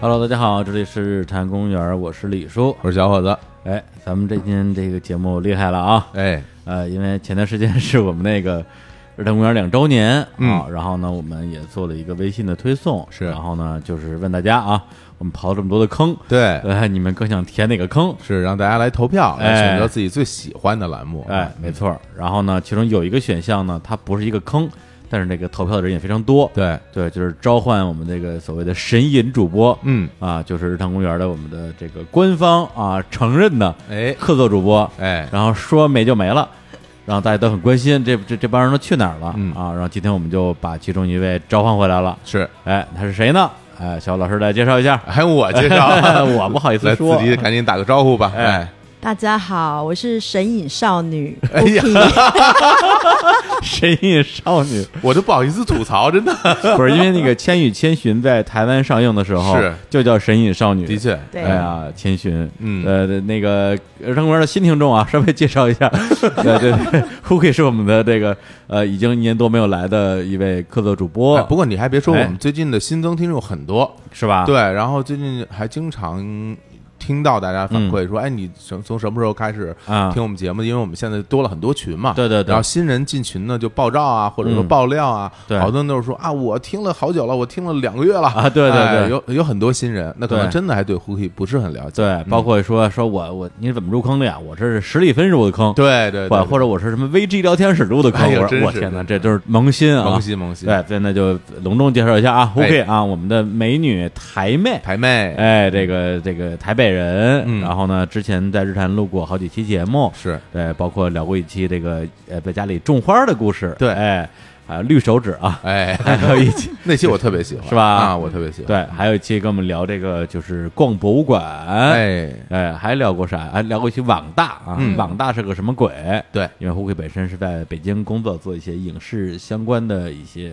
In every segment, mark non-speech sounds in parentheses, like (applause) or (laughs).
Hello，大家好，这里是日坛公园，我是李叔。我说小伙子，哎，咱们这天这个节目厉害了啊！哎，呃，因为前段时间是我们那个日坛公园两周年啊，嗯然后呢，我们也做了一个微信的推送，是然后呢，就是问大家啊，我们刨了这么多的坑，对，呃，你们更想填哪个坑？是让大家来投票，哎来选择自己最喜欢的栏目。哎，没错儿。然后呢，其中有一个选项呢，它不是一个坑，但是那个投票的人也非常多。对，对，就是召唤我们这个所谓的神隐主播，嗯，啊，就是日坛公园的我们的这个官方啊承认的哎，客座主播，哎，然后说没就没了，然后大家都很关心这这这帮人都去哪儿了、嗯啊，然后今天我们就把其中一位召唤回来了，是，哎，他是谁呢？哎，小老师来介绍一下， (laughs) 还用我介绍？我不好意思来，说自己赶紧打个招呼吧。哎哎，大家好，我是神隐少女哎呀 (laughs) Cookie 神隐少女，我都不好意思吐槽，真的，不是因为那个《千与千寻》在台湾上映的时候是就叫《神隐少女》，的确，对哎呀，千寻，嗯呃，那个儿童公园的新听众啊， (laughs) 稍微介绍一 (laughs) 下，对对对 (laughs) h o o k i 是我们的这个呃，已经一年多没有来的一位客座主播，哎不过你还别说，我哎啊们最近的新增听众很多，是吧？对，然后最近还经常。听到大家反馈嗯说，哎，你从从什么时候开始啊听我们节目的？因为我们现在多了很多群嘛，对对对然后新人进群呢，就爆照啊，或者说嗯爆料啊，对好多人都是说啊，我听了好久了，我听了两个月了啊对对哎对有有很多新人，那可能对真的还对 Hooky 不是很了解，对，包括说说我我你怎么入坑的呀？我这是十里分入的坑，对对或对，或者我是什么 VG 聊天室入的坑，哎呦我真说是我天哪，这都是萌新啊，萌新萌新对，对，那就隆重介绍一下啊 h o o k i 哎啊，我们的美女台妹，台妹，哎，这个这个台北人，嗯然后呢，之前在日坛录过好几期节目，是对，呃包括聊过一期这个呃，在家里种花的故事，对哎，还有绿手指 (laughs) 啊，哎，还有一期。那期我特别喜欢，是吧啊，我特别喜欢，对，还有一期跟我们聊这个就是逛博物馆，哎，哎，还聊过啥？还聊过一期网大啊，嗯网大是个什么鬼？对，因为胡 k 本身是在北京工作，做一些影视相关的一些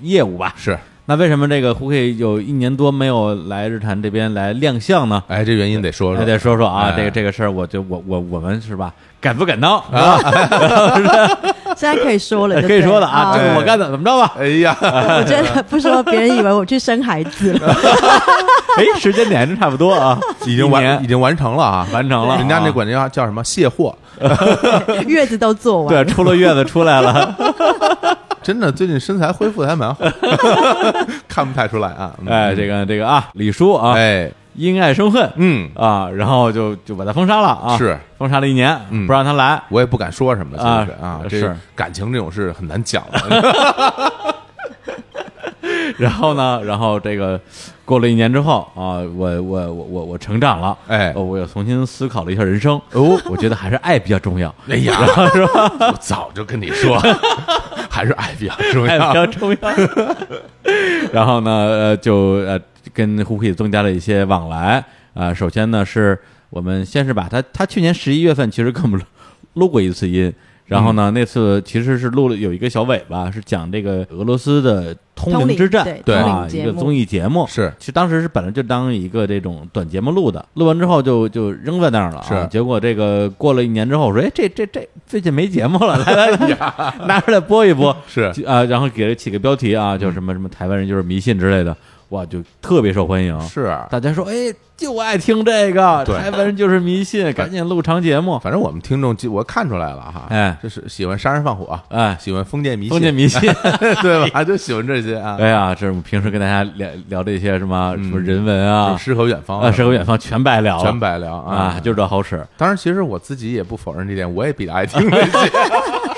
业务吧。是，那为什么这个胡 k 有一年多没有来日坛这边来亮相呢？哎，这原因得说还说，得说说啊，哎这个这个事儿，我就我我我们是吧，敢不敢当？啊现在可以说了，可以说的啊，对这了个我干的，怎么着 (laughs) 吧？哎呀，啊我真的不说，别人以为我去生孩子 (laughs) 了。哎，时间点还真差不多啊，已经 (laughs) 一完年已经完成了啊，完成了啊，人家那管叫叫什么卸货，月子都做完对了，出了月子出来了，真的最近身材恢复的还 (laughs) 蛮好，看不太出来啊，嗯哎，这个这个啊，李叔啊，哎，因爱生恨，嗯，啊，然后就就把他封杀了啊，是封杀了一年，嗯不让他来。我也不敢说什么了，其实啊啊，是这感情这种事很难讲的。然后呢，然后这个过了一年之后啊，我我我我我成长了，哦哎我又重新思考了一下人生，哦，我觉得还是爱比较重要，哎呀，是吧？ (laughs) 我早就跟你说，还是爱比较重爱比要。较重哎要。 (laughs) 然后呢，呃，就呃跟胡 k 增加了一些往来啊、首先呢，是我们先是把他他去年十一月份其实跟我们录录过一次音，然后呢，那次其实是录了有一个小尾巴，是讲这个俄罗斯的通通灵灵之战，对对啊，通灵一节个目综艺节目是其实当时是本来就当一个这种短节目录的，录完之后就就扔在那儿了、啊。是结果这个过了一年之后，我说，哎，这这这最近没节目了，来来 (laughs) 来，拿出来播一播。是就啊，然后给了起个标题嗯啊，叫什么什么台湾人就是迷信之类的，哇，就特别受欢迎。是，大家说，哎，就爱听这个，对台湾人就是迷信，赶紧录长节目。反正我们听众，我看出来了哈，哎就是喜欢杀人放火，哎喜欢封建迷信，封建迷信， (laughs) 对吧？就喜欢这些啊，哎呀，这是我们平时跟大家聊聊这些什么什么人文就啊，诗和远方啊，诗和远方全白聊了，全嗯白聊啊，就这好使。当然，其实我自己也不否认这点，我也比较爱听 (laughs) 这些。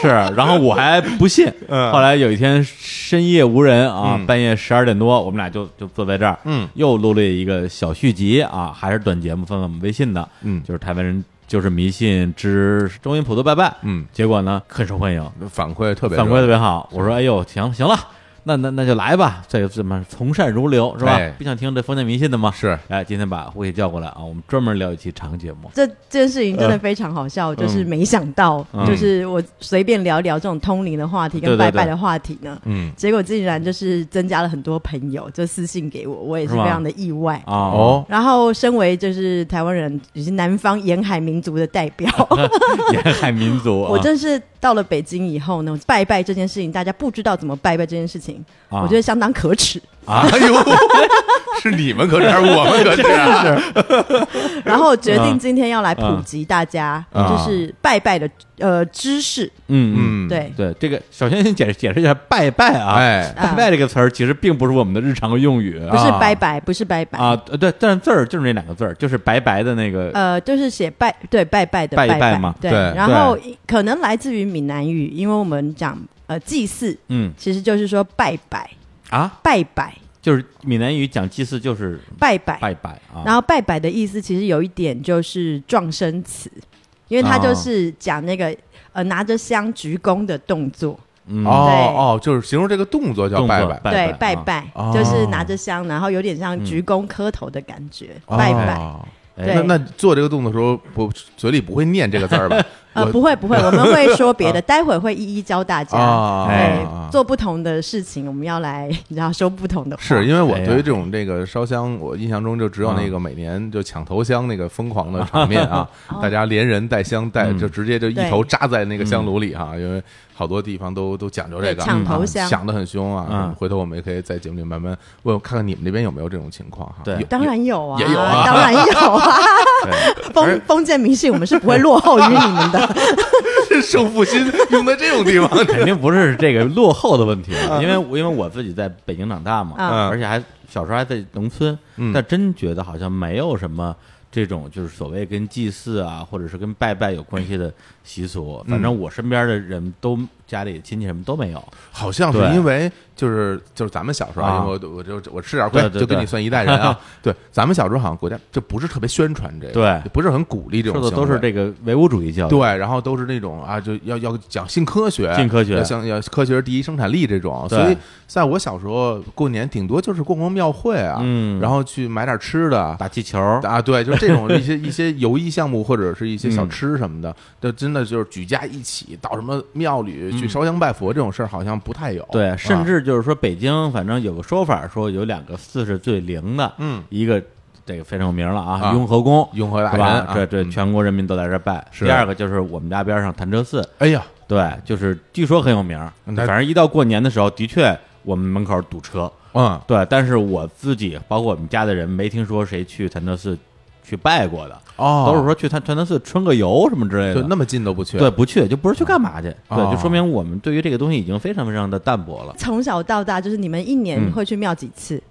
是，然后我还不信。 (laughs) 嗯后来有一天深夜无人啊，嗯半夜十二点多，我们俩就就坐在这儿，嗯，又录了一个小续集啊，还是短节目，放在我们微信的，嗯就是台湾人就是迷信之中音普渡拜拜，嗯，结果呢很受欢迎，反馈特别反馈特热别好。我说哎呦，行行了。那那那就来吧，这个怎么从善如流是吧哎？不想听这封建迷信的吗？是，哎，今天把胡给叫过来啊，我们专门聊一期长节目。这件事情真的非常好笑，就是没想到，嗯就是我随便聊一聊这种通灵的话题对跟对对拜拜的话题呢，嗯，结果竟然就是增加了很多朋友，就私信给我，我也是是吗非常的意外。啊哦，然后，身为就是台湾人，也是南方沿海民族的代 (laughs) 表，沿海民族啊，我真是到了北京以后呢，拜拜这件事情，大家不知道怎么拜拜这件事情，情，啊我觉得相当可耻。 (laughs) 啊，哎 (laughs) 呦，是你们可耻，还是我们可耻啊？然后决定嗯今天要来普及大家，啊嗯就是拜拜的呃知识，嗯嗯，嗯，，对。对，这个首先先解释解释一下“拜拜”啊，哎，拜拜”这个词儿其实并不是我们的日常用语不是啊拜拜，不是拜拜，啊，呃对，但是字儿就是那两个字儿，就是白白的那个，呃，就是写拜对拜拜的拜一拜拜嘛对。对然后可能来自于闽南语，因为我们讲呃祭祀，嗯其实就是说拜拜啊，拜拜就是闽南语讲祭祀就是拜拜，拜拜啊，然后拜拜的意思其实有一点就是撞生词，因为它就是讲那个、啊呃拿着香鞠躬的动作，嗯哦哦，就是形容这个动作叫动作拜拜，拜对拜啊拜、哦就是拿着香，然后有点像嗯鞠躬磕头的感觉，拜拜。哦哎对那那做这个动作的时候，不嘴里不会念这个字儿吧？ (laughs) 呃，我不会不 (laughs) 会，我们会说别的，待会儿会一一教大家。啊，对啊，做不同的事情，我们要来，你知道，说不同的话。是因为我哎呀嗯对于这种这个烧香，我印象中就只有那个每年就抢头香那个疯狂的场面 (laughs) 啊，哦大家连人带香带，嗯就直接就一对头扎在那个香炉里哈，因为好多地方都都讲究这个对抢啊头香抢的很凶啊嗯。回头我们也可以在节目里慢慢问看看你们那边有没有这种情况哈。对有当然有啊，也 (laughs) 有啊哎当然有 (laughs) 啊。 (laughs) 封而封建迷信，我们是不会落后于你们的。有 (laughs) 胜负 (laughs) 心用在这种地方，肯定不是这个落后的问题，啊，因为我因为我自己在北京长大嘛，嗯而且还小时候还在农村，嗯但真觉得好像没有什么这种就是所谓跟祭祀啊，或者是跟拜拜有关系的习嗯俗。反正我身边的人都家里亲戚什么都没有，好像是对因为就是就是咱们小时候啊，啊因为我我就我吃点亏，对对就跟你对算一代人 (laughs) 啊。对，咱们小时候好像国家就不是特别宣传这个，对不是很鼓励这种说的都是行为这个唯物主义教育。对，然后都是那种啊，就要要讲新科学，新科学要想要科学是第一生产力这种。对所以在我小时候过年，顶多就是逛逛庙会啊，嗯然后去买点吃的。打气球，啊，对，就是这 (laughs) 种一些一些游艺项目或者是一些小嗯吃什么的，就真的就是举家一起到什么庙里去烧香拜佛这种事儿，好像不太有。对，甚啊至就是说北京，反正有个说法说有两个寺是最灵的，嗯，一个这个非常有名了啊，啊雍和宫。雍和大对人吧啊，？这这嗯全国人民都在这儿拜。是第二个就是我们家边上潭柘寺，哎呀，对，就是据说很有名儿。嗯反正一到过年的时候，的确我们门口堵车。嗯，对，但是我自己包括我们家的人，没听说谁去潭柘寺去拜过的，哦，都是说去潭潭柘寺春个游什么之类就那的。么近都不去，对，不去就不是去干嘛去？哦对，就说明我们对于这个东西已经非常非常的淡薄了。从小到大，就是你们一年嗯会去庙几次？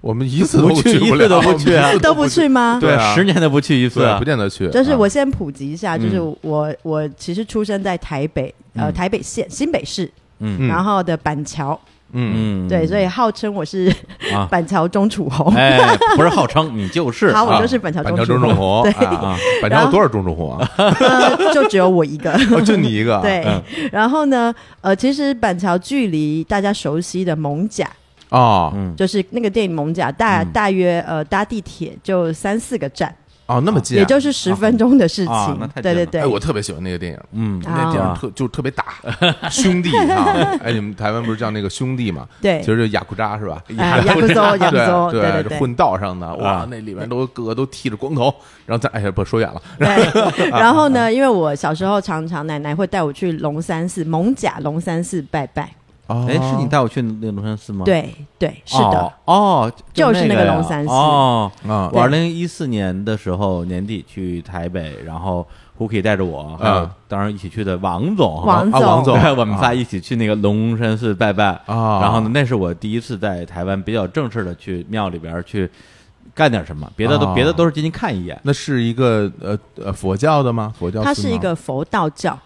我们一次都不去去一次不了，都不我们去啊 (laughs) 一次 (laughs) 都不不，去吗？ (laughs) 对啊十年都不去一次对，啊不。见得去。就是啊我先普及一下，就是嗯我我其实出生在台北，呃，嗯台北县新北市，嗯嗯然后的板桥，嗯， (laughs) 嗯，对，所以号称我是啊， (laughs) 板桥钟楚红。哎，不是号称你就是好，我啊哦就是板桥板桥钟楚钟楚红，红，(laughs) 对啊，啊，板桥然有后多少钟楚红 (laughs) 啊？呃， (laughs) 就只有我 (laughs) 一个。哦就你一个， (laughs) 对，嗯然后呢，呃，其实板桥距离大家熟悉的蒙甲，哦嗯，就是那个电影《蒙甲》，大嗯大约呃搭地铁就三四个站，哦，那么近啊，也就是十分钟的事啊情那。太近对对了对哎，，我特别喜欢那个电影。嗯啊那电影哦特就是特别打兄弟 (laughs) 啊！哎，你们台湾不是叫那个兄弟嘛？对其实就雅库扎是吧？哎 (laughs) 雅库扎雅库扎对对对是对混道上的哇啊，那里面都各个都剃着光头，然后咱哎呀不说远了，对，然后呢，因为我小时候常常奶奶会带我去龙山寺蒙甲龙山寺拜拜，哦哎，是你带我去那个龙山寺吗？，对对是的，哦，哦就是那那个呀龙山寺哦。啊我对二零一四年的时候年底去台北，然后胡可以带着我，还有当然一起去的王总，王嗯啊王总对， (laughs) 我们仨一起去那个龙山寺拜拜啊然后呢，那是我第一次在台湾比较正式的去庙里边儿去干点什么，别的都、啊别的都是进去看一眼。那是一个呃呃佛教的吗？佛教它寺是一吗个佛道教，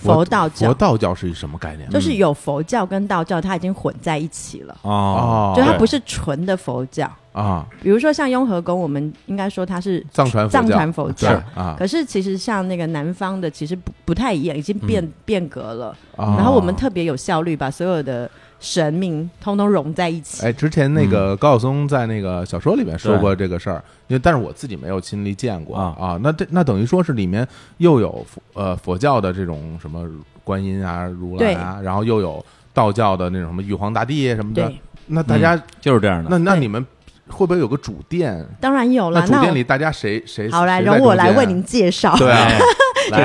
佛佛佛道教道嗯教是一什么概念？就是有佛教跟道教，它已经混在一起了，哦，就它对不是纯的佛教。啊，比如说像雍和宫，我们应该说它是藏传佛教藏传佛是教。啊可是其实像那个南方的，其实不不太一样，已经变、变革了。啊。然后我们特别有效率，把所有的神明通通融在一起。哎，之前那个高晓松在那个小说里面说过这个事儿，因为但是我自己没有亲历见过啊啊。那这那等于说是里面又有佛呃佛教的这种什么观音啊、如来啊，然后又有道教的那种什么玉皇大帝啊什么的对。，那大家就是这样的。那那对你们会不会有个主殿？当然有那了。主那殿我里大家谁谁好来，谁在容我中来间为您介绍。对啊哎因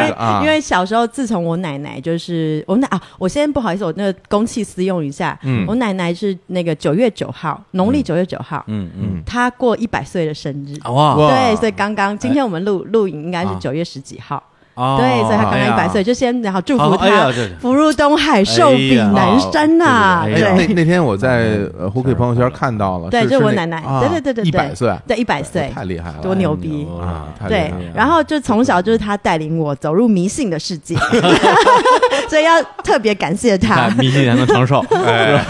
为、因为小时候，自从我奶奶就是我奶啊，我先不好意思，我那个公器私用一下，嗯我奶奶是那个九月九号，农历九月九号，嗯嗯，哦她过一百岁的生日。哇哇哎啊对，所以刚刚今天我们录录影应该是九月十几号，哦对，所以她哎刚刚呀哦一百岁，就先然后祝好福哎呀她这是福如东海，寿比南山呐，哎哎呀呀，那对那天我在呃胡 K 朋友圈看到了，对是这是我那奶奶啊对对对对对一百岁，对，一百岁，太厉害了，多牛逼！牛啊！太厉对害了，然后就从小就是他带领我走入迷信的 (laughs) 世界，所以要特别感谢他看。 (laughs) 迷信才能长寿，哎，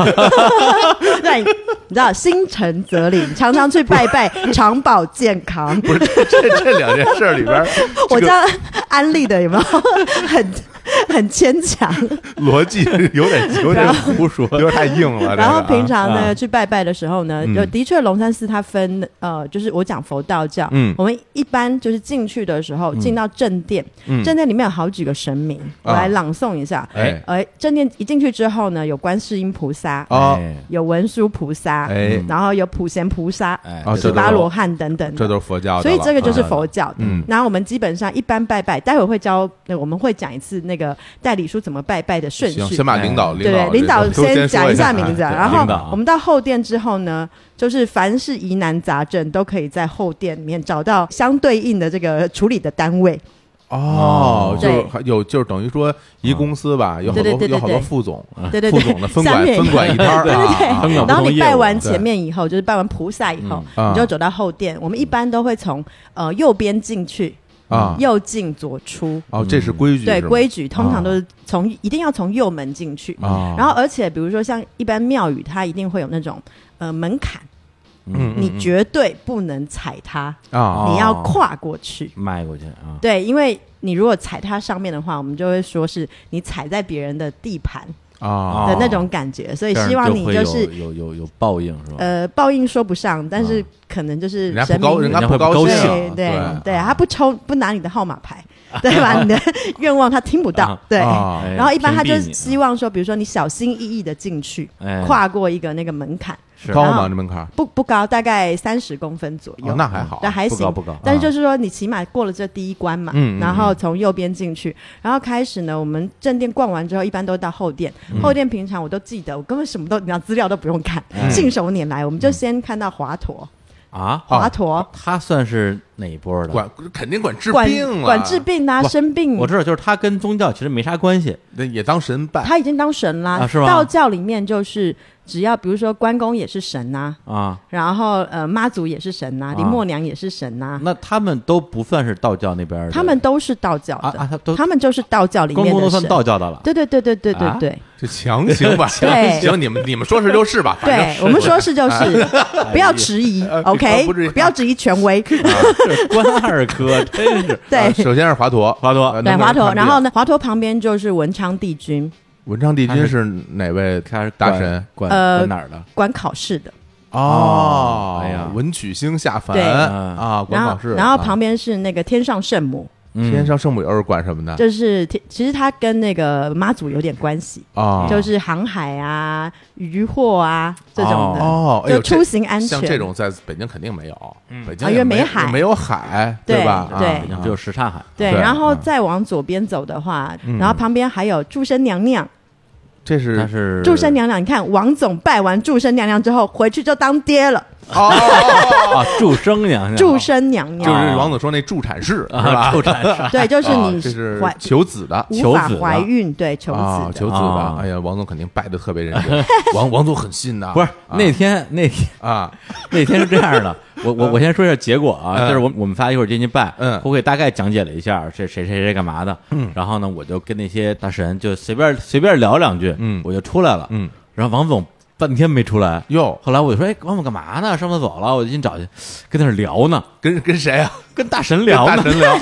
对，你知道心诚则灵，常常去拜拜，长保健康。 (laughs) 不是这这这两件事儿里边儿， (laughs) 我这这个样安利的 (laughs) 有没有很很牵强？逻辑 (laughs) 有点有点胡说，有点太硬了。然后这个啊平常啊呢去拜拜的时候呢，嗯就的确龙山寺它分呃，就是我讲佛道教，嗯我们一般就是进去的时候进到正殿，嗯正殿里面有好几个神明，我啊来朗诵一下。哎哎，正殿一进去之后呢，有观世音菩萨，哦哎有文殊菩萨，哎然后有普贤菩萨、哎这啊这十都都八有罗汉等等的这都是佛教的所了，以这个就是啊佛教的。嗯然后我们基本上一般拜拜，待会儿会教，呃我们会讲一次那个代理书怎么拜拜的顺行，序。先把领导对对，领导导这个都先讲说一下名字，哎然对后领导啊我们到后殿之后呢，就是凡是疑难杂症都可以在后殿里面找到相对应的这个处理的单位。哦，嗯就对是还有就是等于说一公司吧，有好对对多对对有好多对副总，啊对对副对，总的分下管面分管一摊儿对对啊，对 (laughs) 啊分管然后不同你业拜务完对前面以后，就是拜完菩萨以后，嗯你就走到后殿。我们一般都会从呃右边进去，啊右进左出。哦，这是规矩，对是吗规矩，通常都是从、一定要从右门进去。啊，然后，而且比如说像一般庙宇，它一定会有那种呃门槛，嗯你绝对不能踩它，啊，你要跨过去。迈过去啊，对，因为你如果踩它上面的话，我们就会说是你踩在别人的地盘啊的那种感觉，所以这样希望你会就有是有有有报应是吧？呃报应说不上，但是可能就哦啊是人家神不明高，人家人不家高会不对高兴兴啊，对对对，他不抽不拿你的号 (laughs) 码牌，对吧？你的愿望他听不到啊，对。啊哎然后一般他就屏蔽是你希望说，比如说你小心翼翼的进去，哎跨过一个那个门槛，是高然吗？后这门槛儿？不不高，大概三十公分左右哦，，那还好但还啊不行，高不高啊啊但是就是说，你起码过了这第一关嘛，嗯嗯然后从右边进去，然后开始呢，我们正殿逛完之后，一般都到后殿。后殿平常我都记得，我根本什么都，你知道资料都不用看，嗯信手拈来，我们就先看到华佗，啊，华佗他算是哪一波的？管肯定管治管病了，管治病啊，不生病我，知道，就是他跟宗教其实没啥关系，那也当神拜他已经当神啦啊是吗。道教里面就是只要比如说关公也是神呐，啊，然后呃妈祖也是神啊呐，林默娘也是神呐，那他们都不算是道教那边的，啊他们都是道教啊啊，的，他都他们就是道教里关面公的都算神。道教的了，对对对对对啊对对。这强行吧，强 (laughs) 对行，你们你们说是就是吧，反正对我们说是就是，啊 (laughs) 不要迟疑呃，OK，不至于不要质疑权威。这关二哥真是 (laughs) 对啊首先是华佗，华佗呃对，能不华能佗，看然后病呢，华佗旁边就是文昌帝君，文昌帝他君是是哪位他是大管神管呃管哪儿的？管考试的。哦哎呀文曲星下凡对啊，管然考后，试，然后啊旁边是那个天上圣母，嗯天上圣母又是管什么的就是天其实它跟那个妈祖有点关系，啊？就是航海啊、渔获啊这种的，哦，哎就呦，这出行安全。像这种在北京肯定没有，嗯北京啊也因为没没海也没有海，对吧？对啊北京只有什刹海，对，对然后嗯再往左边走的话，嗯然后旁边还有祝生娘娘，这他是是祝生娘娘，你看王总拜完祝生娘娘之后回去就当爹了，(laughs) 哦，啊，祝生娘娘，祝生娘就娘是王总说那助产士是啊吧？助产士对，就是啊这你是怀、求子的。求无法子的怀孕，对，求子的。啊，求子的啊！哎呀，王总肯定拜的特别认 (laughs) 真，王王总很信呐。不是啊那天那天啊， (laughs) 那天是这样的，我我我先说一下结果啊，嗯就是我我们仨一会儿进去办，嗯胡伟大概讲解了一下这谁谁谁干嘛的，嗯，然后呢，我就跟那些大神就随便随便聊两句，嗯我就出来了，嗯，然后王总半天没出来，哟，后来我就说，哎，王总干嘛呢？上厕所了，我就进去找去，跟那儿聊呢，跟跟谁啊？跟大神跟聊大呢，(laughs) 神聊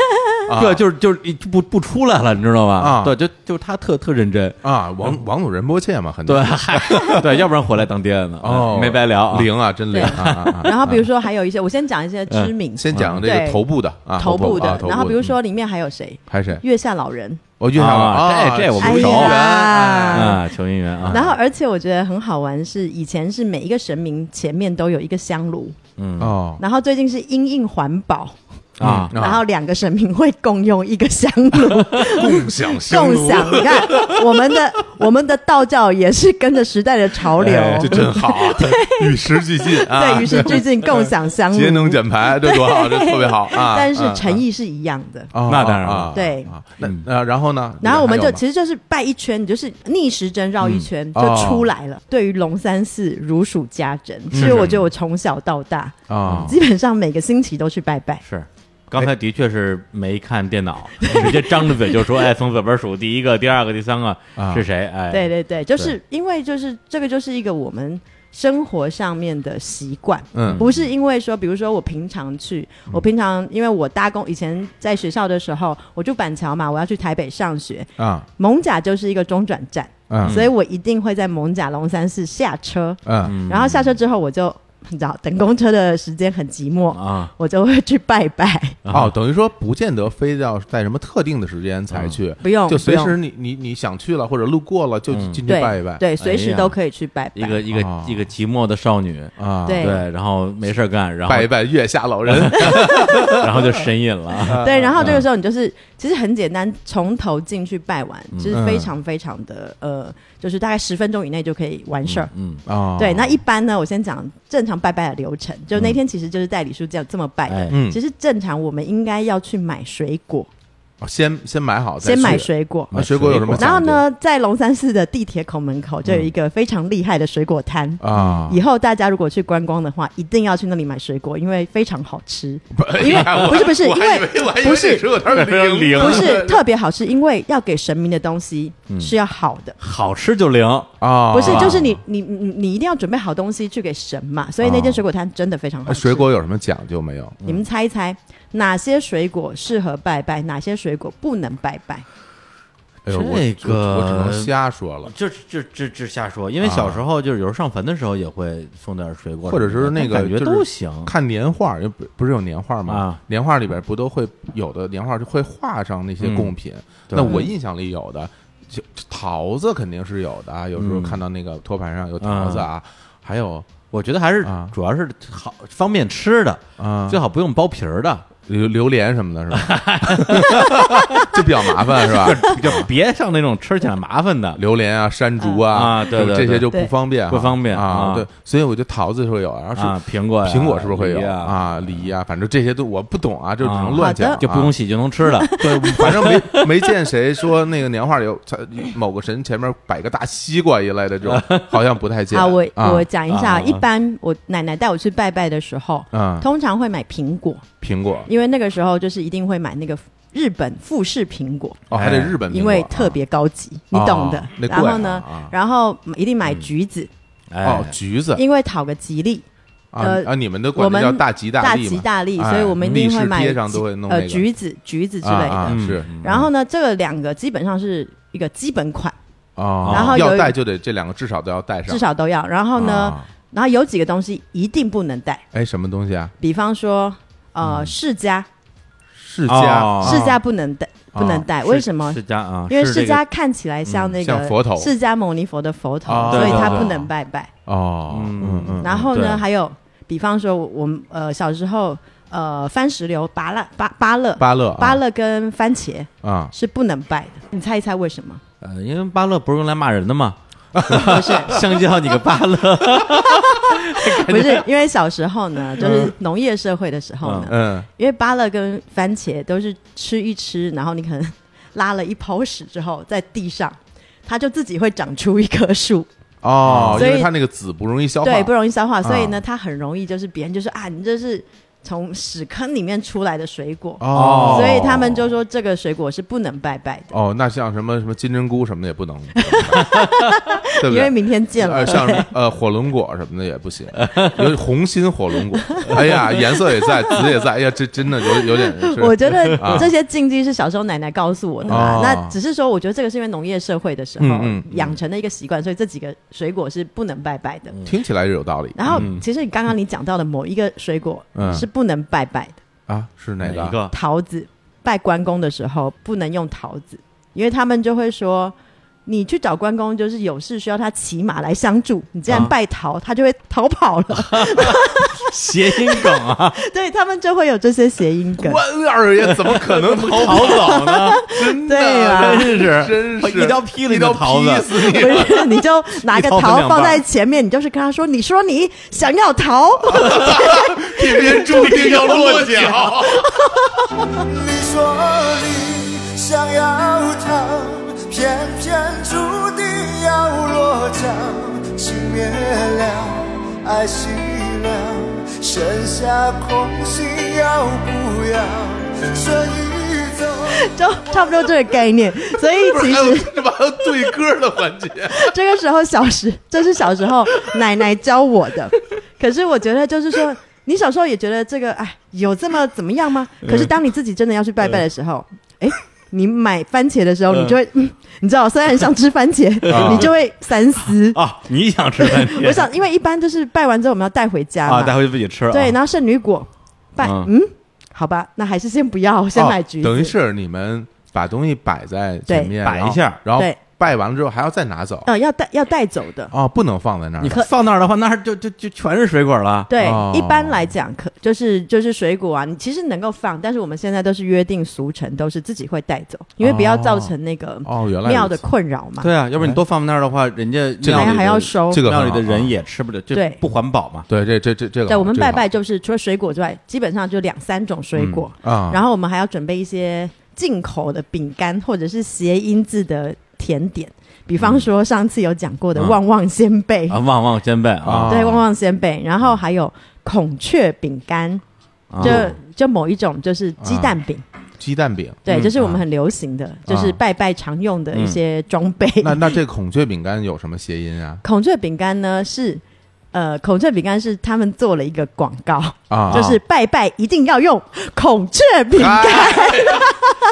啊对，就是就是就不不出来了，你知道吗？啊对，就就他特特认真，啊，王王总仁波切嘛，很对，嗨对，要不然回来当爹呢，哦，没白聊啊，灵啊，真灵啊啊！啊嗯然后比如说还有一些，我先讲一些知名、先讲这个嗯对头部的啊，头部的，啊然后比如嗯说里面还有谁？还谁？月下老人，我月下老啊啊这这我哎不熟呀。啊，求姻缘啊，然后，而且我觉得很好玩，是以前是每一个神明前面都有一个香炉，嗯哦然后最近是因应环保，啊嗯然后两个神明会共用一个香 (laughs) 炉，共享香共炉享。你看，我们的我们的道教也是跟着时代的潮流，哎这真好， (laughs) 与时俱进啊！对，与时俱进，共享香节炉，能减排，这多好，这特别好啊！但是诚意意是一样的。哦那当然了对那嗯那然后呢？然后我们还有就吗其实就是拜一圈，你就是逆时针绕一圈、嗯哦嗯就出来了。对于龙山寺如数家珍，所以我觉得我从小到大、啊，基本上每个星期都去拜拜。是。哎刚才的确是没看电脑， (laughs) 直接张着嘴就说：“哎，从左边数，第一个、第二个、第三个啊是谁？”哎，对对对，就是因为就是这个就是一个我们生活上面的习惯。嗯不是因为说，比如说我平常去，我平常因为我搭公以前在学校的时候，我住板桥嘛，我要去台北上学，啊蒙甲就是一个中转站，嗯所以我一定会在蒙甲龙山寺下车，嗯嗯然后下车之后我就 (laughs) 你知道等公车的时间很寂寞，啊，我就会去拜拜，嗯哦，等于说不见得非要在什么特定的时间才去，嗯不用就随不时用你你你想去了或者路过了就嗯进去对拜一拜对，随时都可以去拜一拜。个一个哦一个寂寞的少女，啊，对对，然后没事儿干，然后拜一拜月下老人 (laughs) 嗯 (laughs) 然后就神隐了， (laughs) 对，然后这个时候你就是其实很简单，从头进去拜完，就是非常非常的呃，就是大概十分钟以内就可以完事儿。嗯，啊，对，那一般呢，我先讲正常拜拜的流程，就那天其实就是代理书这样这么拜的。哎，嗯其，实正常我们应该要去买水果，哦先先买好，再先买去水果。那水果有什么？然后？呢，在龙山寺的地铁口门口就有一个非常厉害的水果摊。啊，以后大家如果去观光的话，一定要去那里买水果，因为非常好吃，不因为哎呀不是不是我还因为以为我还以为不是这水果摊儿非常灵不 (laughs) 是特别好吃，因为要给神明的东西是要好的，好吃就灵，啊，不是就是你你你你一定要准备好东西去给神嘛，所以那间水果摊真的非常好哎吃。水果有什么讲究没有？你们猜一猜，哪些水果适合拜拜，哪些水果不能拜拜？哎呦，我这我我只能个瞎说了，就就就就瞎说，因为小时候就是有时候上坟的时候也会送点水果什么的，或者是那个但感觉就是都行，看年画，因为不不是有年画吗？啊年画里边不都会有的年画就会画上那些贡品。嗯对那我印象里有的，就桃子肯定是有的啊，有时候嗯看到那个托盘上有桃子啊，还有我觉得还是啊主要是好方便吃的，啊，最好不用剥皮儿的，榴榴莲什么的，是吧？ (laughs) 就比较麻烦，是吧？就别上那种吃起来麻烦的。榴莲啊、山竹啊，啊对对这些对就不对方便哈，不方便啊。啊对，所以我觉得桃子是会有，然后是啊，苹果呀，苹果是不是会梨有呀？啊？梨呀、反正这些都我不懂啊，就只啊能乱好的 (laughs) 讲，就不用。洗就能吃了。对，反正没没见谁说那个年画里有他某个神前面摆个大西瓜一类的 (laughs) 这种，好像不太见啊，我啊我讲一下，啊一般我奶奶带我去拜拜的时候，嗯，通常会买苹果，苹果因为那个时候就是一定会买那个日本富士苹果，哦，还得哎日本苹果，因为特别高级，你懂的啊哦那。贵然啊后呢啊，然后一定买橘子，(laughs) 啊哎哦，橘子因为讨个吉利，啊呃啊，你们的我管这们叫大吉大利吉嘛，大利，哎所以我们一定会密室买贴上都会弄那呃个橘子、橘子之类啊的。啊嗯是然后呢，这个两个基本上是一个基本款，哦，然后有要一带就得这两个至少都要带上，至少都要。然后呢，啊？然后有几个东西一定不能带，哎，什么东西啊？比方说嗯呃释迦，世家哦释迦不能带，啊不能带，是为什么？释迦啊，因为是这释个迦看起来像那嗯像个佛头释迦牟尼佛的佛头哦，所以他对对不对能拜拜。哦，嗯嗯，然后对啊呢，还有比方说我，我们呃小时候呃番石榴、芭乐、芭芭乐、芭乐啊芭乐跟番茄啊，是不能拜的。你猜一猜为 (laughs) 什么？呃，因为芭乐不是用来骂人的嘛，不是，香蕉你个芭乐，不是，因为小时候呢，就是农业社会的时候呢，嗯，因为芭乐跟番茄都是吃一吃，然后你可能拉了一泡屎之后，在地上。它就自己会长出一棵树，哦，因所以为它那个籽不容易消化，对，不容易消化，所以啊呢，它很容易就是别人就说啊，你这是从屎坑里面出来的水果，哦，所以他们就说这个水果是不能拜拜的，哦，那像什么什么金针菇什么的也不能， (laughs) 对不因为对？明天见了。呃，像什么呃火龙果什么的也不行，有红心火龙果，哎呀，颜色也 (laughs) 在，籽也在，哎呀，这真的有有点是 (laughs) 我觉得啊这些禁忌是小时候奶奶告诉我的啦。哦那只是说，我觉得这个是因为农业社会的时候嗯嗯嗯养成的一个习惯，所以这几个水果是不能拜拜的。听起来是有道理然后，其实刚刚你讲到的某一个水果嗯是不能拜拜的，啊，是哪一个？个？桃子。拜关公的时候不能用桃子，因为他们就会说你去找关公，就是有事需要他骑马来相助，你既然啊拜逃，他就会逃跑了。谐音梗啊， (laughs) 对他们就会有这些谐音梗。关二爷怎么可 (laughs) 能逃跑？逃走呢，真的，对啊 (laughs) 真是 (laughs) 真是一刀劈了一你的刀桃劈子，死你 (laughs) 不！是，你就拿个一刀分桃两半放在前面，你就是跟他说：“你说你想要逃，这 (laughs) 边注定要落脚。你说你想要逃，偏偏注定要落脚。情灭了，爱熄了，剩下空心要不要？这一走。 (laughs) 就差不多这个 (laughs) 概念。”所以不其是还实有这把对歌的环节，这个时候小时，这是小时候奶奶教我的。可是我觉得就是说，你小时候也觉得这个，哎，有这么怎么样吗？嗯可是当你自己真的要去拜拜的时候，哎。你买番茄的时候，嗯你就会，嗯，你知道，虽然想吃番茄，你就会三思。啊！你想吃番茄？我想，因为一般就是拜完之后我们要带回家嘛，啊，带回去自己吃啊。对，然后圣女果，拜，嗯嗯，好吧，那还是先不要，先买橘子。哦等于是你们把东西摆在前面，对摆一下然后然对后拜完了之后还要再拿走。呃，要带要带走的。哦，不能放在那儿你嗯的。放那儿的话，那儿就就就全是水果了。对，哦一般来讲，可就是就是水果啊，你其实能够放，但是我们现在都是约定俗成，都是自己会带走，因为不要造成那个哦，原来庙的如此困扰嘛。对啊，要不然你都放那儿的话，人家这个庙还里的还要收。这个庙里很好的啊人也吃不了，就对不环保嘛。对，这这这这个好，对，我们这个拜好拜就是除了水果之外，基本上就两三种水果，啊，然后我们还要准备一些进口的饼干或者是谐音字的甜点，比嗯方说上次有讲过的嗯旺旺仙贝啊，旺旺仙贝啊，啊对，旺旺仙贝，然后还有孔雀饼干，啊就就某一种就是鸡蛋饼，鸡蛋饼。对，嗯啊这是我们很流行的，就是拜拜常用的一些装备。那那这孔雀饼干有什么谐音啊？ (laughs) 孔雀饼干呢是。呃，孔雀饼干是他们做了一个广告，啊，就是拜拜一定要用孔雀饼干，啊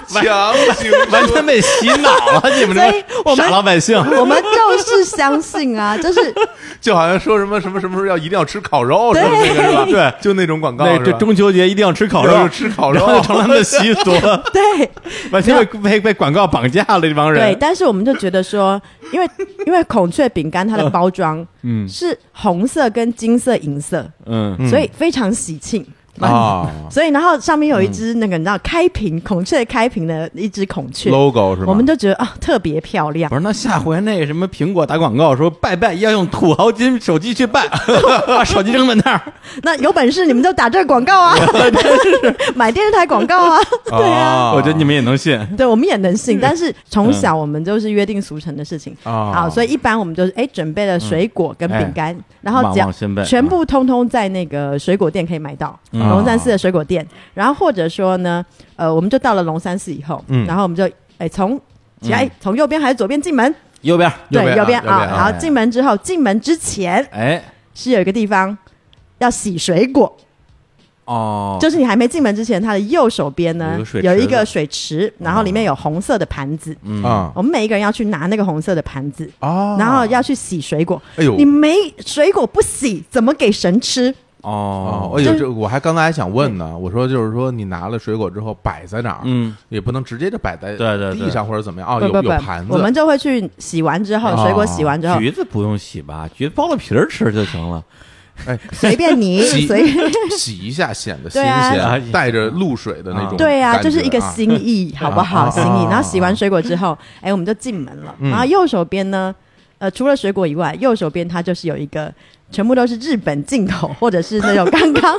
强 (laughs) 行 (laughs) 完全被洗脑了，你们所以这帮我们傻老百姓。我们就是相信啊， (laughs) 就是就好像说什么什么什么时候要一定要吃烤肉，是不是那个是吧？对，就那种广告，那是吧这中秋节一定要吃烤然后肉，就吃烤 (laughs) 然后肉就成了他们的习俗，对完全被被被广告绑架了这帮对，人。但是我们就觉得说，因为因为孔雀饼干它的包装嗯是红色跟金色银色，嗯，所以非常喜庆。啊所以，然后上面有一只那个你知道开屏孔雀开屏的一只孔雀， ，logo 是吗？我们就觉得啊特别漂亮不。嗯是，那下回那什么苹果打广告说拜拜要用土豪金手机去拜， (laughs) 把手机扔在那儿，那有本事你们就打这个广 (laughs) 告啊， (laughs) 买电视台广告啊，对啊。啊我觉得你们也能信。对，我们也能信，但是从小我们就是约定俗成的事情嗯哦嗯好，所以一般我们就是哎准备了水果跟饼干，然后只旺旺仙贝要全部通通在那个水果店可以买到，嗯龙山寺的水果店。然后或者说呢，呃，我们就到了龙山寺以后，嗯然后我们就哎从起来从右边还是左边进门？右边，右对，边啊右边右边啊。啊然后进门之后，进门之前哎，是有一个地方要洗水果，哦，就是你还没进门之前，它的右手边有一呢个水池有一个水池，哦然后里面有红色的盘子。嗯啊我们每一个人要去拿那个红色的盘子，啊，然后要去洗水果。哎呦你没水果不洗，怎么给神吃？哦哦，，哎就呦，是这我还刚才还想问呢，嗯我说就是说你拿了水果之后摆在哪儿，嗯，也不能直接就摆在对对对地上或者怎么样哦，不有不不有盘，子，我们就 (laughs) 会去洗完之后，哦水果洗完之后，橘子不用洗吧？橘子剥了皮儿吃就行了。哎，随便你，洗 (laughs) 随洗一下显得新对啊鲜，带着露水的那种感觉，对啊，啊，就是一个心 (laughs) 意，好不啊啊嗯好？心意啊。然后洗完水果之后，哎，我们就进门了。然后右手边呢，呃，除了水果以外，右手边它就是有一个。全部都是日本进口，或者是那种刚 (laughs) 刚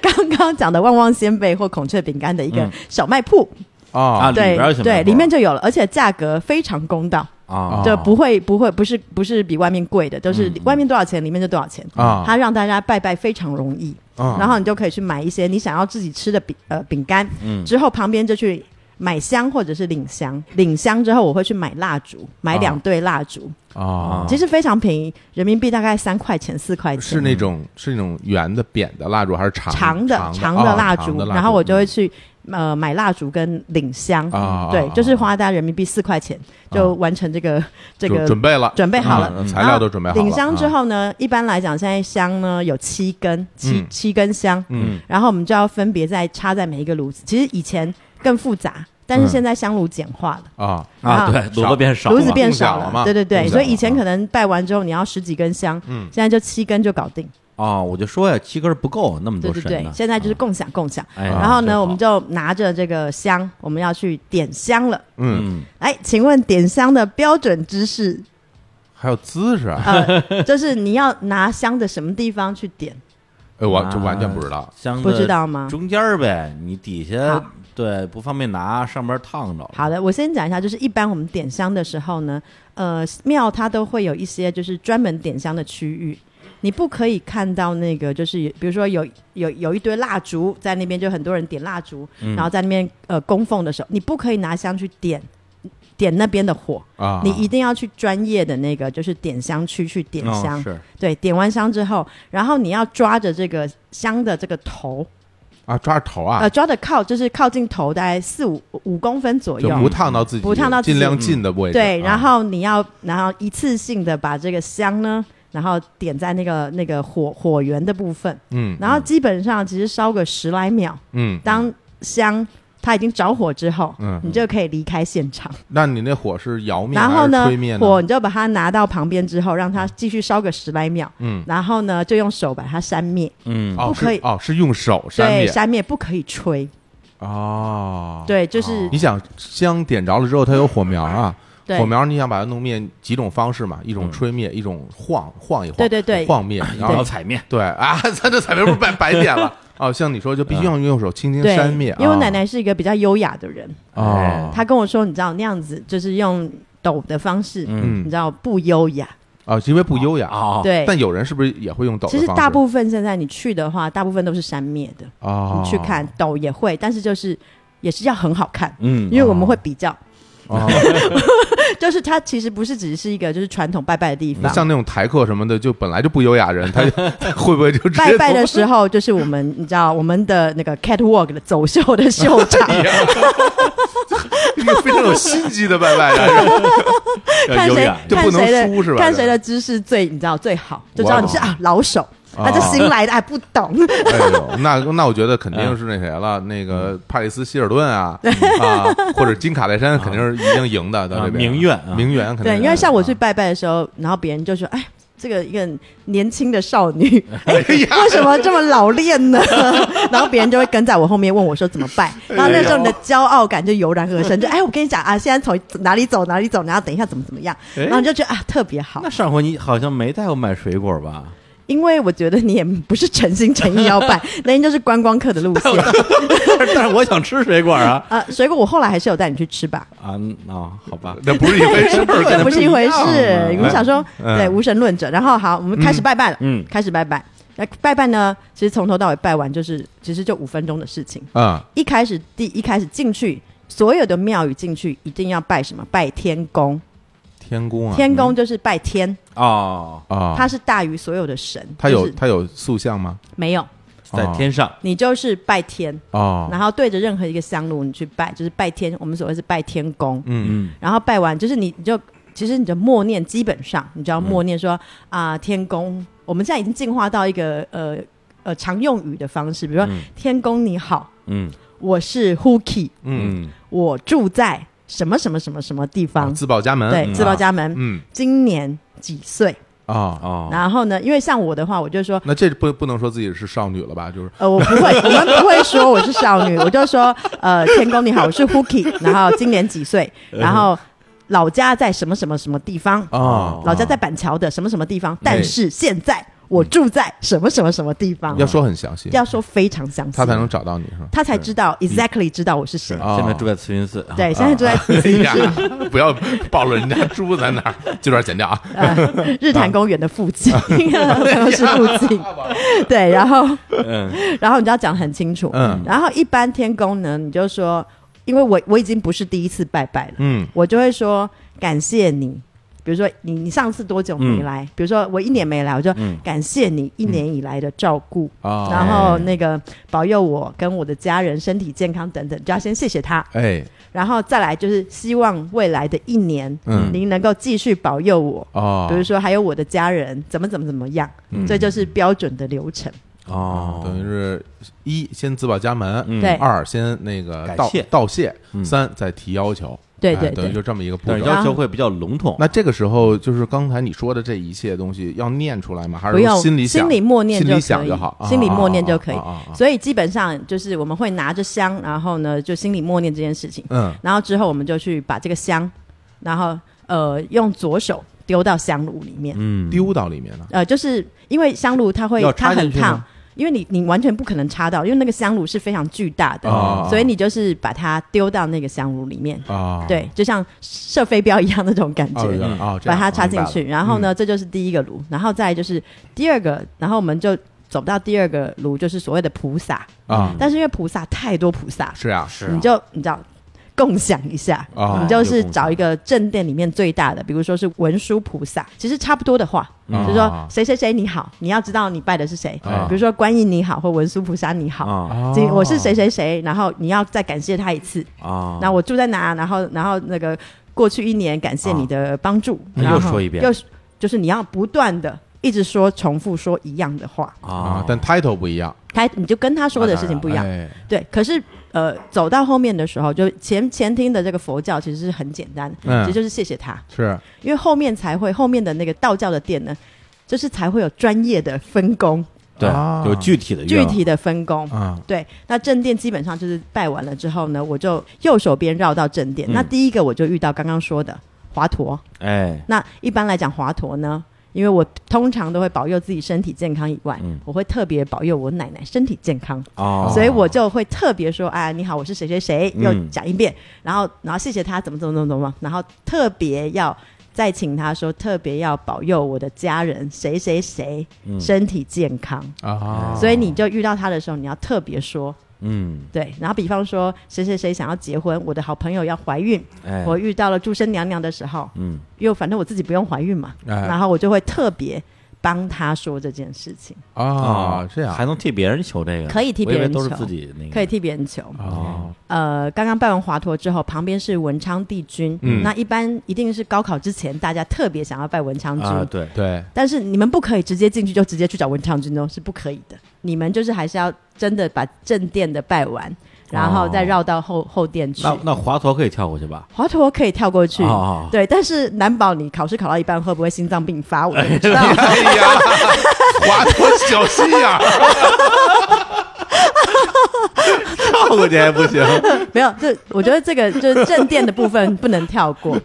刚刚讲的旺旺仙贝或孔雀饼干的一个嗯小卖铺，啊啊，里对边儿有小卖对，部里面就有了，而且价格非常公道，啊，就不会不会不是不是比外面贵的，都是外面多少钱，里面就多少钱嗯啊它让大家拜拜非常容易，啊然后你就可以去买一些你想要自己吃的饼呃饼干，嗯之后旁边就去。买香或者是领香，领香之后我会去买蜡烛，买两对蜡烛，啊，其实非常便宜，人民币大概三块钱四块钱。是那种是那种圆的扁的蜡烛还是长长的啊的长长的蜡烛嗯烛，？然后我就会去呃买蜡烛跟领香啊，对啊，就是啊花大概人民币四块钱就完成这个这就个准备了，准备好了嗯材料都准备好了。领香之啊，后呢，一般来讲，现在香呢有七根，七、嗯七根香，嗯然后我们就要分别再插在每一个炉子。其实以前更复杂，但是现在香炉简化了。啊，啊，啊对，嗯少炉子变少了，炉子变少更小了嘛对对更对，小所以了以前可能拜完之后你要十几根香，嗯现在就七根就搞定，哦，我就说呀，七根儿不够，那么对多对神啊对呢，。现在就是共享共享。哎，然后真呢，好我们就拿着这个香，我们要去点香了。嗯，嗯，哎，请问点香的标准姿势，还有姿势啊，呃， (laughs) 就是你要拿香的什么地方去点，哎，我这完全不知道，啊箱不子知道吗？中间儿呗，你底下好对不方便拿，上边儿烫着了。好的，我先讲一下，就是一般我们点香的时候呢，呃，庙它都会有一些就是专门点香的区域，你不可以看到那个就是比如说有有有一堆蜡烛在那边，就很多人点蜡烛，嗯然后在那边呃供奉的时候，你不可以拿香去点点那边的火，啊，你一定要去专业的那个就是点香区去点哦香，是对，点完香之后，然后你要抓着这个香的这个头，啊抓着头啊呃，，抓着靠就是靠近头大概四五五公分左就右，不烫到自己，不烫到自己尽量近的位置，对，啊然后你要，然后一次性的把这个香呢，然后点在那个那个火火源的部分，嗯然后基本上其实烧个十来秒，嗯，当香它已经着火之后，嗯你就可以离开现场。那你那火是摇灭然还后是呢吹啊灭，呢？火你就把它拿到旁边之后，让它继续烧个十来秒，嗯，然后呢就用手把它扇灭，嗯，哦不可以是哦，是用手扇对，灭扇灭不可以吹，哦，对，就是你想香点着了之后，它有火苗啊，对火。苗你想把它弄灭，几种方式嘛，一种嗯吹灭，一种晃晃一晃，对对对晃灭，然然后后踩面，对啊， (laughs) 咱这彩屏不是白白点了哦，像你说就必嗯须要用手轻轻对扇灭，，因为我奶啊奶是一个比较优雅的人，哦，哎她跟我说，你知道那样子就是用抖的方式，你嗯知道不优雅，啊，是因为不优雅，哦，对。但有人是不是也会用抖的其方实式？大部分现在你去的话，大部分都是删灭的。哦，你去看抖也会，但是就是也是要很好看，嗯因为我们会比较，哦， (laughs) 就是它其实不是只是一个就是传统拜拜的地那方。像那种台客什么的，就本来就 (laughs) 不优雅人，他会不会就直接拜拜的从时候，就是我们你 (laughs) 知道我们的那个 catwalk 的走秀的秀场，一个非常有心机的拜拜呀？看有谁点就不看能谁输是的吧看谁的姿势最你知道最好，就知道你是哇啊老手，哦啊这新来的哎不懂，哎呦，那那我觉得肯定是那谁了，那个帕里斯希尔顿啊啊，或者金卡戴珊肯定是一定赢的，到这边啊名媛啊名媛肯定对，是因为像我去拜拜的时候，然后别人就说：“哎，这个一个年轻的少 (laughs) 女，哎为什么这么老练呢？” (laughs) 然后别人就会跟在我后面问我说：“怎么拜？”哎然后那时候你的骄傲感就油然而生，就哎，我跟你讲啊，现在从哪里走哪里走，然后等一下怎么怎么样，哎然后你就觉得啊特别好那，上回你好像没带我买水果吧？ (laughs) 因为我觉得你也不是诚心诚意要拜，那天就是观光客的路线。但是但是我想吃水果啊呃，水果我后来还是有带你去吃吧，啊嗯哦，好吧，那不是一回事 (laughs) 儿，对，不是一回事。嘛我们想说，嗯对无神论者。然后好，我们开始拜拜了，嗯嗯开始拜拜。那拜拜呢，其实从头到尾拜完就是，其实就五分钟的事情。啊一开始第一开始进去，所有的庙宇进去一定要拜什么？拜天公。天宫啊，天公就是拜天，哦，啊，他是大于所有的神。他有就是他有塑像吗？没有？在天上，你就是拜天，哦，然后对着任何一个香炉你去拜，就是拜天。我们所谓是拜天公。嗯嗯然后拜完，就是你你就其实你的默念基本上，你就要默念说啊、天公，我们现在已经进化到一个呃呃常用语的方式，比如说、嗯天公你好，嗯我是 Huki，嗯，嗯我住在什么什么什么什么地方，啊自报家门，对，嗯自报啊，家门，嗯今年几岁？啊，哦，然后呢，因为像我的话，我就说。那这不不能说自己是少女了吧？就是呃，我不会，我们不会说我是少女，我就说，呃，天公你好，我是 Huki，然后今年几岁，然后老家在什么什么什么地方，啊，老家在板桥的什么什么地方，哎但是现在我住在什么什么什么地方，要说很详细，嗯要说非常详细，他才能找到你是 (laughs) 吧？他才知道 exactly 知道我是谁。是哦现在住在慈云寺，啊对，现在住在 (laughs) 哎呀，不要暴露人家猪在哪儿，这段剪掉啊！呃 (laughs) 日坛公园的附近， (laughs) 办公室附 (laughs) 近。对，然后嗯， (laughs) 然后你就要讲得很清楚。嗯然后一般天公呢，你就说，因为我我已经不是第一次拜拜了，嗯我就会说感谢你。比如说你你上次多久没嗯来？比如说我一年没来，我就嗯感谢你一年以来的照顾。啊，然后那个保佑我跟我的家人身体健康等等，就要先谢谢他，哎，然后再来就是希望未来的一年，嗯您能够继续保佑我，哦，嗯比如说还有我的家人怎么怎么怎么样，这就是标准的流程。哦等于是一先自报家门，嗯对二先那个感道谢道谢，嗯三再提要求，对哎对等于对就这么一个步但是骤。要求会比较笼统。那这个时候就是刚才你说的这一切东西要念出来吗？还不是用心里想心里默念心就里可想以就好，啊心里默念就可以啊啊啊啊啊所以基本上就是我们会拿着香，然后呢就心里默念这件事情，嗯，然后之后我们就去把这个香，然后呃用左手丢到香炉里面，嗯，丢到里面了。呃，就是因为香炉它会要插它很进去烫吗，因为你你完全不可能插到，因为那个香炉是非常巨大的，哦所以你就是把它丢到那个香炉里面，啊，对，就像射飞镖一样那种感觉。哦，原来哦这把样它插明进白去，了嗯然后呢，这就是第一个炉，然后再来就是第二个，然后我们就走到第二个炉，就是所谓的菩萨。啊，但是因为菩萨太多菩萨，是啊，嗯是你就你知道共享一下，啊你就有是共找一个正殿里面最大的，比如说是文殊菩萨，其实差不多的话，嗯就是说啊谁谁谁你好，你要知道你拜的是谁，啊比如说观音你好或文殊菩萨你好，啊哦这我是谁谁谁，然后你要再感谢他一次，啊，那我住在哪？然后，然后那个过去一年感谢你的帮助，哦那然后又说一遍又是就是你要不断的一直说重复说一样的话，啊，但 title 不一样，他你就跟他说的事情不一样。哎对，可是呃，走到后面的时候，就前前厅的这个佛教其实是很简单，嗯其实就是谢谢他，是因为后面才会后面的那个道教的殿呢，就是才会有专业的分工，对啊有具体的具愿望体的分工。啊，对，那正殿基本上就是拜完了之后呢，我就右手边绕到正殿。嗯那第一个我就遇到刚刚说的华佗。哎，那一般来讲，华佗呢，因为我通常都会保佑自己身体健康以外，嗯我会特别保佑我奶奶身体健康，哦，所以我就会特别说：“哎，你好，我是谁谁谁。”嗯又讲一遍，然后然后谢谢他怎么怎么怎么怎么，然后特别要。再请他说，特别要保佑我的家人谁谁谁嗯身体健康，啊，所以你就遇到他的时候，你要特别说，嗯，对，然后比方说谁谁谁想要结婚，我的好朋友要怀孕，哎，我遇到了祝生娘娘的时候，嗯因为反正我自己不用怀孕嘛，哎然后我就会特别帮他说这件事情，啊，这样哦还能替别人求这个，可以替我以为别人都是求自己那个，可以替别人求。啊，呃，刚刚拜完华佗之后，旁边是文昌帝君，嗯那一般一定是高考之前大家特别想要拜文昌君。啊，对，对，但是你们不可以直接进去就直接去找文昌君哦，是不可以的。你们就是还是要真的把正殿的拜完，然后再绕到后、后殿去。哦那那华佗可以跳过去吧？华佗可以跳过去，哦对，但是难保你考试考到一半会不会心脏病发，我就不知道。哎呀， (laughs) 华佗小心 (laughs) 眼儿跳过去还不行 (laughs) 没有，这我觉得这个就是正殿的部分不能跳 (laughs) 过，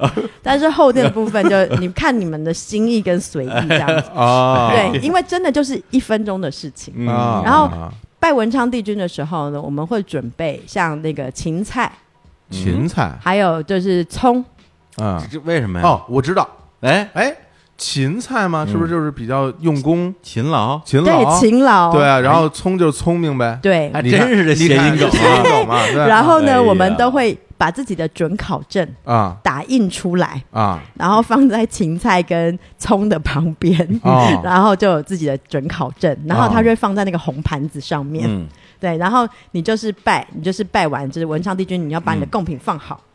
但是后殿的部分就你看你们的心意跟随意这样 (laughs) 子。哦啊，对，因为真的就是一分钟的事情。嗯啊，然后拜文昌帝君的时候呢，我们会准备像那个芹菜，芹菜，还有就是葱，嗯，这为什么呀？，哦，我知道，哎，哎，芹菜嘛，是不是就是比较用功、勤劳，勤嗯对，劳？勤劳，哎对啊，然后聪就是聪明呗，对哎你真看是这你谐看音这梗啊谐音梗 (laughs) 嘛，对然后哎呀呢，我们都会把自己的准考证啊打印出来，啊然后放在芹菜跟葱的旁边，哦 (laughs) 然后就有自己的准考证，然后它就会放在那个红盘子上面。嗯，对，然后你就是拜，你就是拜完，就是文昌帝君，你要把你的贡品放好。嗯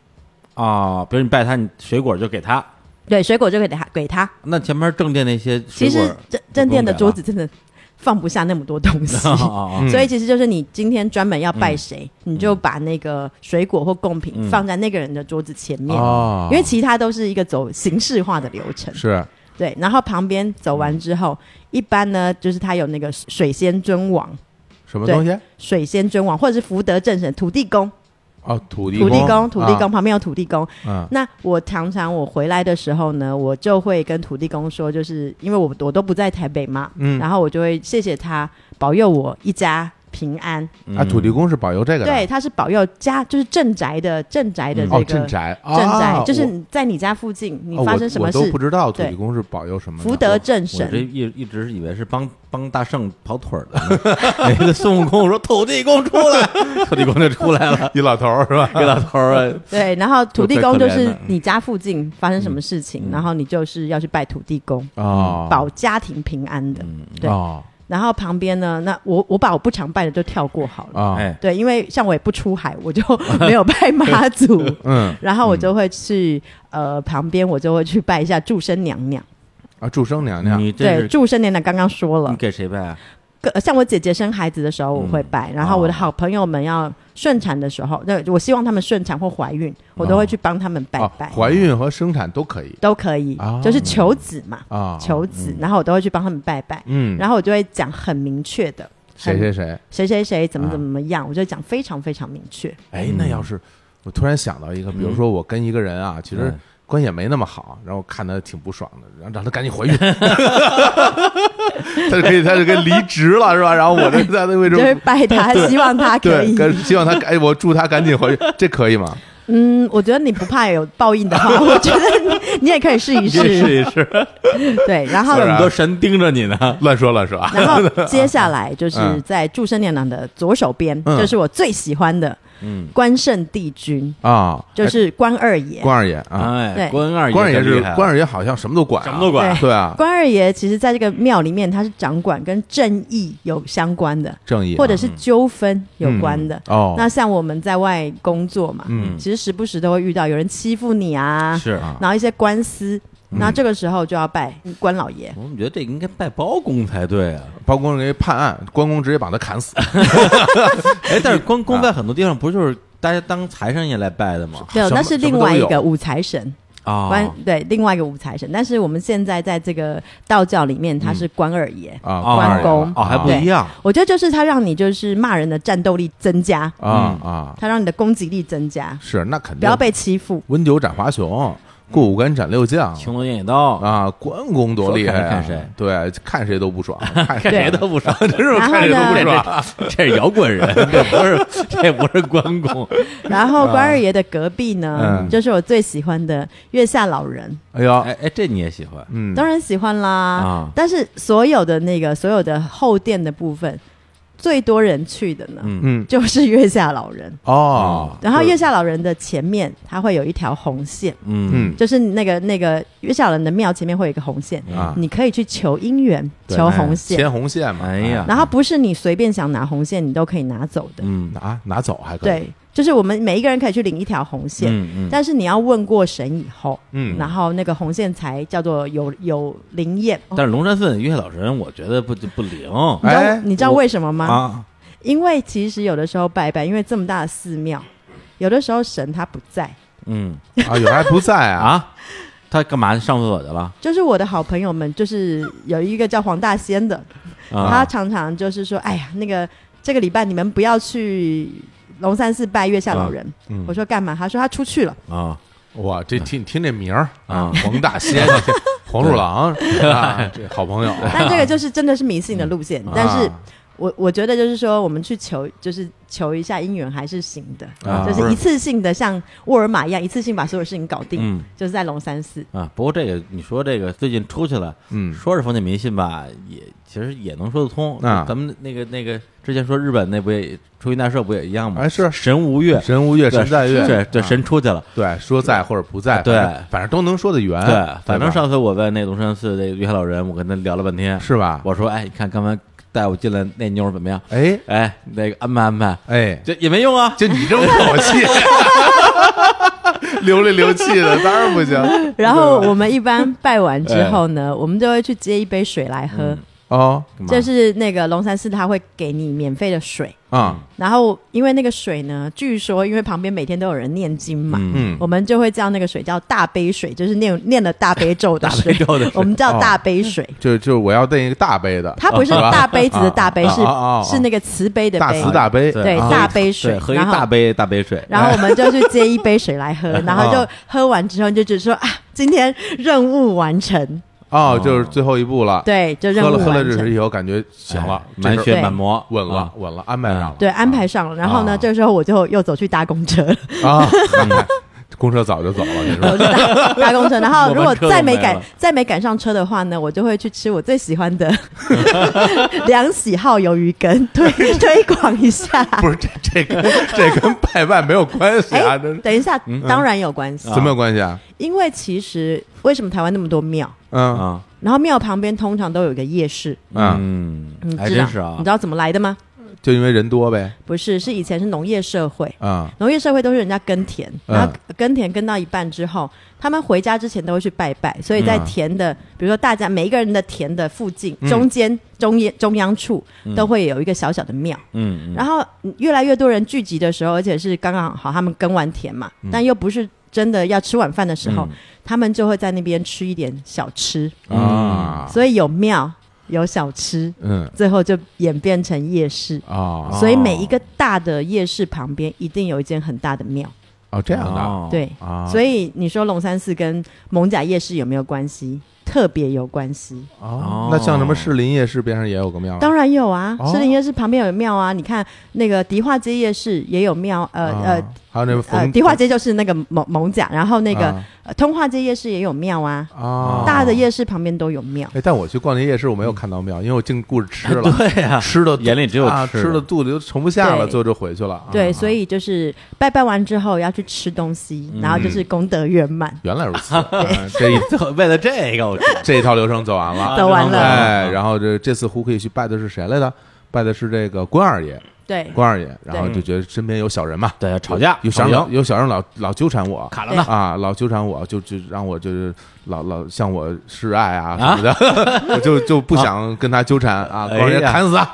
啊，比如你拜他，你水果就给他。对，水果就给他给他。那前面正殿那些其水果实正正殿的桌子真的放不下那么多东西， (laughs) 啊啊嗯 (laughs) 所以其实就是你今天专门要拜谁，你就把那个水果或贡品嗯放在那个人的桌子前面，哦因为其他都是一个走形式化的流程。是对，然后旁边走完之后，一般呢就是它有那个水仙尊王、什么东西？水仙尊王，或者是福德正神、土地公、哦，土地土地公、公，土地公，旁边有土地公。啊，那我常常我回来的时候呢，我就会跟土地公说，就是因为我我都不在台北嘛，嗯然后我就会谢谢他保佑我一家平安。嗯啊，土地公是保佑这个的，对，他是保佑家，就是镇宅的镇宅的这个、哦，镇宅，镇啊宅就是我你在你家附近，你哦发我生什么我事都不，知道土地对公是保佑什么的福德正我这神。一一直以为是帮帮大圣跑腿儿的呢， (laughs) 那个孙悟空说土地公出来， (laughs) 土地公就出来 (laughs) 了，一老头儿是吧？给老头儿啊 (laughs) 对，然后土地最公可就怜是的你家附近发生什么事情，然后你就是要去拜土地公，哦，保家庭平安的。对哦然后旁边呢，那我我把我不常拜的就跳过好了。啊，哎，对，因为像我也不出海，我就没有拜妈祖， (laughs) 嗯然后我就会去、呃旁边，我就会去拜 (laughs) 一下祝生娘娘。啊，祝生娘娘你这对，是祝生娘娘刚刚说你嗯了，给谁拜啊？个像我姐姐生孩子的时候我会拜，然后我的好朋友们要顺产的时候，那、我希望他们顺产或怀孕，我都会去帮他们拜哦拜，，怀孕和生产都可以都可以，啊就是求子嘛，啊。求子，然后我都会去帮他们拜拜，嗯，然后我就会讲很明确的，谁谁很谁，啊谁谁谁怎么怎么样，我就讲非常非常明确。哎，那要是我突然想到一个，比如说我跟一个人啊，其实嗯关系也没那么好，然后看他挺不爽的，然后让他赶紧 (laughs) 怀孕，他就可以，他就跟离职了是吧？然后我就在那位就 (laughs) 是置，拜他，希望他可对，以。跟希望他哎，我祝他赶紧怀孕，这可以吗？嗯，我觉得你不怕有报应的话， (laughs) 我觉得你你也可以试一你也试。试一试，对，然后当那然么多神盯着你呢。 (laughs) 乱说乱说啊！然 (laughs) 后接下来就是嗯在祝生殿堂的左手边，嗯就是我最喜欢的嗯，关圣帝君，啊，就是关二爷。关二爷啊，哎，对关二关二爷爷是厉害了关二爷，好像什么都管啊，什么都管，对啊，关二爷其实在这个庙里面，他是掌管跟正义有相关的，正义啊或者是纠纷有关的。嗯哦，那像我们在外工作嘛，嗯其实时不时都会遇到有人欺负你啊，是啊嗯然后一些官司，然后这个时候就要拜关老爷。我们觉得这个应该拜包公才对 (laughs) 啊。包公给判案，关公直接把他砍死，哎，但是关公在很多地方不就是大家当财神爷来拜的吗？对，什么那是另外一什么都个有哦五财神，啊关对另外一个五财神。但是我们现在在这个道教里面，他是关二爷。啊，哦关二爷啊关公了哦，还不一样我觉得就是他让你就是骂人的战斗力增加，啊嗯啊，他让你的攻击力增加，是那肯定不要被欺负。温酒斩华雄，过五关斩六将《青龙偃月刀》啊，关公多厉害、啊！说看谁看谁对，看谁都不 (laughs) 爽，看看谁都不 (laughs) 爽，真是然后看谁都不呢，爽。这是摇滚人，这不是这不是关公， (laughs) 然后关二爷的隔壁呢，嗯就是我最喜欢的月下老人。哎呦，哎哎，这你也喜欢？嗯，当然喜欢啦。啊但是所有的那个所有的后殿的部分，最多人去的呢，嗯嗯就是月下老人。哦，然后就月下老人的前面，它会有一条红线，嗯嗯就是那个那个月下老人的庙前面会有一个红线，啊，你可以去求姻缘，对求红哎线。牵红线嘛，哎呀然后不是你随便想拿红线，你都可以拿走的。嗯哎拿拿走还可以，对，就是我们每一个人可以去领一条红线，嗯嗯，但是你要问过神以后，嗯然后那个红线才叫做有有灵验。但是龙山寺月老神，我觉得不不灵你知道、哎你知道为什么吗？啊，因为其实有的时候拜拜，因为这么大的寺庙，有的时候神他不在。嗯啊，有还不在 (laughs) 啊，啊，他干嘛上厕所去了？就是我的好朋友们，就是有一个叫黄大仙的，他啊，常常就是说：“哎呀，那个这个礼拜你们不要去龙山寺拜月下老人。嗯我说：“干嘛？”他说：“他出去了。啊哇，这听听这名儿啊黄大 (laughs) 仙、这黄鼠狼啊，这好朋友，”但这个就是真的是迷信的路线，但是啊我我觉得就是说，我们去求就是求一下姻缘还是行的，啊就不是是一次性的，像沃尔玛一样，一次性把所有事情搞定，嗯就是在龙山寺。啊！不过这个你说这个最近出去了，嗯说是封建迷信吧，也其实也能说得通。啊咱们那个那个之前说日本那不也出云大社不也一样吗？哎是神无月，神无月对神在月，对对，啊神出去了。对，说在或者不在，对反正反正都能说得圆，对，反正吧上次我在那龙山寺那个月下老人，我跟他聊了半天，是吧？我说，哎，你看刚才带我进来那妞儿怎么样？哎哎，那个安排安排，哎，这也没用啊。就你这么口气， (laughs) 流里流气的，当然不行 (laughs) 然后我们一般拜完之后 (laughs) 呢，我们就会去接一杯水来喝，嗯哦干嘛就是那个龙山寺他会给你免费的水。啊然后因为那个水呢，据说因为旁边每天都有人念经嘛，嗯嗯我们就会叫那个水叫大杯水，就是念念了大悲咒的水，大悲咒的水 (laughs) 哦我们叫大杯水。就就是我要订一个大杯的，它不是大杯子的大杯，啊是啊啊啊啊是那个慈悲的大悲慈。大悲，对啊大杯水对喝一然后大杯大杯水，然后我们就去接一杯水来喝，然后就喝完之后就只说啊，今天任务完成，哦，就是最后一步了，对，就任喝务了喝了完这成水。以后，感觉行了哎，这满事儿血满魔，稳了啊，稳了，安排上了，对，安排上了。然后呢，啊这时候我就又走去搭公车，啊，嗨 (laughs) 公车早就走了，你说我就搭搭公车。然后如果再没我们车都没赶了再没赶上车的话呢，我就会去吃我最喜欢的梁喜号鱿鱼羹，推推广一下。 (laughs) 不是这这跟这跟拜拜没有关系啊，哎这，等一下，当然有关系，怎么有关系啊？因为其实为什么台湾那么多庙？嗯啊，然后庙旁边通常都有一个夜市，嗯，嗯你知道？还真是啊你知，道怎么来的吗？就因为人多呗，不是，是以前是农业社会，啊、农业社会都是人家耕田，嗯然后耕田耕到一半之后，他们回家之前都会去拜拜，所以在嗯田的，比如说大家每一个人的田的附近嗯中间中央中央处都会有一个小小的庙，嗯，然后嗯越来越多人聚集的时候，而且是刚刚好他们耕完田嘛，但又不是真的要吃晚饭的时候，嗯他们就会在那边吃一点小吃，啊，所以有庙有小吃，嗯最后就演变成夜市。啊，所以每一个大的夜市旁边一定有一间很大的庙，哦这样的、哦，对，啊，所以以你说龙山寺跟蒙甲夜市有没有关系？特别有关系，哦，那像什么士林夜市边上也有个庙啊，当然有啊哦，士林夜市旁边有庙啊，你看那个迪化街夜市也有庙，呃啊呃，还有那个呃，冯迪化街就是那个蒙蒙甲，然后那个、啊呃通化街夜市也有庙啊，啊大的。夜市旁边都有庙。哎，但我去逛那夜市，我没有看到庙，因为我进顾着 (laughs) 吃了，对呀，吃的眼里只有啊吃的吃的肚子就盛不下了，对最后就回去了。啊对，所以就是拜拜完之后要去吃东西，嗯然后就是功德圆满。原来如此，啊这 (laughs) 一为了这个，我知这一套流程走完 (laughs) 了。走完了哎，然后这这次胡可以去拜的是谁来的？拜的是这个关二爷，对，关二爷。然后对就觉得身边有小人嘛，对吵架有小吵人赢老有小人老老纠缠我，卡了呢，啊，老纠缠我，就就让我就是老老向我示爱啊什么的， (laughs) 我就就不想跟他纠缠啊，哎光呀人砍死他。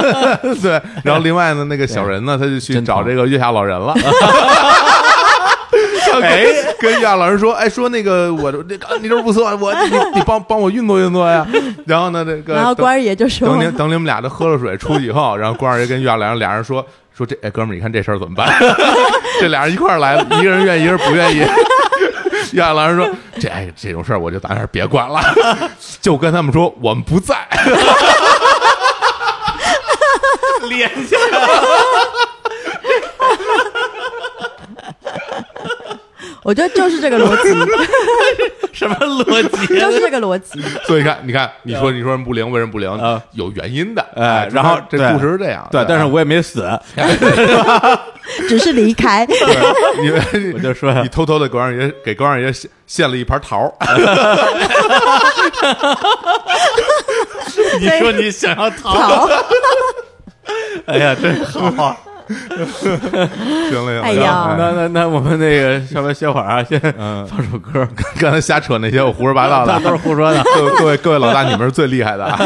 (laughs) 对，然后另外呢，那个小人呢，他就去真找疼这个月下 (laughs) 老人了。哎，跟月下老人说，哎，说那个我那个你这不错，我你你帮帮我运作运作呀。然后呢，这个然后等关二爷就说等你等你们俩都喝了水出去以后，然后关二爷跟岳良俩人说 (laughs) 说这哎哥们儿，你看这事儿怎么办？ (laughs) 这俩人一块儿 (laughs) 来，一个人愿意，一个人不愿意。 (laughs) 岳良说这哎这种事儿我就咱还是别管了， (laughs) 就跟他们说我们不在。 (laughs) 连下，我觉得就是这个逻 (laughs) 辑， (laughs) 什么逻辑啊就是这个逻辑。所以你看，你看，你说你说人不灵，为什么不灵？啊有原因的。嗯哎哎，然后这对故事是这样。对，但是我也没死，只是离 (laughs) 开。对 (laughs) 你我就说哎你偷 (laughs) 偷的关二爷给关二爷献献了一 (laughs) 盘桃儿，你说你想要逃，好， (laughs) 哎呀，真好。啊行了，哎行呀了那那那我们那个稍微歇会儿啊，先放首歌， (laughs) 刚才瞎扯那些我胡说八道 (laughs) 的，都是胡说的。 (laughs) 各位各位各位老大，你们是最厉害的啊！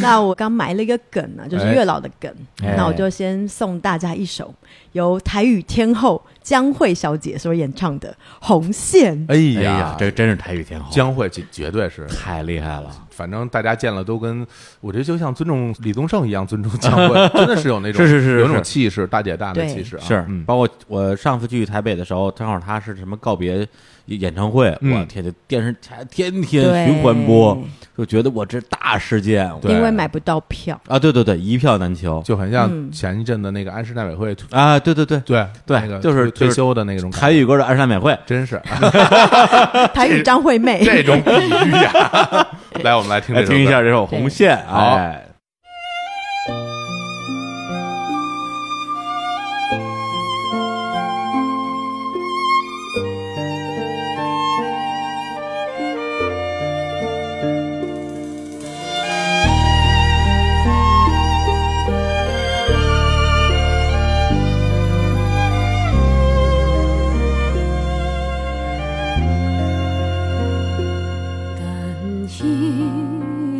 那我刚埋了一个梗呢，就是月老的梗。哎那我就先送大家一首由台语天后江蕙小姐所演唱的《红线》。(laughs) 哎哎呀，这真是台语天后，江蕙绝绝对是，太厉害了，反正大家见了都跟我觉得就像尊重李宗盛一 (laughs) 样尊重江蕙，真的是有那种是是是有那种是气势，大姐大的对气势啊！是嗯，包括我上次去台北的时候，正好他是什么告别演唱会，嗯我天，这电视台天天对循环播，就觉得我这大事件，对因为买不到 (laughs) 票，啊，对对对，一票难求就很像嗯前一阵的那个安室奈美惠退啊，对对对，对对那个就是就退是休的那种感觉台语歌的二十大免会，真是啊台语张惠妹。这种比喻呀！ (laughs) 来，我们来听来这首哎听一歌下这首《红线》好哎。但迄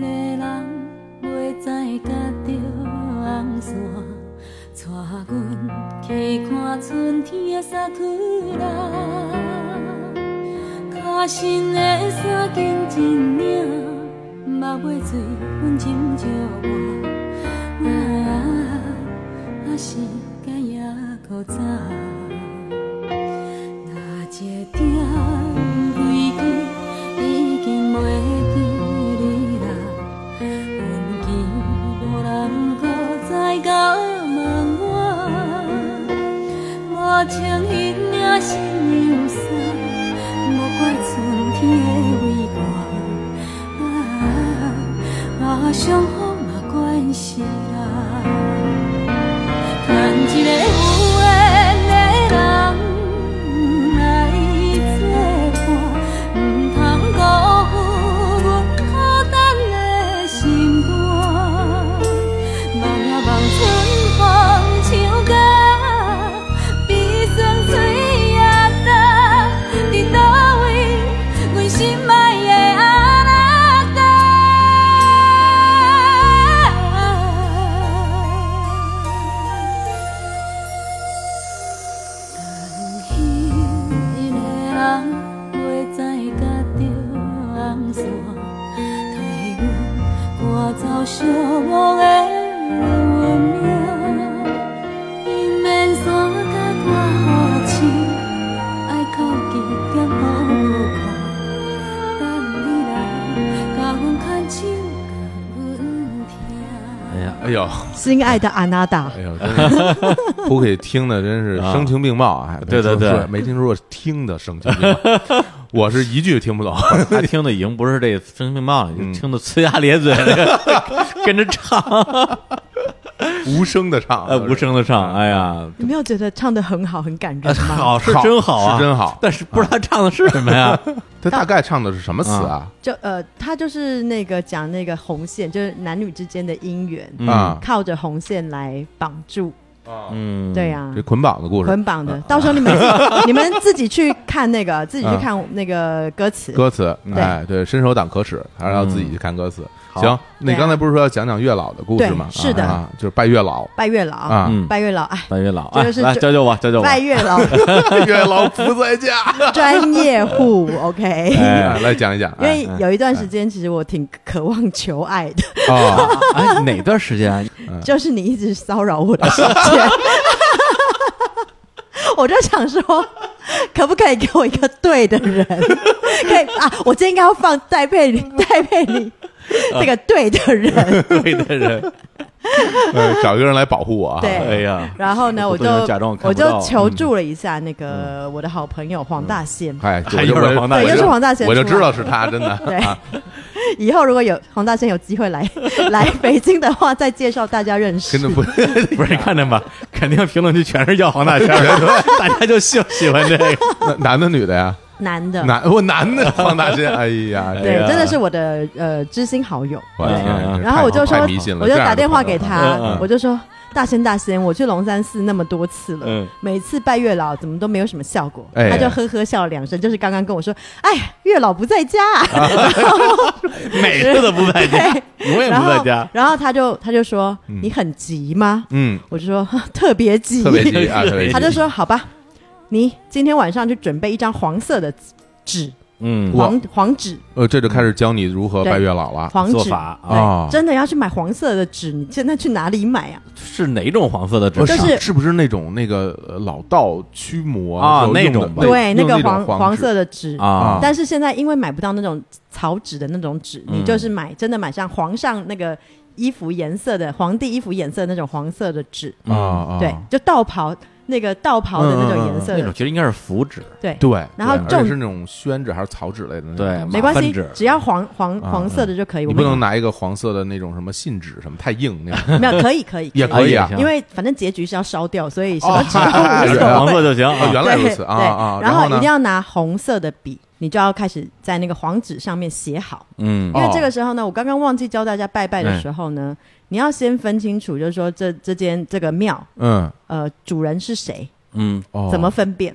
个人袂知甲着红线，带阮去看春天的萨库拉。脚身的衫紧一领，目尾水分斟借我，啊，啊时间还佫早。那一点归期已经袂记你啦，阮记无人搁再甲问我。我穿迄领新娘衫，无怪春天的微寒，啊，啊，伤风嘛关系啦。但一个有缘的人来作伴，毋通辜负阮孤单的心肝。梦啊梦出哎呀，哎呦，心爱的阿娜达哎，呦，真是 (laughs) 胡可以听的真是声情并茂啊！对对对没听说没听说过听的声情 (laughs) 并茂，我是一句听不懂。他听的已经不是这声情并茂了， (laughs) 已经嗯听的呲牙咧嘴了， (laughs) 跟着唱，无声的唱，呃，无声的唱，哎呀，你没有觉得唱的很好，很感人 (laughs) 吗？好是真好啊，是真好但是不知道他唱的是什么呀？他大概唱的是什么词啊？就呃，他就是那个讲那个红线，就是男女之间的姻缘，嗯啊，靠着红线来绑住。嗯，对呀、这捆绑的故事，捆绑的。到时候你们自己 (laughs) 你们自己去看那个，自己去看那个歌词。歌词，对哎，对，伸手党可耻，还是要自己去看歌词。嗯行，你对啊刚才不是说要讲讲月老的故事吗？对是的啊，就是拜月老拜月老，啊，嗯拜月老，哎，大月老，这哎，就是来这教教我，教教我，拜月老 (laughs) 月老不在家，专业户，OK。 (laughs) 哎哎，来讲一讲，因哎为有一段时间，其实我挺渴望求爱的，啊，哎，哪段时间啊？就是你一直骚扰我的时间， (laughs) 我就想说，可不可以给我一个对的人？可以啊，我今天应该要放戴佩 (laughs) 妮，戴佩妮这个对的人。 (laughs) 对的人，哎找一个人来保护我啊，对哎呀，然后呢，我我不就能假装我看我不到就求助了一下那个我的好朋友黄大仙。哎，还我又就是我就黄大仙对又是黄大仙我就出来知道是他，真的。对，嗯 (laughs) 以后如果有黄大仙有机会来 (laughs) 来北京的话，再介绍大家认识真。的不， (laughs) 不是你看见吧？肯定评论区全是要黄大仙儿的，大家就喜喜欢这个。那男的女的呀？男的，男我男的黄大仙，哎呀，嗯对哎，呀真的是我的呃知心好友。我的天嗯这然后我就哎太太说迷信，了，我就打电话啊给这样的朋友他嗯，我就说大仙大仙，我去龙山寺那么多次了，嗯每次拜月老怎么都没有什么效果，哎他就呵呵笑了两声，就是刚刚跟我说，哎，月老不在家、每次都不在家，永远然不在后家。然后他就他就说、你很急吗？嗯，我就说特别急，特别 (laughs) 急啊，特别急。他就说：“好吧，你今天晚上去准备一张黄色的纸，嗯，哇黄黄纸，呃，这就开始教你如何拜月老了。黄做纸。法对啊，哦真的要去买黄色的纸，你现在去哪里买啊？是哪种黄色的纸我？就是是不是那种那个呃老道驱魔啊时候用的那种吧对对，那用个那种黄黄纸色的纸。哦啊，但是现在因为买不到那种草纸的那种纸，你嗯就是买真的买像皇上那个衣服颜色的皇帝衣服颜色的那种黄色的纸，啊啊，对，就道袍那个道袍的那种颜色那嗯的种，其实应该是符纸，对对，然后对重而且是那种宣纸还是草纸类的那种，对没关马粪系纸，只要黄黄啊黄色的就可以。我你不们能拿一个黄色的那种什么信纸什么太硬那种， (laughs) 没有可以可以也可可以啊以。因为反正结局是要烧掉，所以什 (laughs) 么哦纸都 (laughs) 无哎所原来黄谓。色就行哦，啊。原来如对此对啊啊！然后一呢定？要拿红色的笔，你就要开始在那个黄纸上面写好。嗯哦因为这个时候呢，我刚刚忘记教大家拜拜的时候呢，你要先分清楚，就是说这这间这个庙，嗯，呃，主人是谁，嗯，哦怎么分辨？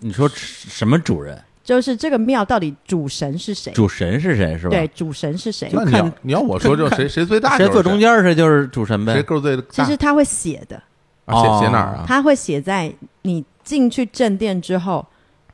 你说什么主人？就是这个庙到底主神是谁？主神是谁？是吧？对，主神是谁？那你要你要我说，就谁谁最大，谁坐中，间儿谁就是主神谁呗。个儿最其大，实他会写的，啊哦写写哪儿啊？他会写在你进去正殿之后，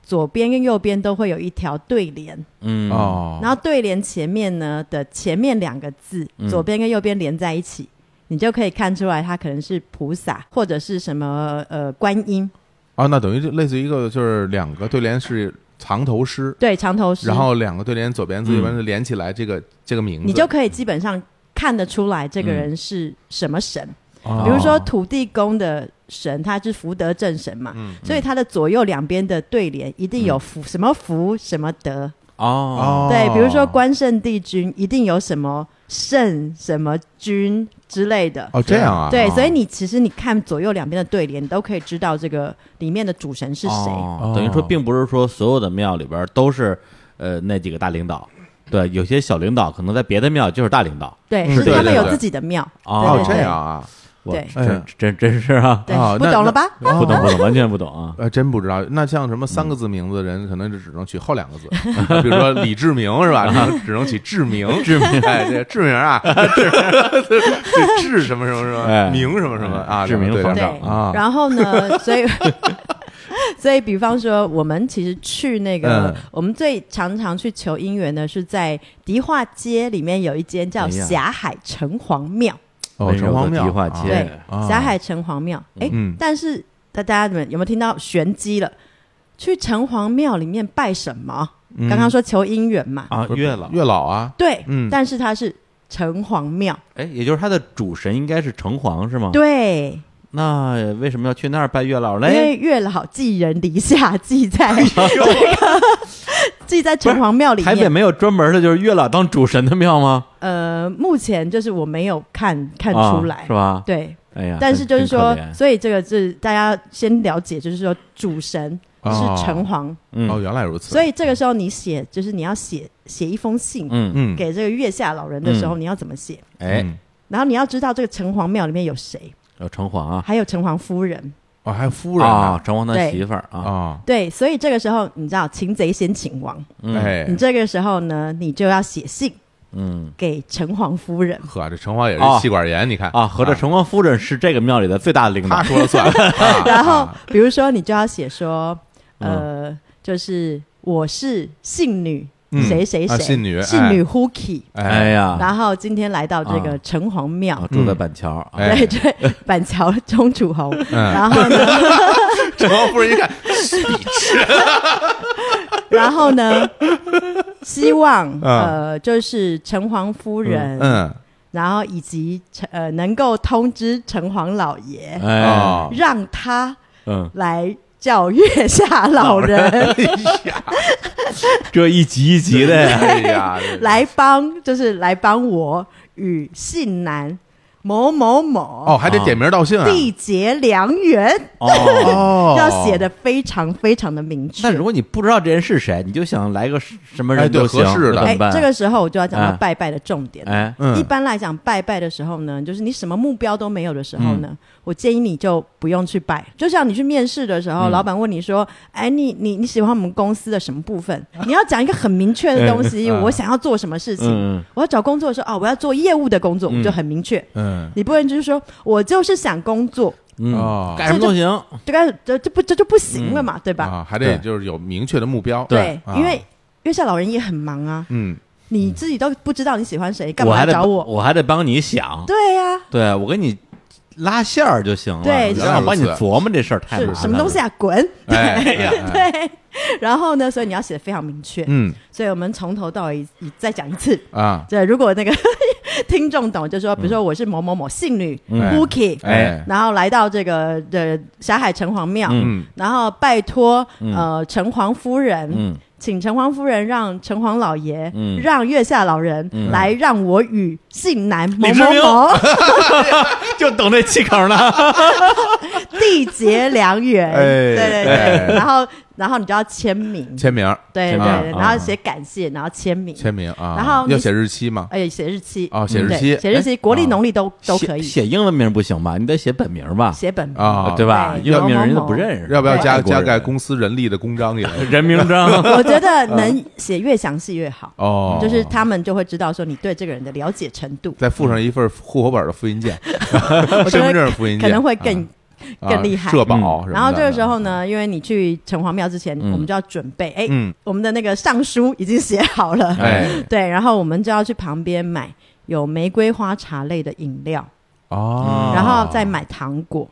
左边跟右边都会有一条对联。嗯，哦，然后对联前面呢的前面两个字，嗯左边跟右边连在一起，你就可以看出来它可能是菩萨或者是什么呃观音，啊，那等于就类似于一个就是两个对联是藏头诗，对，长头诗。然后两个对联左边字嗯右边字连起来，这个这个名字你就可以基本上看得出来嗯这个人是什么神，哦比如说土地公的神，他是福德正神嘛，嗯所以他的左右两边的对联一定有福、什么福什么德，哦，哦，对，比如说关圣帝君一定有什么圣什么君之类的，哦这样啊，对，哦所以你其实你看左右两边的对联，你都可以知道这个里面的主神是谁。哦等于说，并不是说所有的庙里边儿都是呃那几个大领导，对，有些小领导可能在别的庙就是大领导。对，嗯是对他们对有对自己的庙。哦哦对对这对样啊，我对哎呀真真真是啊，对哦，不那懂了吧？那 (laughs) 不懂不懂，完全不懂啊。呃，真不知道。那像什么嗯三个字名字的人，可能就只能取后两个字，比如说李志明是吧？ (laughs) 只能只能起 (laughs) 志明，志明，哎，这志明啊， (laughs) 志 (laughs) 这志什么什么什哎么，明什么什么啊，志明对皇对上对啊然 (laughs) 后呢，所以 (laughs) 所以，比方说，我们其实去那个，嗯我们最常常去求姻缘的是在迪化街里面有一间叫哎呀霞海城隍庙。哦，温柔的城隍庙迪化啊街对，啊霞海城隍庙。哎、嗯但是大大家们有没有听到玄机了？去城隍庙里面嗯拜什么？刚刚说求姻缘嘛。啊，不是月老月老啊，对，嗯但是它是城隍庙。哎，也就是他的主神应该是城隍是哦吗？。对，那为什么要去那儿拜月老哎因为嘞？月老寄人篱下，寄在哎这个 (laughs) 寄在城隍庙里台北面。没有专门的就是月老当主神的庙吗？呃，目前就是我没有看看啊出来，是吧？对，哎呀，但是就是说真，可怜所以这个是大家先了解，就是说主神是哦城隍，哦，嗯原来如此。所以这个时候你写，就是你要写写一封信嗯，嗯，给这个月下老人的时候，你要怎么写？哎，嗯然后你要知道这个城隍庙里面有谁，有城隍啊，还有城隍夫人。哦，还有夫人啊，啊，城隍的对媳妇儿啊，啊，对，所以这个时候你知道擒贼先擒王，嗯哎你，这个时候呢，你就要写信嗯给城隍 (laughs) 夫人。呵，这城隍也哦是气管炎，你看啊，合着城隍夫人是这个庙里的最大的领导他，说 (laughs) 了算。啊然后比如说你就要写说，嗯呃，就是我是信女。嗯谁谁谁、啊信女信女 Huki，、哎哎，呀，然后今天来到这个城隍庙，啊住在板桥啊，哎 (laughs) 对对，板桥钟楚红， (laughs) 嗯，然后呢，城隍夫人一 (laughs) 看，然后呢，希望嗯呃，就是城隍夫人，嗯，然后以及城呃，能够通知城隍老爷，哎，哦，让他嗯，来叫月下老人哎呀，这一集一集的呀，哎呀，这 (laughs) 来帮，就是来帮我与信男某某某哦，还得点名道姓啊，缔结良缘，哦。哦，要写的非常非常的明 (laughs) 确。那如果你不知道这人是谁，你就想来个什什么哎人对都行，合适的那怎哎么办？，这个时候我就要讲啊到拜拜的重点。哎，嗯一般来讲，拜拜的时候呢，就是你什么目标都没有的时候呢，嗯我建议你就不用去拜。就像你去面试的时候，嗯老板问你说：“哎，你你你喜欢我们公司的什么 (laughs) 部分？”你要讲一个很明确的东西，我想要做什么事情。嗯嗯我要找工作的时候啊，我要做业务的工作，我就很明确。嗯，你不能就是说我就是想工作，嗯，哦，干什么都行，这个这这不这就不行了嘛，对吧？啊，还得对就是有明确的目标，对啊因为月下老人也很忙啊，嗯，你自己都不知道你喜欢谁，干我嘛还得来找我？我还得帮你想，对呀、对我给你拉线儿就行了，对你让我帮你是琢磨这事儿太麻烦是了什么东西啊？滚！ (laughs) 哎对哎对。然后呢，所以你要写的非常明确。嗯所以我们从头到尾一再讲一次。 (laughs) 啊，对，如果那个 (laughs) 听众懂，就说，比如说我是某某某信女哎 Wookie，嗯哎然后来到这个的霞海城隍庙，嗯然后拜托呃城隍夫人嗯，请城隍夫人让城隍老爷嗯让月下老人嗯来让我与信男 (laughs) 某李志某明某 (laughs) 啊就等这气口呢。缔结良缘。哎对对哎对，然后然后你就要签名，签名儿对签对名对，啊然后写感谢，然后签名，签名啊，然后你要写日期吗？哎，写日期哦写日对期写日期，国历、农历 (laughs) 都都可以写写英文名不行吧？你得写本名吧？哦写本名。啊，对吧？对英文名人家哎某某某不认识，要不要加外国加人盖公司人力的公章也？ (laughs) 人名章？我觉得能写越详细越好，嗯哦，就是他们就会知道说你对这个人的了解程度，再附上一份户口本的复印件，我觉身份得证复印件可能会更。啊更厉害嗯社保。然后这个时，候呢，因为你去城隍庙之前，我们就要准备，哎，嗯我们的那个上书已经写好 (laughs) 了，哎， (laughs) 对，然后我们就要去旁边买有玫瑰花茶类的饮料，哦，然后再买糖果。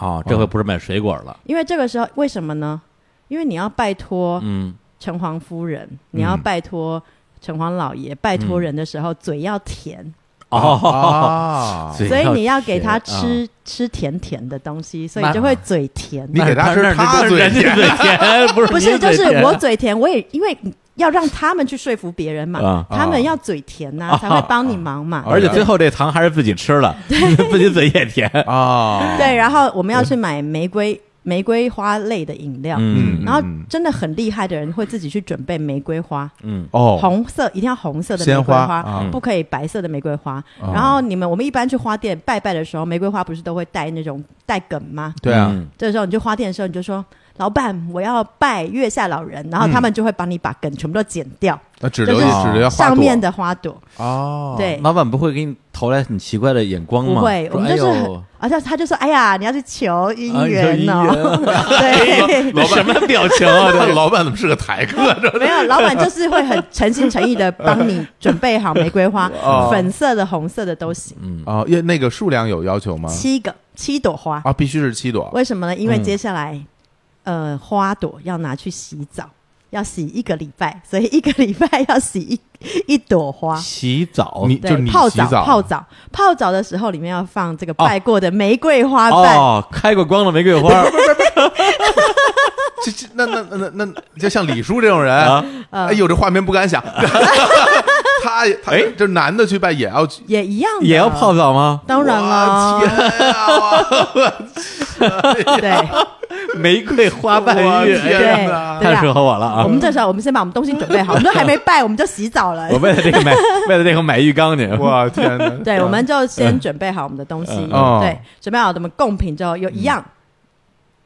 哦，这回不是买水果了，因为这个时候为什么呢？因为你要拜托嗯，城隍夫人，你要拜托城隍老爷，拜托人的时候、嘴要甜，哦，啊，嘴所以你嗯要甜给他啊吃、吃甜甜的东西，所那以就会嘴 (laughs) 甜。你给他吃那是他那是嘴人家甜嘴 (laughs) 甜，不是不你是，就嘴是甜我嘴甜，我也因为要让他们去说服别人嘛，啊他们要嘴甜呐、啊才会帮你忙嘛。 (laughs) 而且最后这糖还是自己吃了， (laughs) 自己嘴也 (laughs) 甜。啊，对，然后我们要去买玫瑰玫瑰花类的饮料，嗯然后真的很厉害的人会自己去准备玫瑰花，嗯，哦，红色一定要红色的玫鲜瑰花花，啊不可以白色的玫瑰花。啊然后你们我们一般去花店拜拜的时候，玫瑰花不是都会带那种带梗吗？对啊，嗯这时候你去花店的时候，你就说。老板，我要拜月下老人，然后他们就会帮你把梗全部都剪掉，那只留就一是只留花上朵面的花朵。哦，对，老板不会给你投来很奇怪的眼光不吗？会，我说们哎就是很呦，，而且他就说：“哎呀，你要去求姻哎呦缘啊姻哦。缘 (laughs) 对，这什么表情 (laughs) 啊？这老板怎么是个台客？啊这没有，老板就是会很诚心诚意的帮你准备好玫 (laughs) 瑰花，粉色的、红色的都行，嗯哦，因为那个数量有要求吗？七个七朵花。哦啊，必须是七朵嗯为什么呢？因为接下来，呃，花朵要拿去洗澡，要洗一个礼拜，所以一个礼拜要洗一一朵花。洗澡你对就，你泡洗澡，澡泡澡，泡澡的时候里面要放这个拜过的玫瑰花瓣，哦，开过光的玫瑰 (laughs) 花这这那那那那那，就像李叔这种人，啊嗯哎呦，这画面不敢 (laughs) 想。他也他哎这男的去拜也要去，也一样的，也要泡，澡吗？当然哇了，天啊！ (laughs) 对玫瑰花瓣我浴，天哎呀对对太适对啊。合我了啊我！们这时候，我们先把我们东西准备 (laughs) 好，我们都还没拜，我们就洗澡了我。为了这 (laughs) 个买，为了这个买浴缸去。哦我天哪！对，我们就先准备好我们的东西，嗯哦对，准备好我们贡品之后，有一样，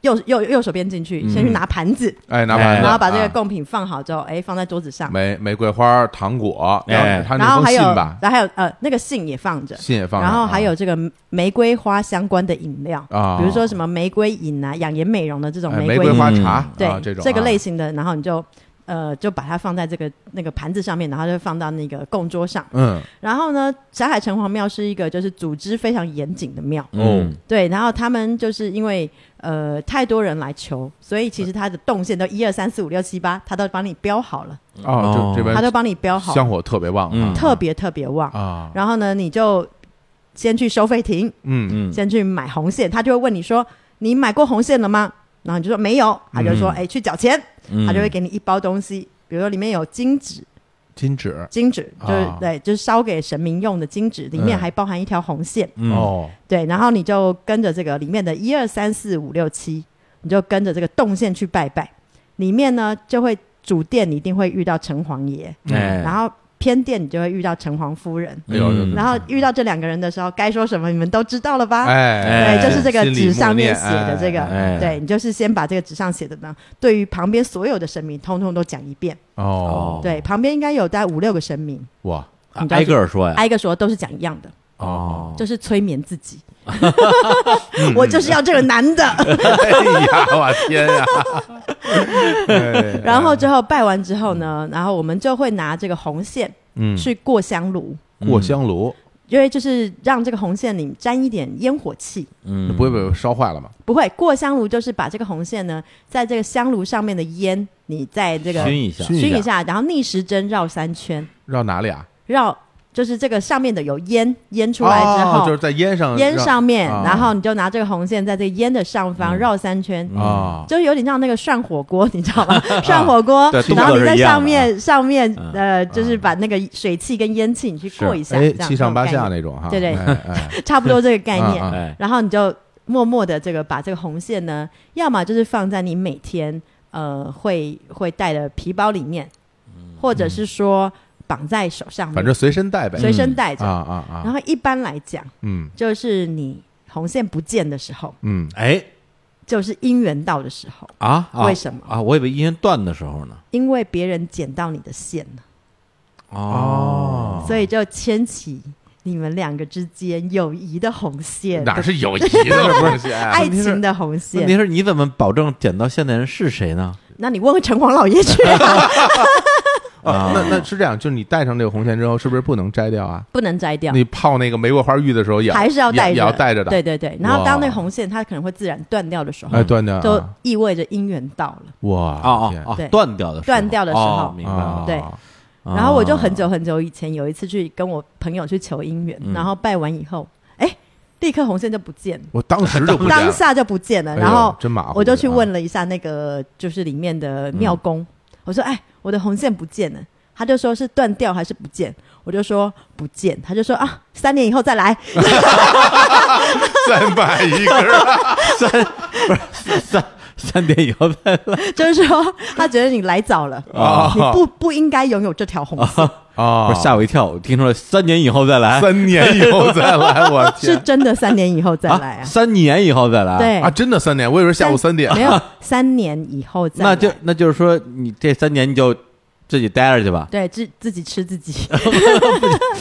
右右右手边进嗯去，先去拿盘子，哎，拿盘子，然后把这个啊贡品放好之后，哎，放在桌子上，玫玫瑰花、糖果，哎然后他那然后封还信有，吧，然后还有呃，那个信也放着，信也放上，然后还啊有这个玫瑰花相关的饮料啊比如说什么玫瑰饮啊、养颜美容的这种哎玫玫瑰花嗯茶，对、啊这种个啊类型的，然后你就呃就把它放在这个那个盘子上面，然后就放到那个供桌上。嗯，然后呢，霞海城隍庙是一个就是组织非常严谨的庙，嗯，对，然后他们就是因为呃太多人来求，所以其实它的动线都一二三四五六七八，它都帮你标好了，哦哦，这这它边都帮你标好，香火特别旺啊，嗯特别特别旺。啊，然后呢，你就先去收费亭，嗯嗯先去买红线，他就会问你说：“你买过红线了吗？”然后你就说没有，他就说：“嗯哎、去缴钱。嗯，他就会给你一包东西，比如说里面有金纸，金纸金纸就是、啊对，就是烧给神明用的金纸，里面嗯还包含一条红线。嗯哦，对，然后你就跟着这个里面的一二三四五六七，你就跟着这个动线去拜拜。里面呢就会主殿你一定会遇到城隍爷，嗯哎，嗯然后偏殿你就会遇到城隍夫人。哎呦嗯这然后遇到这两个人的时候，该说什么你们都知道了吧？哎，对，就是这个心里纸上默面念写的这个，哎哎哎对你就是先把这个纸上写的呢，对于旁边所有的神明，通通都讲一遍。哦，对，旁边应该有大概五六个神明，哇，啊挨个儿说嗯呀，挨个说都是讲一样的，哦，就是催眠自己。嗯 (laughs) 我就是要这个男 (laughs) 的。哎呀，我天呀，哎然后之后拜完之后呢，然后我们就会拿这个红线嗯，去过香炉，过香炉，因为就是让这个红线里沾一点烟火气。嗯，不会被烧坏了吗？不会，过香炉就是把这个红线呢，在这个香炉上面的烟，你在这个熏一下，熏一下一下，然后逆时针绕三圈，绕哪里啊？绕就是这个上面的有烟，烟出来之哦后，就是在烟上，烟上面，啊然后你就拿这个红线在这个烟的上方绕三嗯圈。哦啊，就是有点像那个涮火锅，你知道 (laughs) 吗？涮火锅对，然动作后你是在一样上面上面嗯呃，就是把那个水汽跟烟气你去过一下，哎这，样七上八下，这种那种哈，对对哎哎 (laughs) 概念差不多这个概念。啊哎，然后你就默默的这个把这个红线呢，要么就是放在你每天呃会会带的皮包里面，或者是说绑在手上面，反正随身带呗，随身带着。啊啊啊，然后一般来讲，嗯就是你红线不见的时候，嗯，哎就是姻缘到的时候，啊，啊为什么啊？我以为音乐断的时候呢。因为别人捡到你的线了，哦，所以就牵起你们两个之间友谊的红线，哪是友谊的东西？哎 (laughs) 爱情的红问题线。是你怎么保证捡到线的人是谁呢？那你问问城隍老爷 (laughs) 去、啊，啊，那那是这样，就是你戴上这个红线之后，是不是不能摘掉啊？不能摘掉。你泡那个玫瑰花浴的时候也还是要带也着，也要带着的，对对对，然后哇当那个红线它可能会自然断掉的时候，哎，断掉就啊意味着姻缘到了。哇哦天哦哦对，断掉的时候断掉的时候哦明白啊了。对然后我就很久很久以前有一次去跟我朋友去求姻嗯缘，然后拜完以后，哎，立刻红线就不见了，我当时就不当想下就不见了。哎呦然后真马虎，我就去问了一下那个就是里面的庙嗯公，我说：“哎，我的红线不见了。”他就说是断掉还是不见，我就说不见，他就说啊，三年以后再来。 (laughs) (laughs) 三百一根 (laughs) 儿，啊三三点以后再来就是说，他觉得你来早了，哦你不不应该拥有这条红线，啊不是吓哦我一跳，我听出来三年以后再来，三年以后再来，我 (laughs) 是天真的三年以后再来啊，啊？三年以后再来，对啊，真的三年，我以为是下午三点 (laughs) 没有三年以后再来，那就那就是说你这三年你就自己待着去吧。对自自己吃 (laughs) 自己，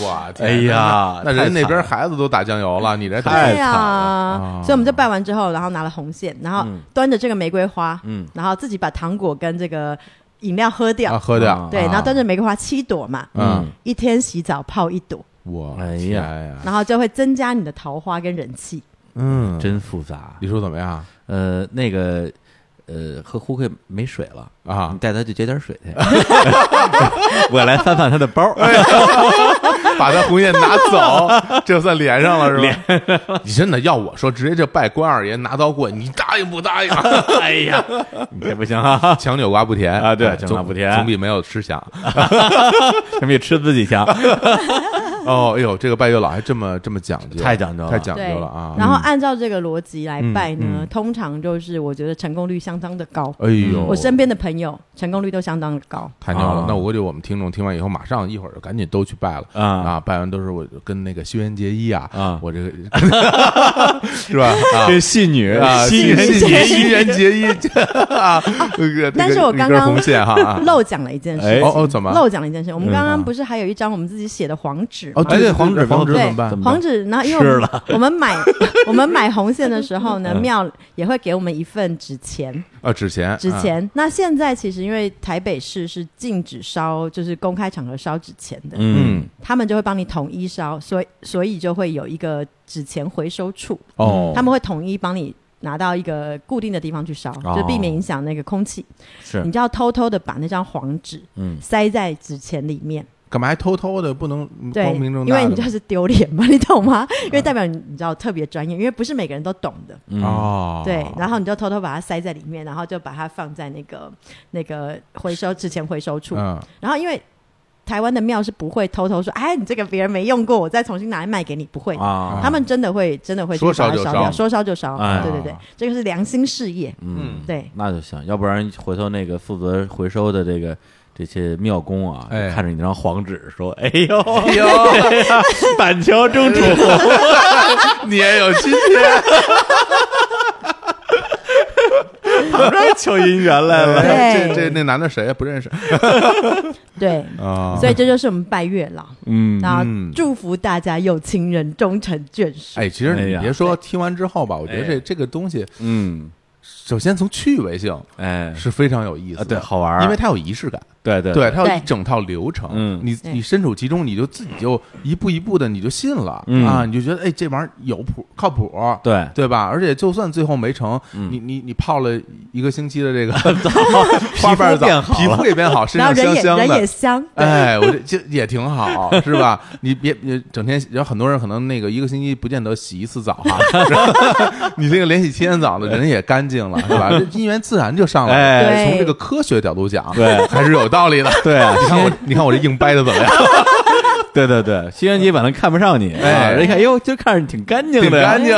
哇，天哎呀，那人太惨那边了孩子都打酱油了，你哦这太对惨啊了。所以我们就拜完之后，然后拿了红线，然后嗯端着这个玫瑰花，嗯然后自己把糖果跟这个饮料喝啊掉，喝掉啊，对，然后端着玫瑰花七朵嘛，嗯，一天洗澡泡一朵，我哎呀天呀，然后就会增加你的桃花跟人气。嗯，真复杂。你说怎么样？呃，那个呃，喝胡克没水了啊你带他去接点水去。 (laughs) 我来翻翻他的包，哎把他红线拿 (laughs) 走，这算连上了是吧？ (laughs) 你真的要我说，直接就拜关二爷拿刀过，你答应不 (laughs) 答应？哎呀，你这不行啊，强扭瓜不甜啊对哎强总瓜不甜总比没有吃香。他们也吃自己强。哦，哎呦，这个拜月老还这么这么讲究，太讲究了太讲究对了啊！然后按照这个逻辑来拜嗯呢，嗯通常就是我觉得成功率相当的高。哎呦，嗯我身边的朋友成功率都相当的高。太牛了！啊那我估计我们听众听完以后，马上一会儿就赶紧都去拜了啊拜完都是我跟那个修元结衣啊，啊我这个 (laughs) 是吧？啊这戏女啊，戏人女，结衣，人结 (laughs) 衣啊，这个但是我刚这个刚红线哈，啊 (laughs) 漏讲了一件事哎哦情，哦，怎么？漏讲了一件事情。我们刚嗯啊刚不是还有一张我们自己写的黄纸吗哦，对哎对，对黄纸对黄纸对怎么办怎？么办黄纸，然后因为我吃们 (laughs) 我 (laughs) 们买我们买红线的时候呢，嗯庙也会给我们一份纸钱，啊，纸钱，纸啊钱。那现在其实因为台北市是禁止烧，就是公开场合烧纸钱的，嗯，他们就会帮你统一烧，所以所以就会有一个纸钱回收处，嗯哦，他们会统一帮你。拿到一个固定的地方去烧，哦就避免影响那个空气。是你，就要偷偷的把那张黄纸嗯，塞在纸钱里面，干嘛还偷偷的不能对，光明正因大的？嗯为你就是丢脸嘛，你 (laughs) 懂吗？因为代表你你知道特别专业，因为不是每个人都懂的，嗯，哦，对。然后你就偷偷把它塞在里面，然后就把它放在那个那个回收之前回收处。嗯，然后因为台湾的庙是不会偷偷说，哎，你这个别人没用过，我再重新拿来卖给你，不会的。啊，他们真的会，真的会说去把烧它就烧掉，烧说烧就烧。哎对对对，这个是良心事业。嗯，对，那就行，要不然回头那个负责回收的这个这些庙工啊，哎看着你那张黄纸说：“哎呦，哎呦，板桥 (laughs) 中土，哎 (laughs) 你也有今天， (laughs) 马上求姻缘来 (laughs) 了。哎这对这那男的谁啊不认识对，啊？所以这就是我们拜月老，”嗯，然后祝福大家有情人终成眷属。哎，其实哎你呀别说，听完之后吧，我觉得哎这这个东西，嗯，首先从趣味性哎，是非常有意思啊，的，对，好玩儿，嗯因为它有仪式感，对对对，，它有对一整套流程，嗯你对你身处其中，你就自己就一步一步的，你就信了嗯啊，你就觉得哎，这玩意儿有谱，靠谱，对嗯对吧？而且就算最后没成，你你你泡了一个星期 (laughs) 的这个花瓣变澡，好皮肤也变好，身然后上香人也香人也的。香，(laughs) 对哎，我这这也挺好，是 (laughs) 吧？你别你整天，然后很多人可能那个一个星期不见得洗一次澡 (laughs) 哈，你这个连洗七天澡的人也干净了，是 (laughs) 吧？这姻缘自然就上来了。哎对从这个科学角度讲，对还是有道理的。对啊你 (laughs) 看我，你看我这硬掰的怎么样？对对对，新垣结本来看不上你，哎啊人一看，哟，今儿看着你挺干净挺的呀，干净。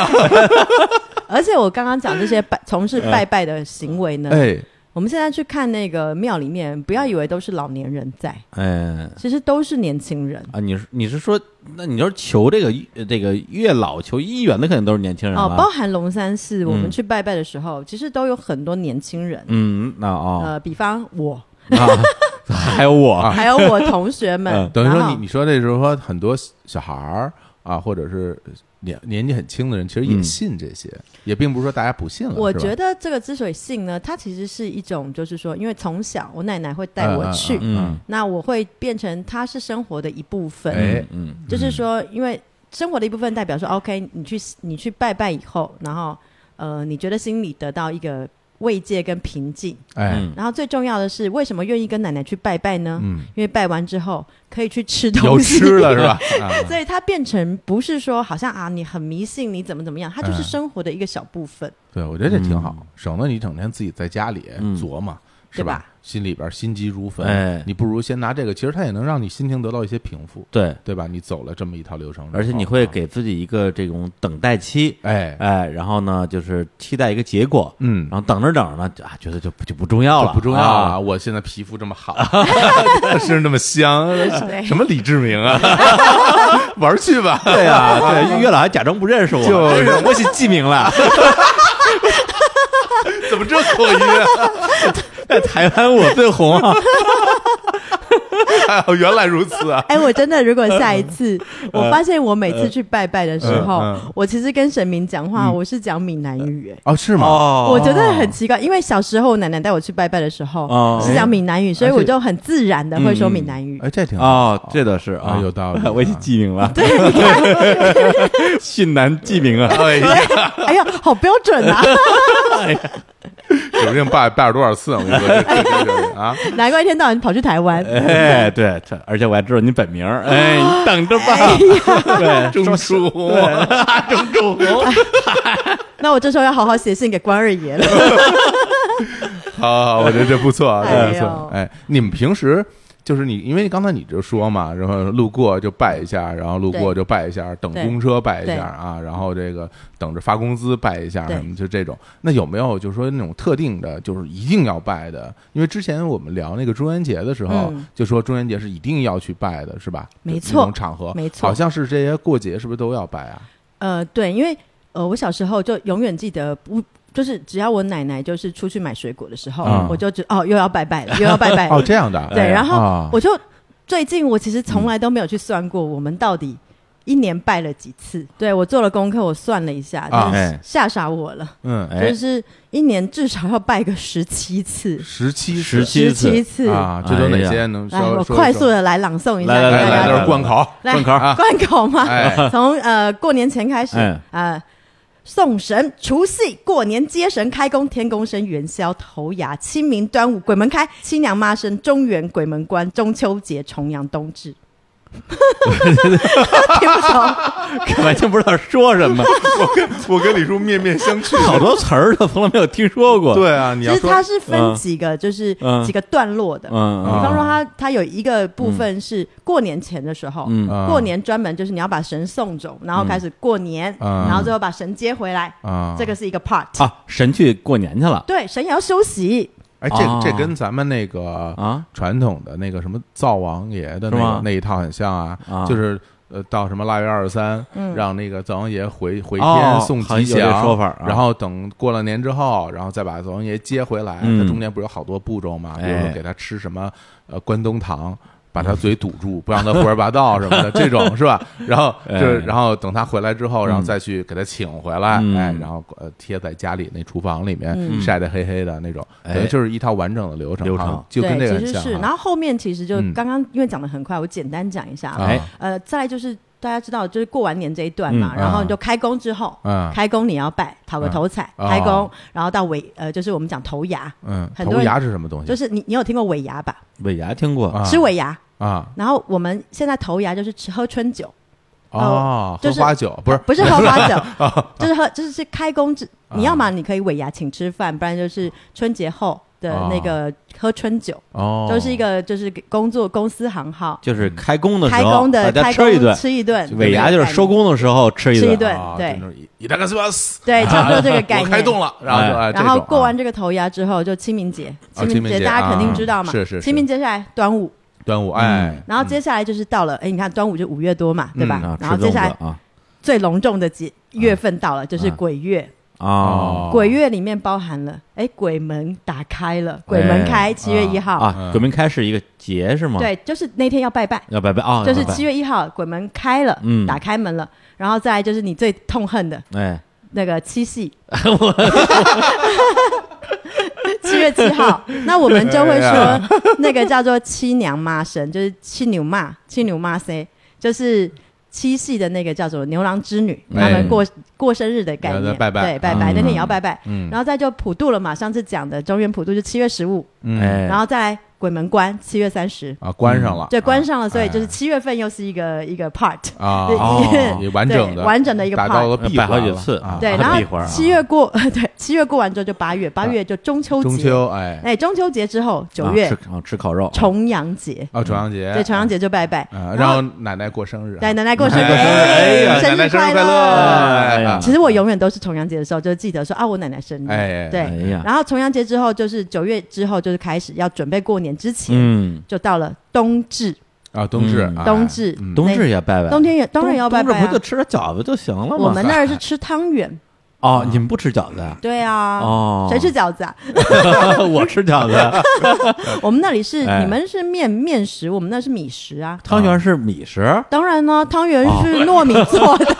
(laughs) 而且我刚刚讲这些 (laughs) 拜从事拜拜的行为呢，哎，我们现在去看那个庙里面，不要以为都是老年人在，哎。其实都是年轻人。啊，你是你是说，那你要是求这个呃这个月老求姻缘的，肯定都是年轻人啊哦，了包含龙山寺，我嗯们去拜拜的时候，其实都有很多年轻人。嗯，那哦，呃，比方我，呃啊，还有我，还有我同学 (laughs) 们，嗯啊等于然说后你你说这时候很多小孩儿啊，或者是年年纪很轻的人，其实也嗯信这些，也并不是说大家不信了。我嗯是吧觉得这个之所以信呢，它其实是一种，就是说，因为从小我奶奶会带啊我去，嗯那我会变成它是生活的一部分。哎嗯就是说，因为生活的一部分代表说，OK，你去你去拜拜以后，然后呃，你觉得心里得到一个慰藉跟平静，哎，嗯然后最重要的是，为什么愿意跟奶奶去拜拜呢？嗯，因为拜完之后可以去吃有东西，吃了是 (laughs) 吧？啊 (laughs) 所以它变成不是说好像啊你很迷信，你怎么怎么样，它就是嗯生活的一个小部分。对，我觉得这挺好，省得你整天自己在家里嗯琢磨，是对吧吧？心里边心急如哎焚，你不如先拿这个，其实它也能让你心情得到一些平复，对，对吧？你走了这么一套流程之后，而且你会给自己一个这种等待期，哎，哎，然后呢，就是期待一个结果，嗯然。后等着等着呢，就啊，觉得就不就不重要这了，不重要啊，我现在皮肤这 (laughs) 么好，身上这么香，对呃什么李志明啊， (laughs) 玩儿去吧。对啊，对，月老还假装不认识我，就哎 (laughs) 呦我是记名了，怎么这口音啊？在台湾我最红啊，哎呦 (laughs) 原来如此啊！哎，我真的，如果下一次呃我发现我每次去拜拜的时候，嗯嗯我其实跟神明讲话，我是讲闽南语、哎。哦，是吗？哦我觉得很奇怪，因为小时候我奶奶带我去拜拜的时候、哦是讲闽南语，所以而且我就很自然的会说闽南语。哎，这挺好。哦，这倒是啊啊，有道理啊 (laughs) 我已经记名了，对， (laughs) 信男记名啊， (laughs) 哎呀，哎呀，好标准啊！指不定拜拜了多少次，我跟你说这这这这啊， (laughs) (laughs) 难怪一天到晚跑去台 (laughs) 湾。哎，对，这而且我还知道你本名儿，哎，你等着吧， (laughs) 对，钟书红，钟楚红，那我这时候要好好写信给关二爷了。好，啊好我觉得这不错，啊，这哎不呦错。哎，你们平时就是你，因为刚才你就说嘛，然后路过就拜一下，然后路过对就拜一下，等对公车拜一对下啊，然后这个等着发工资拜一下对什么，就这种。那有没有就是说那种特定的，就是一定要拜的？因为之前我们聊那个中元节的时候嗯，就说中元节是一定要去拜的，是吧？没就错那种场合没错好像是这些过节是不是都要拜啊？呃，对，因为呃，我小时候就永远记得不。就是只要我奶奶就是出去买水果的时候，嗯我就觉哦又要拜拜了， (laughs) 又要拜拜了。哦，这样的啊，哎对，然后啊我就最近我其实从来都没有去算过我们到底一年拜了几次。对我做了功课，我算了一下，啊就是吓傻我了，嗯，哎就，是一年至少要拜个十七次，十七十次七次七哎次。啊，这都哪些能稍微来，我说一快说速的来朗诵一下来来给来大来家来这来是贯口，来贯口儿啊，贯口嘛。哎，从呃过年前开始嗯啊、呃送神、除夕、过年、接神、开工、天公生、元宵、头牙、清明、端午、鬼门开、七娘妈生、中元、鬼门关、中秋节、重阳、冬至。听不懂，根本就不知道说什么，我跟我跟李叔面面相 (laughs) 觑，好多词儿都从来没有听说过。，对啊，你其要实说它是分嗯几个，就是嗯几个段落的。嗯啊比嗯方说它，它有一个部分是过年前的时候，嗯啊过年专门就是你要把神送走，然后开始过年，嗯然后最后把神接回来，啊，这个是一个 part。啊，神去过年去了对，神也要休息，哎，这哦这跟咱们那个啊，传统的那个什么灶王爷的那是吗个那一套很像啊啊，就是呃，到什么腊月二十三，让那个灶王爷回回哦天送好像吉有这祥说法啊然后等过了年之后，然后再把灶王爷接回来。嗯它中间不是有好多步骤嘛？比如说哎嗯给他吃什么呃关东糖。把他嘴堵住，不让他胡说八道什 (laughs) 么的，这种是吧？然后就是，哎然后等他回来之后，然后再去给他请回来，嗯哎，然后呃贴在家里那厨房里面嗯晒得黑黑的那种，哎等于就是一套完整的流程，流程好像就跟这对，个其很实像是。啊。然后后面其实就嗯刚刚因为讲的很快，我简单讲一下。啊哎呃，再来就是大家知道，就是过完年这一段嘛，嗯然后啊你就开工之后，嗯开工你要拜讨个头彩，嗯开工，哦然后到尾呃，就是我们讲头牙，嗯，很头多人牙是什么东西？就是你你有听过尾牙吧？尾牙听过啊吃尾牙，啊然后我们现在头牙就是吃喝春酒，哦，呃就喝是花酒不是哦啊不是喝 (laughs) 花酒，就是喝就是是开工之，你要么你可以尾牙请吃饭，不然就是春节后的那个喝春酒，啊哦，就是一个就是给工作公司行号。就是开工的时开候工的大家开啊吃一工顿，吃一顿，尾牙就是收工的时候吃一吃一顿，顿啊对就那种一一大概是吧，嘶对，差不 (laughs) 多这个我概念。开动了，然后就哎，这然后种过啊完这个头牙之后，就清明节，啊清明节节大家肯定知道嘛，啊是是是清明节下来端午，端嗯午哎，然后接下来就是到了，哎，你看端午就五月多嘛，对吧？嗯啊，然后吃接粽下来子啊最隆重的啊节月份到了，就是鬼月。啊哦鬼月里面包含了，哎，鬼门打开了，鬼门开，七月一号，哎啊！鬼门开是一个节是吗？，对，就是那天要拜拜，要拜拜啊，就是要拜拜七月一号鬼门开了，嗯打开门了，然后再来就是你最痛恨的哎，那个 (laughs) 七夕，七月七号，那我们就会哎说那个叫做七娘妈神，就是七牛妈，七牛妈 C，就是七夕的那个叫做牛郎织女，哎他们过过生日的概对念，拜拜对拜拜，嗯那天也要拜拜，嗯然后再就普渡了嘛，上次讲的中原普渡就七月十五，嗯哎，然后再来鬼门关七月三十，啊关上了，嗯对，关上了，所以哎就是七月份又是一个一个 part。啊对 (laughs) 哦也完整的对完整的一个打 part 到了闭嗯摆好几次啊，啊对，啊然闭环啊后七月过， (laughs) 对，七月过完之后就八月，八月就中秋节，中秋哎哎，中秋节之后九啊月、吃啊吃烤肉，重阳节，啊重阳节对，重阳节就拜拜，啊，然后奶奶过生日，带奶奶过生奶奶日，过生日哎哎呀，奶生奶日生日快快哎呀乐，其实我永远都是重阳节的时候，就记得说啊，我奶奶生日，哎哎对。呀，然后重阳节之后，就是九月之后，就是开始要准备过年之前，嗯，就到了冬至，啊冬至嗯哎冬至嗯冬至也拜拜，冬天也当冬然要拜拜冬至不就啊。吃点饺子就行了吗？我们那儿是吃汤圆，哦，你们不吃饺子 (laughs) 啊？对啊，哦谁吃饺子啊？我吃饺子，我们那里是哎你们是面面食，我们那是米食啊。汤圆是米食，当然呢，汤圆是哦糯米做的，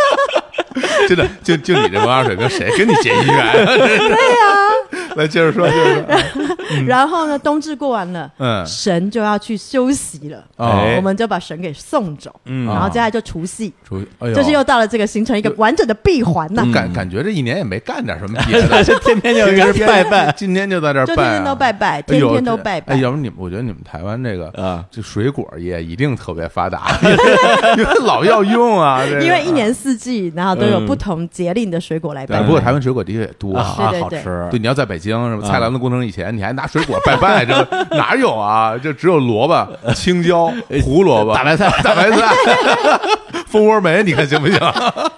(laughs) 真的，就 (laughs) 就你这文化水平，谁跟你结姻缘啊？对呀、来接着说，接着说，然后呢，冬至过完了，嗯 (laughs) 哦神就要去休息了，哎我们就把神给送走，嗯然后接下来就除夕，哦出去，哎呦，就是又到了这个形成一个完整的闭环呐、感感觉这一年也没干点什么 (laughs) 别的，这 (laughs) 天天就平开时始拜 (laughs) 拜，今天就在这儿就拜啊天天都拜拜，哎天呦天都拜拜。哎，要不你们，我觉得你们台湾这个啊，这水果业一定特别发达， (laughs) 因为老要用啊，这个因为一。年四季，然后都有嗯不同节令的水果来对，拜不。过台湾水果的确也多啊，对对好对吃，对，你要在北京什么啊菜篮子工程以前，你还拿水果拜拜，这个 (laughs) 哪有啊？这只有萝卜、青椒、胡萝卜、哎大白菜大白 (laughs) 菜、蜂窝煤，你看行不行？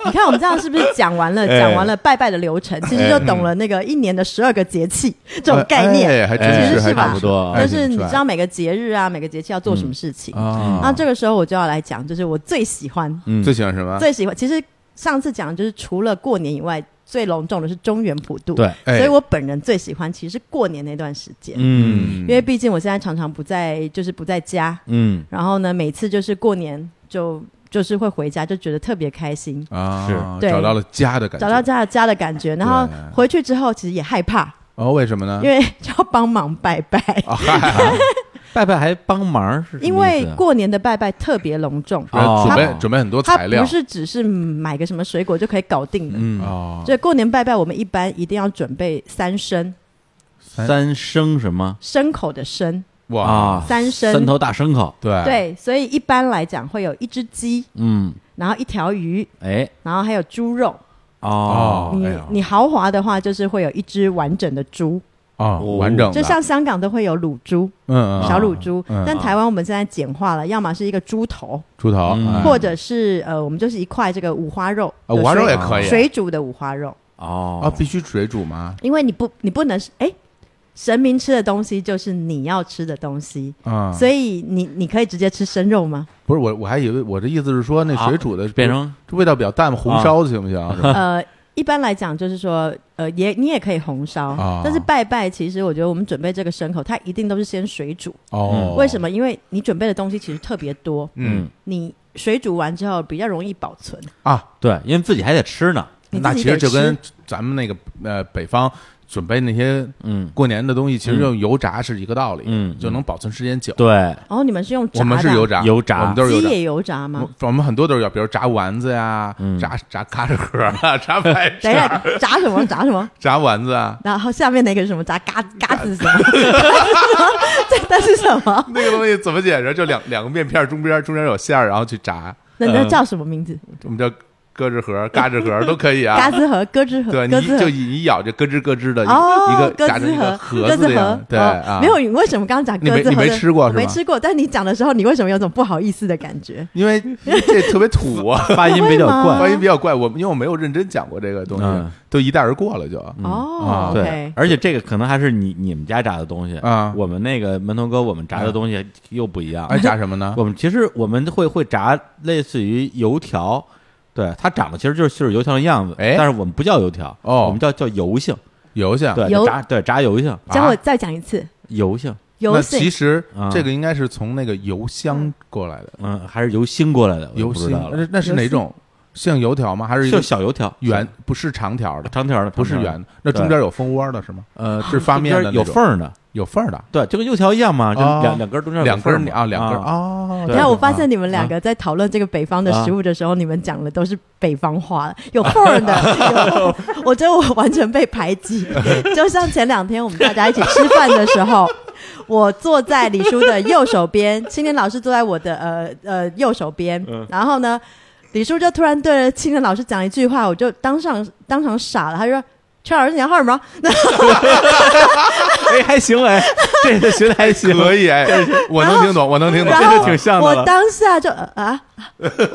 你看我们这样是不是讲完了？哎讲完了拜拜的流程，其实就懂了那个一年的十二个节气这种概念。哎还哎真是，其实还是吧真差不多哎就是你挺帅知道每个节日啊，每个节气要做什么事情。那啊，这个时候我就要来讲，就是我最喜欢、嗯最喜欢什么？最喜欢。其实上次讲就是除了过年以外，最隆重的是中原普渡。对，哎所以我本人最喜欢其实是过年那段时间，嗯因为毕竟我现在常常不在，就是不在家，嗯，然后呢，每次就是过年就就是会回家，就觉得特别开心，啊，是对找到了家的感觉。找到家的家的感觉。然后啊对回去之后，其实也害怕，哦，为什么呢？因为 (laughs) 就要帮忙拜拜，啊，嗨，拜拜还帮忙哦是什么意思啊？因为过年的拜拜特别隆重，哦准备准备很多它材料不是只是买个什么水果就可以搞定的。嗯，哦，所以过年拜拜，我们一般一定要准备三牲，三生什么牲口的牲，哇，啊？三牲三头大牲口，对，对，所以一般来讲会有一只鸡，嗯，然后一条鱼，哎，然后还有猪肉。哦，你、哎呦你豪华的话，就是会有一只完整的猪，啊，哦完整的，就像香港都会有卤猪，嗯嗯小卤猪，嗯但台湾我们现在简化了，要么是一个猪头，猪头嗯哎或者是呃，我们就是一块这个五花肉，啊五花肉水也可以水煮的五花肉，哦，啊，必须水煮吗？因为你不你不能是哎。神明吃的东西就是你要吃的东西，嗯啊，所以你你可以直接吃生 (laughs) 肉吗？不是我我还以为我的意思是说那水煮的啊变成啊这味道比较淡，红烧行不行？ (laughs) 是吧呃，一般来讲就是说，呃，也你也可以红烧啊，但是拜拜其实我觉得我们准备这个牲口，它一定都是先水煮。嗯哦，为什？么？因为你准备的东西其实特别多，嗯你水煮完之后比较容易保存。啊，对，因为自己还得吃呢，你那自其己实得就吃。跟咱们那个呃北方准备那些嗯过年的东西，其实用油炸是一个道理，嗯就能保存时间久。对，哦，你们是用炸的啊？我们是油炸，油炸我们都是油鸡炸。也油炸吗我？我们很多都是要，比如炸丸子呀嗯，，炸炸咖喱壳啊， (laughs) 炸 (laughs) 白等一肠，下，炸什 (laughs) 么？炸什么？炸丸子啊，然后下面那个是什么？炸嘎嗯嘎 (laughs) 子什么？这那是什么？那个东西怎么解释？就两两个面片儿中边儿中间有馅儿，然后去炸，那那叫什么名字？我们叫咯吱盒、嘎吱盒都可以啊。 (laughs) 嘎吱盒、咯吱盒、对，咯你吱就盒。一一咬就咯吱咯吱的一个、一哦，个咯炸成吱一个盒盒、咯子吱一样盒，对、哦啊，没有，，你为什么刚刚讲你咯没吱盒的？你没吃过我是吧没吃过。但你讲的时候，你为什么有种不好意思的感觉？因 (laughs) 为这特别土啊发音比较会吗怪，发音比较怪。我因为我没有认真讲过这个东西，嗯都一带而过了就。啊哦对，OK，，而且这个可能还是你你们家炸的东西啊哎我们那个门头沟我们炸的东西又不一样，爱炸什 (laughs) 么呢？我们其实我们会会炸类似于油条，对，它长得其实就是就是油条的样子，哎但是我们不叫油条，哦啊我们叫叫油性，油性。对，油炸对炸油性，教我再讲一次，油性，油啊那其性实啊这个应该是从那个油香过来的，嗯，还是油星过来的，我也油不知道香。了那，那是哪种？像油条吗？还是一就个小油条，圆？不是长条的，长条的，不是长条的圆，的。那中间有蜂窝的是吗？呃，是发面的中那间有种缝儿的，有缝儿的，对，就跟油条一样嘛，就哦两两根儿中间有两缝根儿儿嘛啊，两根儿啊，哦。对你看，我发啊现你们两个在讨论这个北方的食物的时候，你们讲的都是北方话，有啊缝儿 (laughs) 的。有我觉得我完全被排挤。就像前两天我们大家一起吃饭的时候，我坐在李叔的右手边，青年老师坐在我的呃呃右手边，嗯然后呢，李叔就突然对着青年老师讲一句话，我就当上当场傻了，他就说。邱老师，你要号吗？哎，还行哎，这个学的还行，可以哎，我能听懂， (laughs) 我能听懂，然后挺像的了我当下就呃啊，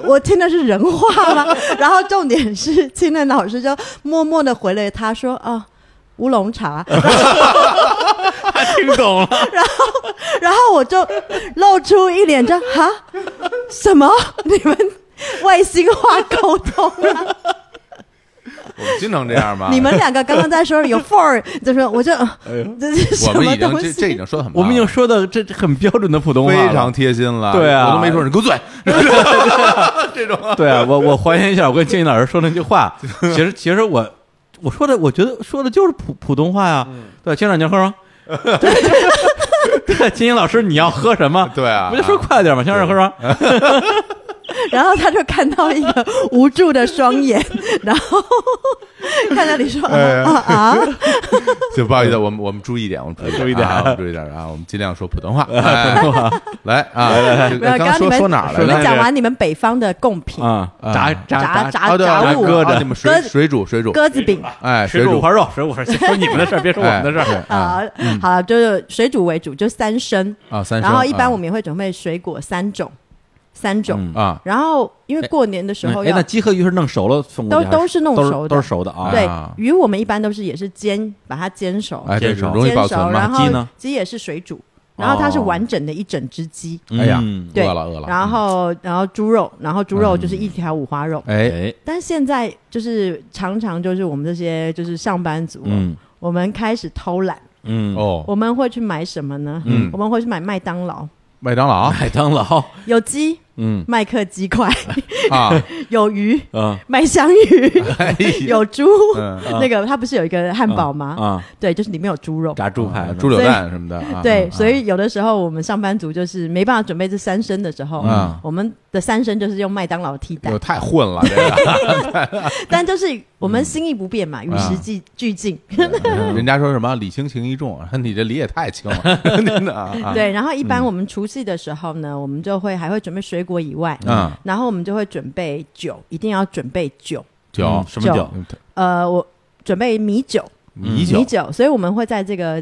我听的是人 (laughs) 话吗？然后重点是青嫩老师就默默的回了他说啊。乌龙茶， (laughs) 听懂了，然后我就露出一脸这哈什么？ (laughs) 你们外星话沟通 (laughs) 啊？我们经常这样吗？你们两个刚刚在说有 for，就说我就、 (laughs) 这是哎我什们么已经东这西？这已经说的很棒我了，们已经说的这这很标准的普通话了，非常贴心了，对啊我都没说你给我嘴，这种 (laughs) 对啊，我我还原一下我跟金宇老师说那句 (laughs) 话，嗯其实其实我我说的，我觉得说的就是普普通话呀、对，青少年喝吗？ (laughs) 金英老师，你要喝什么？对啊不就说快点吗？先生喝什么？ (laughs) 然后他就看到一个无助的双眼，然后 (laughs) 看到你说哎啊啊啊，就不好意思，我们我们注意点，我们注注意点啊我们注意点啊，我们尽量说普通 (laughs) 话。哎来啊，这没有，刚刚说你们说哪儿你来们着？讲完你们北方的贡品，啊，炸炸炸炸啊，对啊，炸物鸽鸽子，子你们水鸽子水煮水煮，鸽子饼哎，水煮煮花肉，水煮花肉，先说你们的事儿，别说我们的事儿。哎啊，好了，就是水煮为主，就三升。啊，三生。然后一般啊我们也会准备水果三种，三种。嗯啊，然后因为过年的时候哎，要那鸡和鱼是弄熟了送过去都还是，都是弄都是熟的都是熟的啊。对啊鱼，我们一般都是也是煎，把它煎熟，哎，这煎熟容易煎保熟，存然吗？后鸡呢鸡也是水煮，然后它是完整的一整只鸡，嗯哎呀，对饿了饿嗯了。然后然后猪肉，然后猪肉就是一条五花肉。哎，哎，但现在就是常常就是我们这些就是上班族，嗯我们开始偷懒，嗯，哦，我们会去买什么呢？嗯我们会去买麦当劳，麦当劳 (laughs) 麦当劳，有鸡嗯麦克鸡 (laughs) 块，啊，有鱼啊麦香鱼，哎有猪。嗯 (laughs) 那个它不是有一个汉堡吗？啊，对，就是里面有猪肉。炸猪排，哎啊猪柳蛋什么的，啊对，啊所以有的时候我们上班族就是没办法准备这三升的时候，嗯我们的三升就是用麦当劳替代哟，哎太混了，这个 (laughs) 但就是我嗯们心意不变嘛，与时俱俱进。人家说什么礼轻情意重，你这理也太轻 (laughs) 了，真的啊，啊对，然后一般我们除夕的时候呢，我们就会还会准备水果以外，嗯然后我们就会准备酒，一定要准备酒。酒嗯什么酒酒？呃，我准备米酒，米米酒酒，所以我们会在这个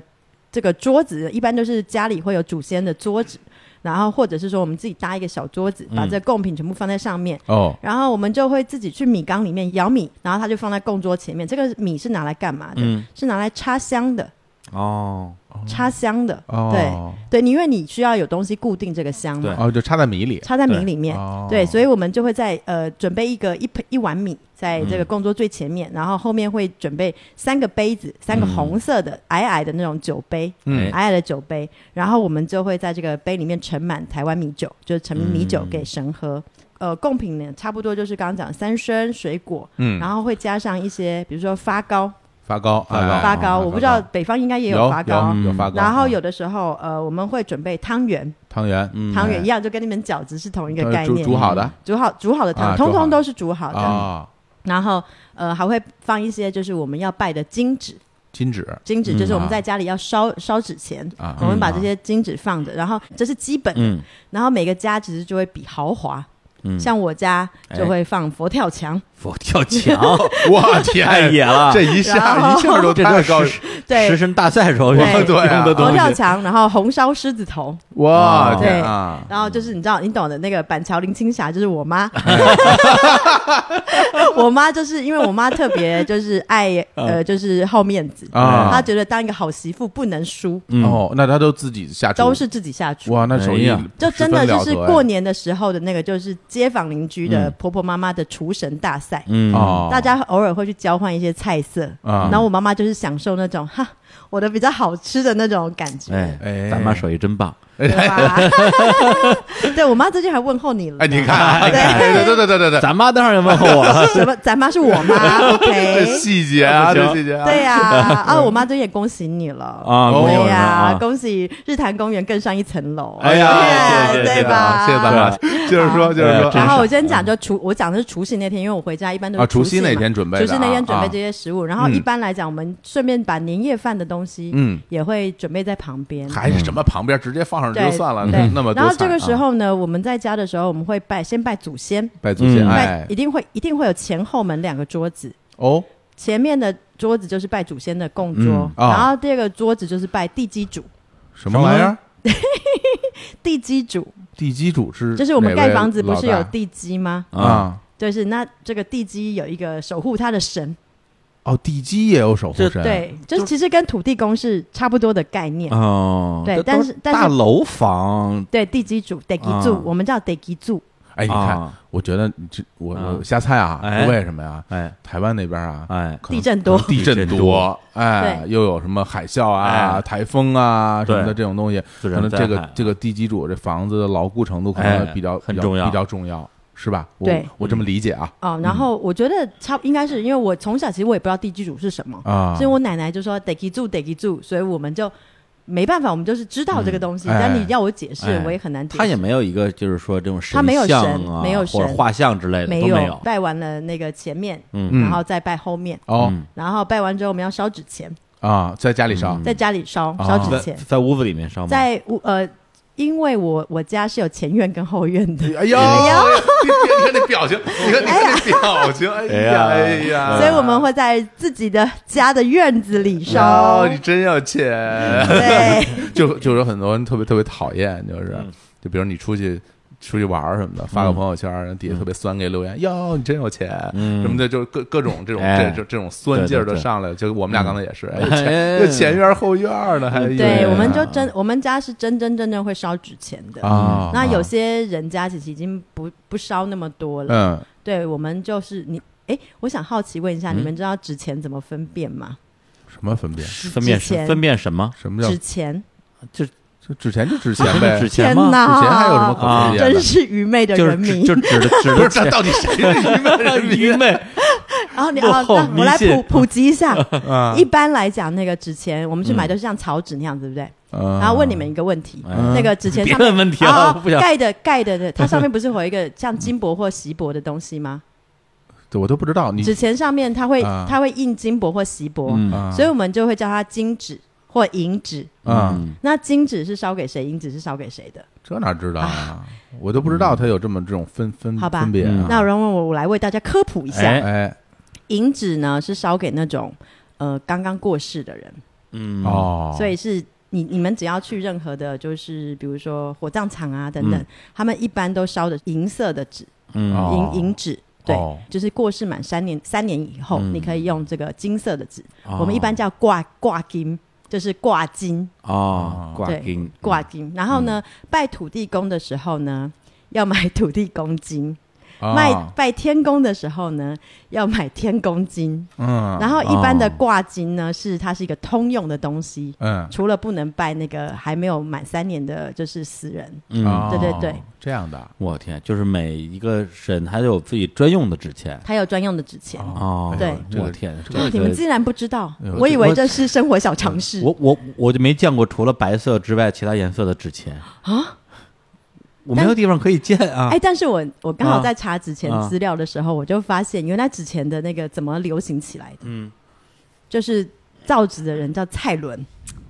这个桌子，一般就是家里会有祖先的桌子，然后或者是说我们自己搭一个小桌嗯子，把这贡品全部放在上面。哦，然后我们就会自己去米缸里面舀米，然后它就放在供桌前面。这个米是拿来干嘛的？嗯是拿来插香的，哦，插香的。哦对对，你因为你需要有东西固定这个香嘛，哦，就插在米里，插在米里面。哦对，所以我们就会在呃准备一个一盆一碗米在这个供桌最前面，嗯然后后面会准备三个杯子，三个红色的、矮矮的那种酒杯，嗯矮矮的酒杯，然后我们就会在这个杯里面盛满台湾米酒，就是盛米嗯酒给神喝。呃，贡品呢，差不多就是刚刚讲三生水果，嗯然后会加上一些，比如说发糕，发糕，发糕哎发糕，我不知道发北方应该也有发糕，有有发糕，然后啊有的时候呃，我们会准备汤圆，汤圆，嗯汤圆一样，就跟你们饺子是同一个呃概煮念，煮好的煮好煮好的汤，啊通煮好通的都是煮好的。啊，然后呃，还会放一些就是我们要拜的金纸，金纸 (laughs) 金纸就是我们啊在家里要烧、烧纸钱，啊我们把嗯这些金纸放着，然后这是基本的。嗯然后每个家其实就会比豪华，嗯，像我家就哎会放佛跳墙，佛跳墙，我天，哎太野 (laughs) 了，这一哦下一下就这太都高是，对食神大赛时候用对对啊用的佛东跳西，墙，然后红烧狮子头，哇哦天对啊！然后就是你知道，你懂的那个板桥林青霞就是我 (laughs) 妈，我妈就是因为我妈特别就是爱呃就是好面子，嗯啊她觉得当一个好媳妇不能输，嗯哦，那他都自己下厨，都是自己下厨。哇，那手哎艺呀就真的就十分了是得哎嗯过年的时候的那个，就是街坊邻居的婆婆妈妈的厨神大赛，嗯哦，大家偶尔会去交换一些菜色，啊然后我妈妈就是享受那种哈我的比较好吃的那种感觉，哎哎，咱妈手艺真棒，对吧？对我妈最近还问候你了，哎，你看啊，你看，对对对对对对对，咱妈当然问候 (laughs) 我啊了，什 (laughs) 么？咱妈是我妈这，OK？细节啊，不行这细节啊，哎对 (laughs) 呀、啊，我妈最近也恭喜你了啊恭喜对我呀、啊恭喜日坛公园更上一层楼，哎呀，谢谢对吧？谢谢嗯咱们。们，接着说，接着说，真然是后我先讲，就除我讲的是除夕那天，因为我回家一般都啊是除夕夕嘛那天准备的除夕那天准备啊这些食物，然后嗯一般来讲，我们顺便把年夜饭的东西，嗯，也会准备在旁边。还是什么旁边直接放上去就对算了，对那么多然后菜这个时啊候呢，我们在家的时候，我们会拜先拜祖先，拜祖先，嗯哎拜，一定会一定会有前后门两个桌子，哦，前面的桌子就是拜祖先的供桌，嗯啊然后第二个桌子就是拜地基主。什么玩意儿？地基主地基主是就是我们哪位盖房子不是老有大地基吗？啊，啊？就是那这个地基有一个守护它的神，哦，地基也有守护这神，对，就是其实跟土地公是差不多的概念。啊哦，对这都但是但是大楼房，对，地基主得基柱啊，我们叫得基柱。哎，你看啊，我觉得你这我啊我瞎猜啊，哎为什么呀？哎台湾那边啊，哎，可能地震多可能地震地震多多，哎，对又有什么海啸啊、哎台风啊什么的对这种东西，自可然能这灾个害这个地基主这房子的牢固程度可哎能比较很比较重要比较重要，是吧？我对我这么理解啊哦，然后我觉得差应该是因为我从小其实我也不知道地基主是什么，啊所以我奶奶就说得基柱得基柱，所以我们就没办法，我们就是知道这个东嗯西，哎但你要我解释，哎我也很难解释。他也没有一个就是说这种神他没有神像啊，没有或者神画像之类的没都有没有。拜完了那个前面，嗯然后再拜后面，哦嗯然后拜完之后我们要烧纸钱，啊，在家里烧嗯在家里烧哦烧纸在钱，在屋子里面烧吗？在屋呃，因为我我家是有前院跟后院 (laughs) 的，哎呦，你你看那表情，你看你看那表情，哎呀哎哎呀呀，所以我们会在自己的家的院子里烧哦，。你真 (laughs) 要钱，对，就就有很多人特别特别讨厌，就是就比如你出去。出去玩儿什么的，发个嗯朋友圈，然后底下特别酸给留言，哟，你真有钱，嗯什么的，就是各各种这种哎这这这种酸劲儿对就对对上来了。就我们俩刚才也是，哎，哎前又前院儿后院儿的，嗯还哎对，呀我们就真，我们家是真真正正会烧纸钱的。啊，嗯那有些人家其实已经不不烧那么多了。嗯，对，我们就是你，哎，我想好奇问一下，嗯你们知道纸钱怎么分辨吗？什么分辨？分辨之前分辨什么？什么叫纸钱，就纸钱就纸钱呗，纸纸钱天吗？哪钱还有什么可啊分辨的真？是愚昧的就人是指民。就 (laughs) 指的指不的是，这钱。到底谁是愚昧 (laughs) 人民愚 (laughs) 昧，然后你落啊，后那我来迷信普普及一 (laughs) 下。啊一般来讲，那个纸钱我们去买嗯都是像草纸那样，对不对？然然后问你们一个问题，嗯那个纸钱别上问面问题啊了，我不想。盖的 (laughs) 盖的的，它上面不是有一个像金箔或锡箔的东西吗？对我都不知道你纸钱上面它会啊它会印金箔或锡箔，嗯啊所以我们就会叫它金纸或银纸。啊，嗯，那金纸是烧给谁，银纸是烧给谁的？这哪知道啊？我都不知道它有这么这种分分好吧分别嗯啊。那有人问我，我来为大家科普一下，哎哎银纸呢是烧给那种呃刚刚过世的人，嗯，哦，所以是。你你们只要去任何的，就是比如说火葬场啊等等，嗯他们一般都烧的银色的纸，嗯哦银银纸，对，哦就是过世满三年三年以后，嗯你可以用这个金色的纸，哦我们一般叫挂挂金，就是挂嗯金啊哦，挂对金挂金。然后呢，拜土地公的时候呢，要买土地公金；啊卖拜天公的时候呢，要买天公金。嗯，然后一般的挂金呢，是它是一个通用的东西。嗯除了不能拜那个还没有满三年的，就是死人，嗯，哦对对对，这样的我天，就是每一个神还有自己专用的纸钱它有专用的纸钱。哦。对哎呦我天，这这你们个竟然不知道哎呦，我以为我这是生活小常识。我我我就没见过除了白色之外其他颜色的纸钱啊，我没有地方可以见啊哎，。但是我我刚啊好在查纸钱啊资料的时候，我就发现原来纸钱的那个怎么流行起来的，嗯就是造纸的人叫蔡伦，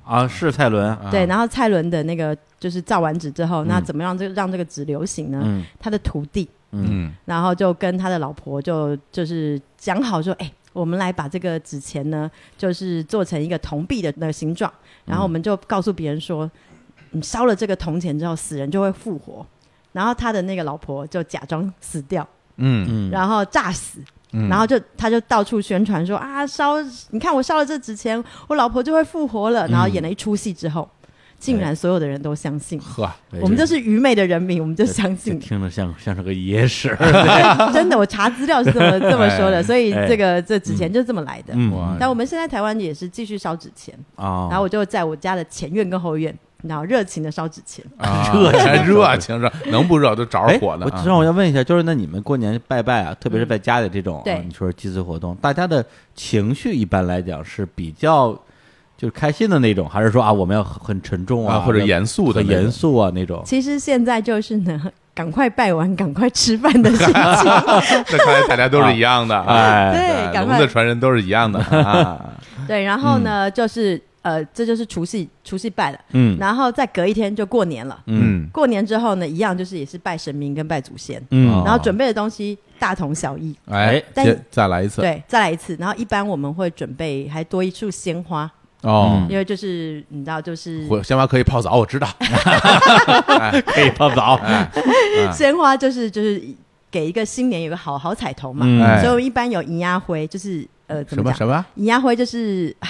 啊，是蔡伦啊，啊对，然后蔡伦的那个就是造完纸之后，那嗯怎么让这个让这个纸流行呢？嗯他的徒弟，嗯嗯然后就跟他的老婆就就是讲好说，哎。我们来把这个纸钱呢，就是做成一个铜币的那个形状，然后我们就告诉别人说，你烧了这个铜钱之后，死人就会复活。然后他的那个老婆就假装死掉，嗯嗯，然后诈死，嗯，然后就他就到处宣传说啊烧，你看我烧了这纸钱，我老婆就会复活了。然后演了一出戏之后，竟然所有的人都相信，呵，哎我们就是愚昧的人民，我们就相这信。听着像像是个野史，哎 (laughs) 真的，我查资料是这么这么说的，所以哎这个这纸钱就这么来的。嗯哇但我们现在台湾也是继续烧纸钱，啊，然后我就在我家的前院跟后院，然后热情的烧纸钱。啊热情还热情热，能不热都着哎，火呢我啊。让我要问一下，就是那你们过年拜拜啊，特别是嗯在家里这种啊，对你说祭祀活动，大家的情绪一般来讲是比较就是开心的那种，还是说啊我们要很很沉重啊，或者要严肃的很那种严，肃啊那 (laughs) 种？其实现在就是呢， (laughs) 赶快拜完，赶快吃饭的心 (laughs) 情。那看来大家都是一样的啊，哎，对，赶龙快的传人都是一样的啊。对，然后呢，就是呃，这就是除夕，除夕拜了，嗯然后再隔一天就过年了。嗯过年之后呢，一样就是也是拜神明跟拜祖先，嗯啊哦然后准备的东西大同小异。哎，但接再来一次对，再来一次。然后一般我们会准备还多一束鲜花，哦嗯。因为就是你知道，就是 (laughs) 我鲜花可以泡澡，我知道。可以泡澡，哎鲜花就是就是给一个新年有个好好彩头嘛，嗯哎所以我们一般有银牙灰，就是呃怎什么么讲？什么？银牙灰就是。 (sighs) 啊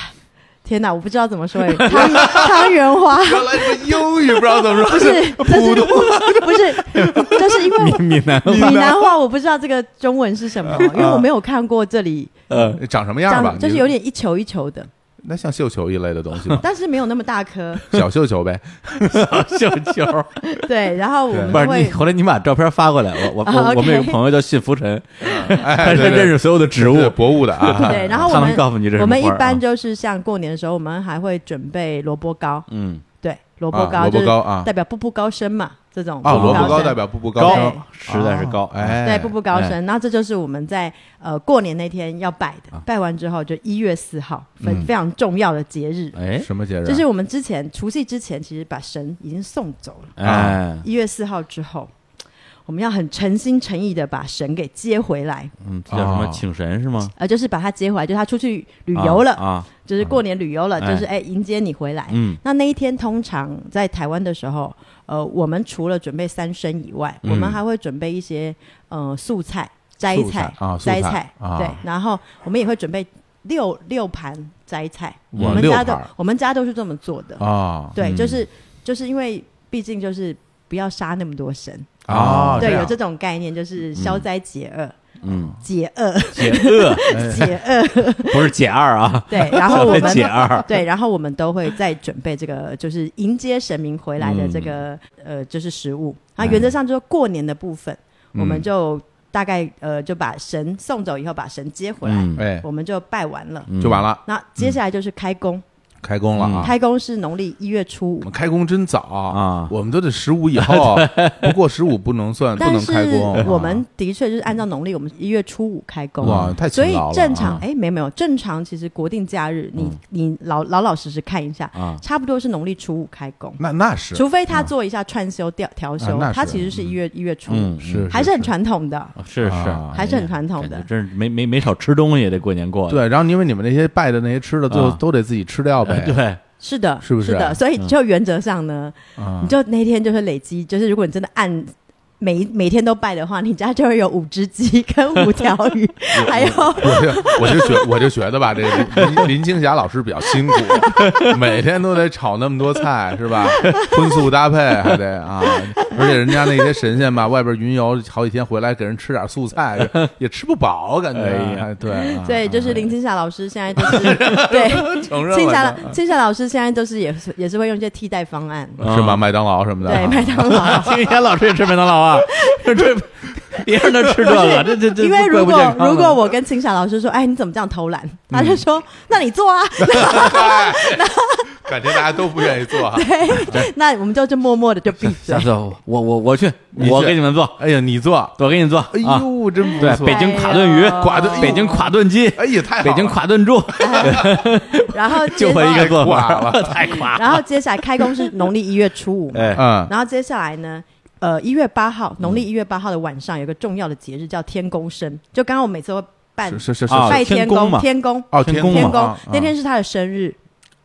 天哪，我不知道怎么 (laughs) 说哎，汤汤圆花，原来是英语，不知道怎么说，不是，这是不是，就是因为我闽 (laughs) 南闽南话我不知道这个啊中文是什么，因为我没有看过这里呃 (laughs) 长什么样吧长，？就是有点一球一球的，？那像绣球一类的东西吗但是没有那么大颗，小绣球呗，绣球 (laughs) 儿。对。然后我们不是你，会，后来你把照片发过来，我我啊我我们有个 OK 朋友叫信浮 (laughs) 尘，哎，他他对认识所有的植对对物，博物的 (laughs) 啊，对，然后我他能们告诉你这是我什么们一花儿啊般就是像过年的时候，我们还会准备萝卜糕，嗯对，萝卜啊糕萝卜就是糕啊代表步步高升嘛，这种啊，步步萝卜高糕升代表步步高高升，啊实在是高，哎，对，步步高升。那这就是我们在呃过年那天要拜的，拜完之后就一月四号，非非常重要的节日。哎什么节日啊？就是我们之前除夕之前，其实把神已经送走了。哎，啊一月四号之后，我们要很诚心诚意的把神给接回来，嗯，这叫什么哦请神是吗？呃，就是把他接回来，就是他出去旅游了，啊啊，嗯就是过年旅游了，哎就是哎迎接你回来。嗯那那一天通常在台湾的时候，呃，我们除了准备三牲以外，我们还会准备一些呃素菜、摘嗯素菜菜、啊素摘菜菜，啊对，然后我们也会准备六六盘摘菜，哇我们六家都盘儿我们家都是这么做的，啊对，就是就是因为毕竟就是不要杀那么多神，啊，哦对，有样这种概念，就是消灾解厄。嗯，解 (laughs) 厄，解饿解厄，不是解二啊，对，然后哦我们解 (laughs) 二，对，然后我们都会再准备这个，就是迎接神明回来的这个、嗯呃，就是食物。哎那原则上就是过年的部分，我嗯们就大概呃就把神送走以后，把神接回来，嗯，哎，我们就拜完了。嗯就完了，那接下来就是开工，开工了啊。开工是农历一月初我五们，开工真早啊我们都得十五以后，不过十五不能算，不但能是开工。啊我们的确就是按照农历，我们一月初五开工。哇，太勤所以劳了正常啊嗯哎，没有没有正常，其实国定假日你、你老老老实实看一下，啊差不多是农历初五开工。那那是除非他做一下串休调调休，那是他其实是一月一月初，嗯是还是很传统的，是是啊，还是很传统感的觉。真是没没没少吃东西，这过年过的，对。然后因为你们那些拜的那些吃的，最后啊都得自己吃掉呗。对，是的，是不是是的，所以就原则上呢，啊你就那天就是累积，就是如果你真的按每每天都拜的话，你家就会有五只鸡跟五条鱼， (laughs) 还有我就 (laughs) 我就觉我就觉得吧，这林林青霞老师比较辛苦，每天都得炒那么多菜，是吧？荤素搭配还得啊，而且人家那些神仙吧，外边云游好几天回来，给人吃点素菜也也吃不饱，感觉哎呀哎对啊对，就是林青霞老师现在就是对承认青霞了老青霞老师现在就是也是也是会用一些替代方案，是啊吧？麦当劳什么的，啊对麦当劳。今啊 (laughs) 天老师也吃麦当劳 (laughs) 啊，这这别让他吃这个，这这这因为怪如不果健康的如果我跟青霞老师说，哎，你怎么这样偷懒？他就说，那你做啊，嗨 (laughs) 感觉大家都不愿意做哈。啊 (laughs) 那我们就就默默的就闭嘴下。次我我我我去，你去我给你们做，哎呀，你做，我给你做，哎啊，呦，真不对，错北，京垮炖鱼，啊垮炖北京垮炖鸡，哎呀，太好北京了垮炖猪，然后接 (laughs) 就会一个做太垮法，了 (laughs) 太垮了， (laughs) 然后接下来开工是农历一月 (laughs) 初五嘛，哎，嗯然后接下来呢，呃，一月八号，农历一月八号的晚上有个重要的节日叫天公生，就刚刚我每次会办是是是是啊拜天公公，嘛天公。哦，天天宫宫嘛嘛天公啊那天是他的生日，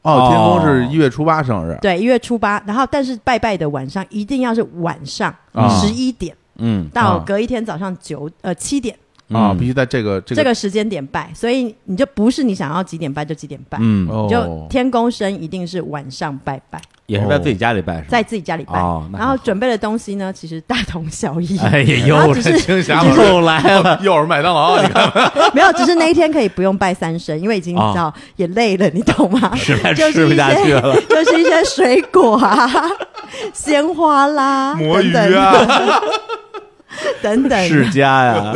哦，天宫是哦一月初八生日，对，一月初八。然后，但是拜拜的晚上一定要是晚上啊十一点嗯到啊隔一天早上九呃七点，啊，嗯必须在这个这这个个时间点拜，所以你就不是你想要几点拜就几点拜，嗯，哦，就天公生一定是晚上拜拜，也是哦在自己家里拜是吧？在自己家里拜，哦那然后准备的东西呢，其实大同小异，哎呀，然又后只是青霞老师 (laughs) 又来了， (laughs) 又是哦麦当劳，你看 (laughs) 没有，只是那一天可以不用拜三牲，因为已经哦你知道也累了，你懂 (laughs) 吗？实在就吃是不一下去些了， (laughs) 就是一些水果啊、 (laughs) 鲜花啦、魔等芋等啊， (laughs) 等等世家呀，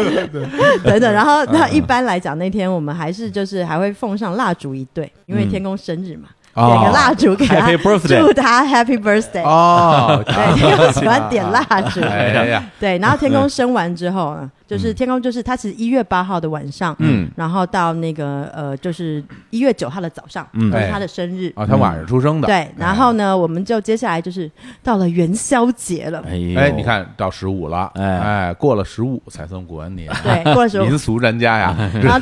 等等。然嗯后，那一般来讲，那天我们还是就是还会奉上蜡烛一对，因为天公生日嘛，哦点个蜡烛给他嗯 Happy birthday 祝他 Happy Birthday。 (laughs) 哦，对， (laughs) 天公喜欢点蜡 (laughs) 烛。哎呀，对，然后天公生完之后呢，就是天公就是他其实一月八号的晚上，嗯，然后到那个呃，就是一月九号的早上，嗯都是他的生日。啊，他晚上出生的，对，然后呢，我们就接下来就是到了元宵节了。哎呦 (laughs) 哎，你，看到十五了，哎哎，过了十五才算过完年，对，过了时候， (laughs) 民俗专家哎呀，然后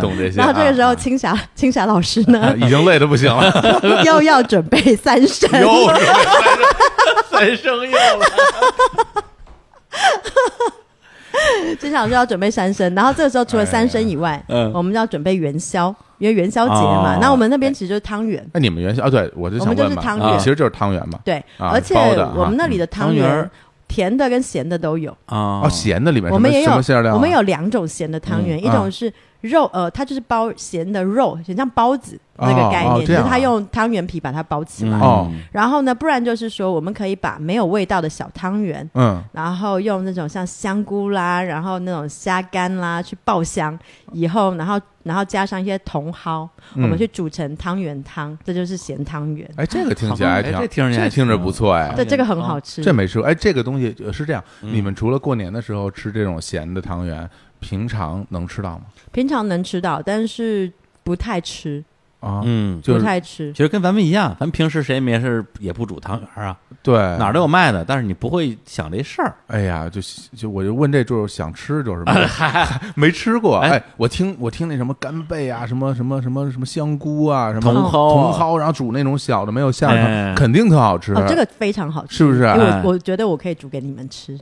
懂这些啊。然后这个时候，青霞青霞老师 (laughs) 啊呢已经累得不行了， (laughs) (laughs) 又要准备三牲，哎 (laughs) 又是三生又来了，青霞老师要准备三牲。然后这个时候除了三牲以外，哎嗯我们要准备元宵，因为元宵节嘛啊哦。那我们那哎边其实就是汤圆，那你们元宵啊？对，我就想我们就问是嘛，汤你圆们其实就是汤圆嘛，对，啊而且包的啊我们那里的汤汤圆儿圆，甜的跟咸的都有。啊哦，，咸的里面什我么们也什有么馅料啊？我们有两种咸的汤圆，嗯一啊种是肉，呃，它就是包咸的肉，很像包子，那个概念，哦哦这就是样啊他用汤圆皮把它包起来。嗯哦，然后呢，不然就是说，我们可以把没有味道的小汤圆，嗯，然后用那种像香菇啦，然后那种虾干啦去爆香，以后然后然后加上一些茼蒿，嗯我们去煮成汤圆汤，这就是咸汤圆。哎，这个听起来还哎挺，这听着这还听着不错哎好。对，这个很好吃。这没吃过，哎，这个东西呃是这样，嗯你们除了过年的时候吃这种咸的汤圆，平常能吃到吗？平常能吃到，但是不太吃，啊，嗯，就不是太吃其。实跟咱们一样，咱们平时谁没事也不煮汤圆儿啊，对哪儿都有卖的，但是你不会想这事儿。哎呀，就就我就问这就是想吃就是啊没没吃过。哎哎，我听我听那什么干贝啊，什么什么什么什么香菇啊，什么茼蒿啊茼蒿，然后煮那种小的没有馅儿哎的，肯定特好吃。哦，这个非常好吃，是不是因为哎我我觉得我可以煮给你们吃，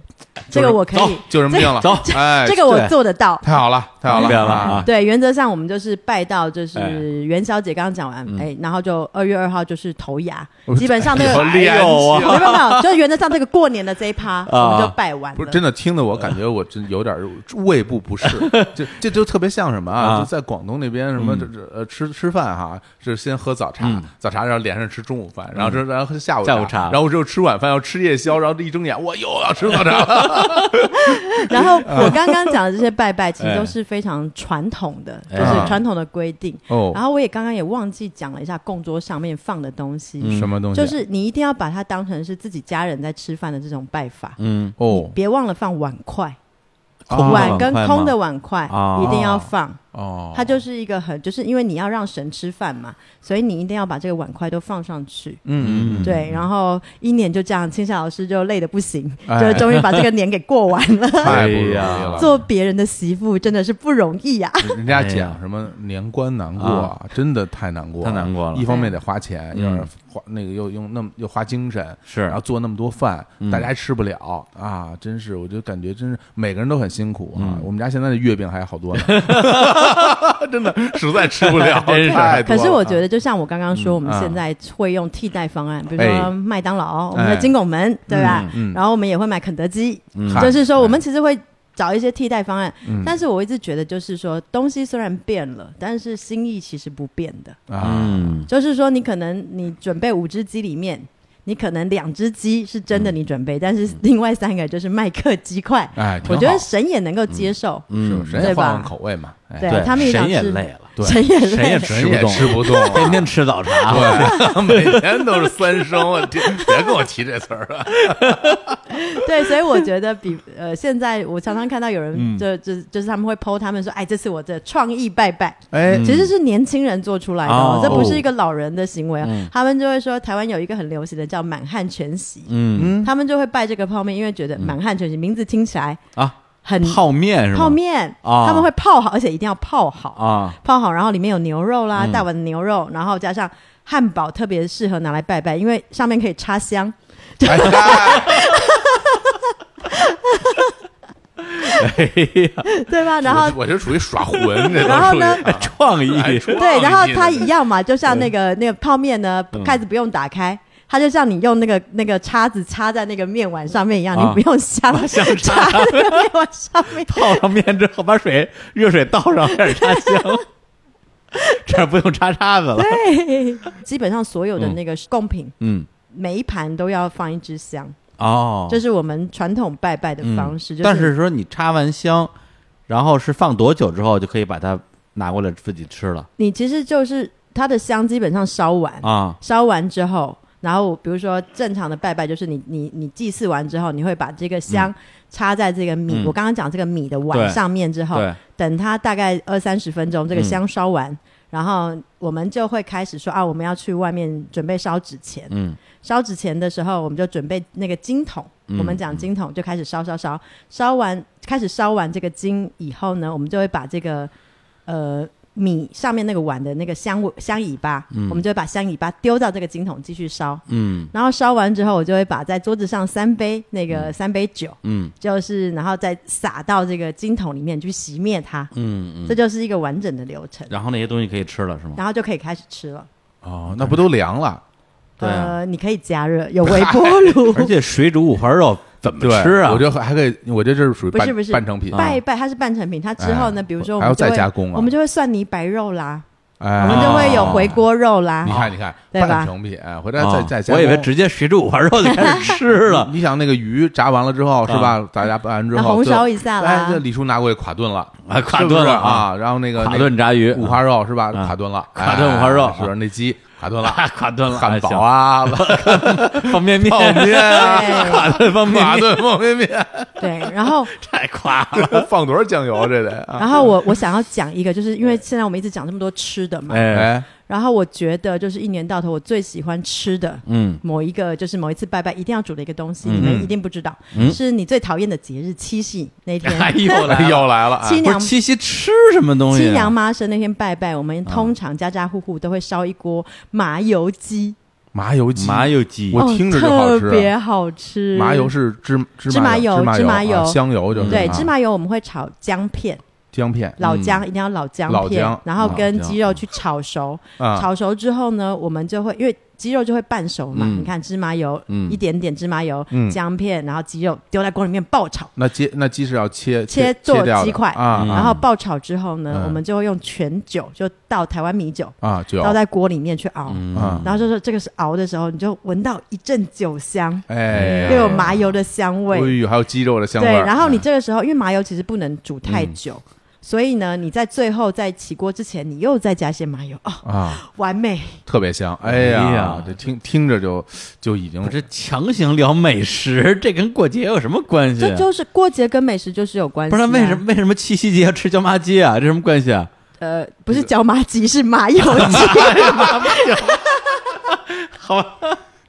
这个我可走以，救人命了，走哎， (laughs) 这个我对做得到。太好了，太好了，明白了啊！对，原则上我们就是拜到，就哎是元宵节刚刚讲完，哎，然后就二月二号就是头牙嗯我，基本上那好个哎厉害啊没有没有没有，就是原则上这个过年的这一趴，我们就拜完啊了。不是真的，听得我感觉我真有点儿胃部 (laughs) 不适，这这就特别像什么啊啊？就在广东那边什么这这呃吃吃饭哈，是先喝早茶嗯，早茶然后连上吃中午饭，然后这然后喝下午下午茶然后之后吃晚饭要吃夜宵，然后一睁眼我又要吃早茶了， (laughs) 然后我刚刚讲的这些拜拜，其实哎都是非常传统的，哎就是传统的规定。哦然后我也刚刚也忘记讲了一下供桌上面放的东西，嗯什么东西？就是你一定要把它当成是自己家人在吃饭的这种拜法，嗯，哦别忘了放碗筷，空的碗跟碗筷空吗的碗筷哦一定要放。哦，它就是一个很，就是因为你要让神吃饭嘛，所以你一定要把这个碗筷都放上去。嗯嗯对，然后一年就这样，青夏老师就累得不行，哎就是终于把这个年给过完 (laughs) 了。嗯，太不容易哎呀了，做别人的媳妇真的是不容易啊呀、人家哎呀讲什么年关难过啊，真的太难过，太难过了一方面得花钱，嗯又是花那个又用那么又花精神，是然后做那么多饭嗯，大家还吃不了啊，真是，我就感觉真是每个人都很辛苦啊嗯。我们家现在的月饼还有好多呢， (laughs) 真的实在吃不了，真是太多哎可了是我觉得，就像我刚刚说，我们啊现在会用替代方案，比如哎说麦当劳，我们哎的金拱门，对吧？嗯嗯然后我们也会买肯德基，嗯就是嗨哎说我们其实会。找一些替代方案，嗯但是我一直觉得，就是说东西虽然变了，但是心意其实不变的。啊，嗯，就是说，你可能你准备五只鸡里面，你可能两只鸡是真的嗯你准备，但是另外三个就是麦克鸡块，哎，挺我觉得好神也能够接受。是嗯不是人家对吧换换口味嘛，哎对对，他们一谁想也是累了，对神也谁也累，吃不也动，吃不动，天天吃早茶， (laughs) 对，每天都是三升，我天，别跟我提这词儿了。 (laughs) 对，所以我觉得比呃，现在我常常看到有嗯人就、就就是他们会 PO 他们说，哎，这是我的创意拜拜，哎其实是年轻人做出来的、哦，哦这不是一个老人的行为、哦嗯他们就会说，台湾有一个很流行的叫满汉全席，嗯他们就会拜这个泡面，因为觉得满汉全席名字听起来啊，很泡面是吗？泡面、啊他们会泡好，而且一定要泡好，啊，泡好，然后里面有牛肉啦，嗯大碗的牛肉，然后加上汉堡，特别适合拿来拜拜，因为上面可以插香。 (laughs) 哎呀哎 (laughs) 呀，对吧？然后我我这属于耍 (laughs) 混，这都然后呢属 (laughs) 于啊创意，哎创意对，然后这它是一样嘛，就像那个那个泡面呢，盖子不用打开。它就像你用那个那个叉子插在那个面碗上面一样，啊你不用 (laughs) 香香。插在那个面碗上面泡上面之后把水热水倒上，开始插 (laughs) 香，这儿不用插叉子了，对， (laughs) 基本上所有的那个贡品，嗯，每一盘都要放一支香，哦，这是我们传统拜拜的嗯方式。就但是说你插完香，然后是放多久之后就可以把它拿过来自己吃了你其实就是它的香基本上烧完，啊？烧完之后，然后比如说正常的拜拜，就是你你你祭祀完之后，你会把这个香插在这个米，嗯我刚刚讲这个米的对碗上面之后，对，等它大概二三十分钟，这个嗯香烧完，然后我们就会开始说啊，我们要去外面准备烧纸钱。嗯烧纸钱的时候，我们就准备那个金桶，嗯我们讲金桶就开始烧烧烧，烧完开始烧完这个金以后呢，我们就会把这个呃米上面那个碗的那个香味香尾巴，嗯我们就会把香尾巴丢到这个金桶继续烧，嗯然后烧完之后，我就会把在桌子上三杯那个三杯酒，嗯就是然后再撒到这个金桶里面去熄灭它，嗯嗯，这就是一个完整的流程，然后那些东西可以吃了是吗？然后就可以开始吃了。哦，那不都凉了？对啊呃，你可以加热，有微波 (laughs) 炉。而且水煮五花肉怎么对，吃啊？我觉得还可以，我觉得这是属于不半是不是半成品哎拜一拜，它是半成品。它之后呢，比如说我还要们就再会加工啊我们就会蒜泥白肉啦，哎，我们就会有回锅肉啦你。看，你看，对吧半成品，哎回来啊再再加工。我以为直接水煮五花肉就开始吃了， (laughs) 你想那个鱼炸完了之后是嗯吧？大家拌完之那后，红最后烧一下哎啦，这李叔拿过去垮炖了，啊，垮是不炖是了啊，，然后那个垮那炖炸鱼，五花肉是吧？啊垮炖了，垮炖五花肉哎是不是那鸡垮炖了，啊 (laughs) 垮炖了，汉堡啊 (laughs) 啊，行，方便面，泡 (laughs) 面啊，垮炖方便垮面，炖方 (laughs) 便面，对，然 (laughs) 后太夸了，放多少酱油啊这得啊？然后我我想要讲一个，就是因为现在我们一直讲这么多吃的嘛，哎，哎，然后我觉得就是一年到头我最喜欢吃的嗯，某一个，就是某一次拜拜一定要煮的一个东西，嗯你们一定不知道，嗯是你最讨厌的节日七夕 (laughs) 那天，哎呦来了，啊又来了，哎七不是娘七夕吃什么哦东西啊？七娘妈生那天拜拜，我们通常家家户户都会烧一锅麻油鸡，麻油鸡，麻油鸡，我哦听着就好吃啊特别好吃。麻油是芝芝芝麻油，油芝麻芝麻油啊，油香油就是对啊芝麻油我们会炒姜片，姜片老姜一定要老姜老片姜，然后跟老姜鸡肉去炒熟，啊，炒熟之后呢，我们就会因为鸡肉就会半熟嘛，嗯你看芝麻油嗯一点点芝麻油嗯，姜片，然后鸡肉丢在锅里面爆炒。那鸡那鸡是要切切切做掉的鸡块啊，然后爆炒之后呢嗯，我们就会用全酒，就倒台湾米酒，啊就倒在锅里面去熬。啊，然后就是这个是熬的时候，你就闻到一阵酒香，哎，又有麻油的香哎味。呦，还有鸡肉的香味对，儿，嗯然后你这个时候，因为麻油其实不能煮太久，所以呢，你在最后在起锅之前，你又再加些麻油，哦，啊，完美。特别香，哎哎呀呀，这听听着就就已经不是强行聊美食，这跟过节有什么关系啊？这就是过节跟美食就是有关系、不啊。是那为什么？为什么七夕节要吃椒麻鸡啊？这什么关系啊？呃，不是椒麻鸡，是麻油鸡。 (laughs)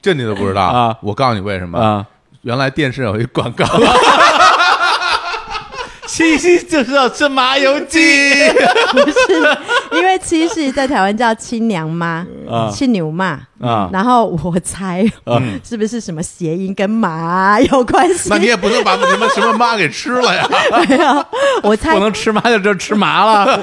这你都不知道啊我告诉你为什么，啊，原来电视有一广告， (laughs) 七夕就是要吃麻油 (laughs) 鸡不是，因为七夕在台湾叫亲娘妈、啊亲牛妈。啊然后我猜、 (laughs) 嗯是不是什么谐音跟麻有关系？那你也不能把什么什么妈给吃了 (laughs) 呀， (laughs) 我猜不能吃麻就就吃麻了。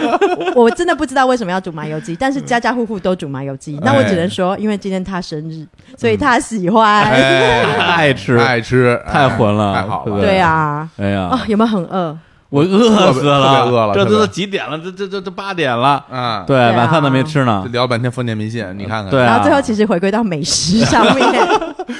我真的不知道为什么要煮麻油鸡，但是家家户户都煮麻油鸡。那我只能说，因为今天他生日，所以他喜欢。哎 (laughs) 爱吃爱吃，太混了哎太好了，对对啊，哎哦呀，，有没有很饿？我饿死特别特别饿了这特都别都几点了？这这这这八点了。嗯，对，啊晚饭都没吃这呢。聊半天封建迷信，你看看，对然啊，后最后其实回归到美食上面。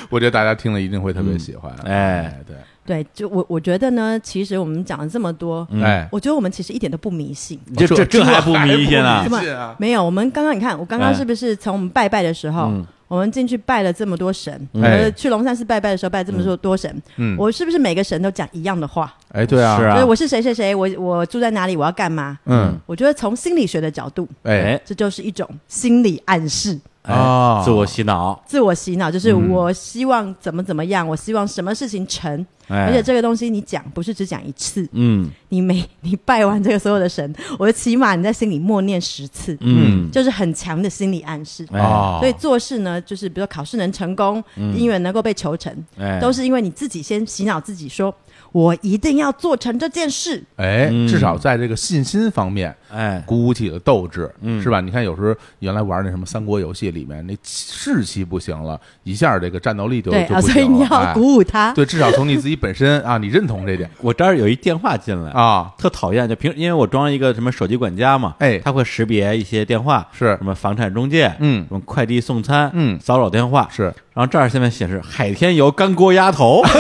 我觉得大家听了一定会特别喜欢，哎，对，对，就我我觉得呢，其实我们讲了这么多，嗯哎，我觉得我们其实一点都不迷信。哦这这这这还不迷信啊还不迷信啊么？没有，我们刚刚你看，我刚刚哎是不是从我们拜拜的时候，我们进去拜了这么多神，嗯呃，去龙山寺拜拜的时候拜这么多多神，嗯我是不是每个神都讲一样的话？哎，对啊，是啊就是我是谁谁谁，我我住在哪里，我要干嘛？嗯，我觉得从心理学的角度，哎，这就是一种心理暗示、哎哦，自我洗脑。自我洗脑，就是嗯我希望怎么怎么样，我希望什么事情成。哎而且这个东西你讲不是只讲一次，嗯你每你拜完这个所有的神， (laughs) 我就起码你在心里默念十次，嗯，就是很强的心理暗示。哎嗯哦，所以做事呢，就是比如说考试能成功，姻缘能够被求成，哎都是因为你自己先洗脑自己说，我一定要做成这件事。哎，嗯至少在这个信心方面。哎，鼓起了斗志，嗯是吧？你看，有时候原来玩那什么三国游戏里面，那士气不行了，一下这个战斗力就对就啊，不行了。所以你要哎鼓啊舞他。对，至少从你自己本身啊，你认同这点我这儿有一电话进来啊，特讨厌，就平因为我装一个什么手机管家嘛，哎它会识别一些电话，是什么房产中介，嗯什么快递送餐，嗯骚扰电话，是然后这儿下面显示海天油干锅鸭 (laughs) 头， (laughs)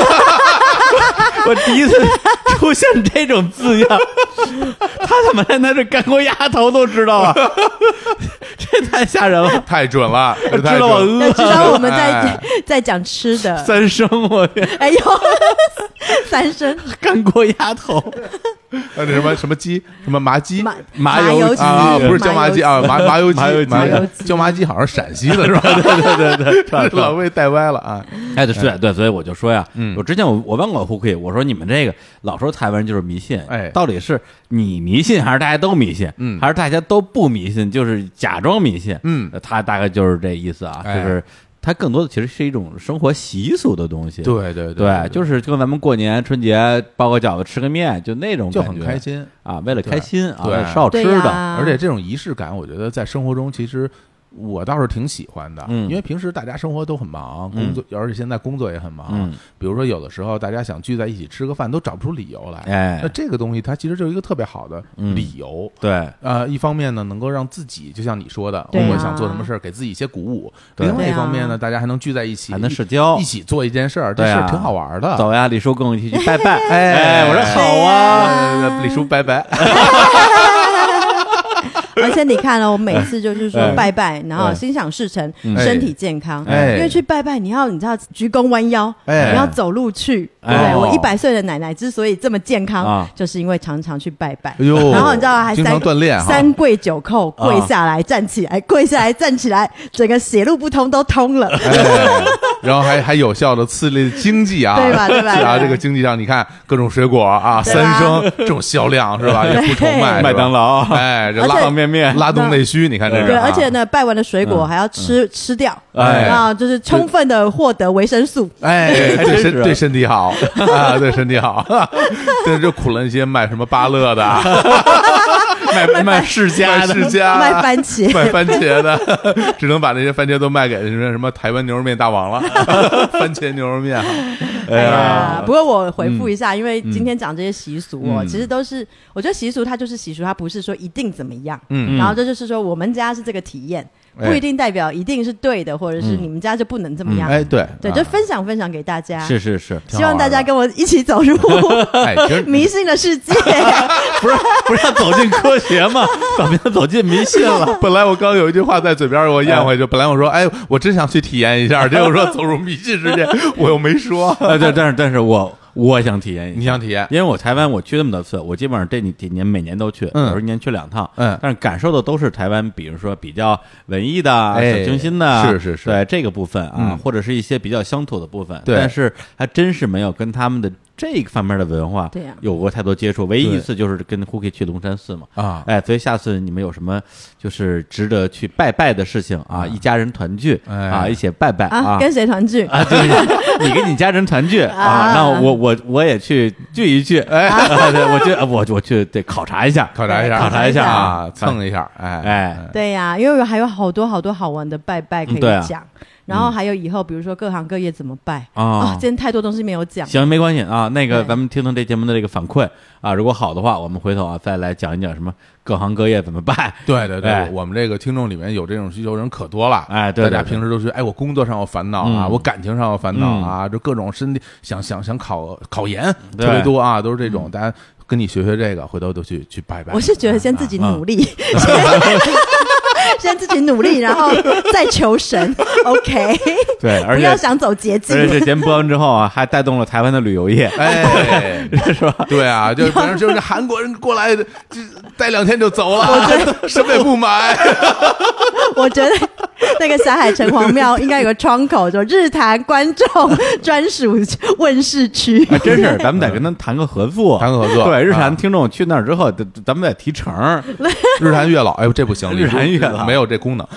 我第一次出现这种字样，他怎么连他这干锅鸭头都知道 (laughs) 啊？这太吓人了，太准了，这知太道我准了。饿那至少我们在哎 (laughs) 在讲吃的，三声我哎呦， (laughs) 三声干锅鸭头，呃那什么什么鸡，什么麻鸡麻麻油油鸡啊，不是椒麻麻鸡油啊，麻麻油鸡，麻油鸡麻油鸡椒麻鸡好像是陕西的是吧？ (laughs) 对对对，是吧是吧 (laughs) 老被带歪了啊。哎，对，对对，所以我就说呀，嗯我之前我我问过胡 K，我说你们这个老说台湾人就是迷信，哎到底是你迷信还是大家都迷信，嗯还是大家都不迷信，就是假装迷信，嗯呃，他大概就是这意思啊，哎就是它更多的其实是一种生活习俗的东西，对对对，就是是跟咱们过年春节包个饺子吃个面，就那种就感觉很开心，啊，为了开心啊，对为了烧吃对的，呀，而且这种仪式感，我觉得在生活中其实我倒是挺喜欢的，嗯因为平时大家生活都很忙，工作，而且现在工作也很忙。嗯比如说，有的时候大家想聚在一起吃个饭，都找不出理由来。哎那这个东西它其实就是一个特别好的嗯理由。对，呃，一方面呢，能够让自己就像你说的，对啊我想做什么事儿，给自己一些鼓舞；对另外一对啊方面呢，大家还能聚在一起，还能社交一起做一件事儿，这对事啊儿挺好玩的。走呀，李叔跟我一起去拜 (laughs) 拜。哎哎，我说好啊，呃，李叔，拜拜。 (laughs) 而且你看哦，我每次就是说哎拜拜，然后哎心想事成，哎身体健康。哎因为去拜拜，你要你知道鞠躬弯腰，哎你要走路去。哎对哦我一百岁的奶奶之所以这么健康啊，就是因为常常去拜拜。哎呦，然后你知道还经常三锻炼啊哈，啊三跪九叩，跪下来站起来，跪下来站起来，整个血路不通都通了。哎，然后还还有效的刺激经济啊，对吧对吧对啊，吧这个经济上你看各种水果啊，对吧三生这种销量是吧？也不愁 (laughs) 卖，是吧麦当劳哎，这而且拉方便面拉动内需，你看这是对，啊嗯而且，呢，拜完的水果还要吃吃掉，哎然后就是充分的获得维生素。哎，还真对身是对身体好啊，对身体好， (laughs) 对就苦了那些卖什么芭乐的啊、 (laughs) 卖卖世卖家的，世 (laughs) 家、卖番茄卖番茄的， (laughs) 只能把那些番茄都卖给什么什么台湾牛肉面大王了， (laughs) 番茄牛肉面。哎呀呀，，不过我回复一下，因为今天讲这些习俗哦，嗯其实都是我觉得习俗它就是习俗，它不是说一定怎么样。嗯然后这就是说我们家是这个体验，哎不一定代表一定是对的，或者嗯是你们家就不能这么样。哎，对对，啊就分享分享给大家。是是是，希望大家跟我一起 (laughs) 走入哎，其 (laughs) 实迷信的世界。啊不是 (laughs) 不是要走进科学 (laughs) 吗？怎么要走进迷信 (laughs) 了？ (laughs) 本来我刚有一句话在嘴边，我咽回去。本来我说，哎，我真想去体验一下，结果说走入迷信世界，我又 (laughs) 没说。呃，对，但是但是我我想体验一下你。想体验？因为我台湾我去那么多次，我基本上这几年每年都去，嗯有时候一年去两趟，嗯但是感受的都是台湾，比如说比较文艺的、哎小清新的，是是是对这个部分啊，嗯或者是一些比较乡土的部分，对但是还真是没有跟他们的这个方面的文化对呀有过太多接触，唯一对一次就是跟 Cookie 去龙山寺嘛。啊，哎，所以下次你们有什么就是值得去拜拜的事情啊？一家人团聚嗯哎啊，一起拜拜啊， (laughs) 跟谁团聚？啊，对，你跟你家人团聚啊啊，那我我我也去聚一聚，哎，对，我去我我去得考察一下，考察一下，哎考察一下啊，啊，蹭一下，哎哎，对呀、因为有还有好多好多好玩的拜拜可嗯以对啊讲，然后还有以后比如说各行各业怎么拜啊哦今天太多东西没有讲。行，没关系啊。那个，对咱们听听这节目的这个反馈啊，如果好的话，我们回头啊再来讲一讲什么各行各业怎么办。对对对哎，我们这个听众里面有这种需求人可多了，哎对对大家对平时都是，哎，我工作上有烦恼啊，嗯我感情上有烦恼啊，就各种身体想想想考考研对嗯特别多啊，都是这种，大家跟你学学这个，回头都去去拜拜。我是啊觉得先自己嗯努力，先 (laughs) 先自己努力，然后再求神。OK，对， (laughs) 而不且要想走捷径而。且这节目播完之后啊，还带动了台湾的旅游业。 (laughs) 哎，是吧？ (laughs) 对啊，就反正就是韩国人过来，就待两天就走了， (laughs) 什么也不买。我觉得那个霞海城隍庙应该有个窗口，就日坛观众专属问世区。 (laughs) 还哎真是，咱们得跟他谈个合作，谈个合作对，日啊产听众去那儿之后，咱咱们得提成儿，日坛月老，哎呦，这不行，日坛月老没有这功能。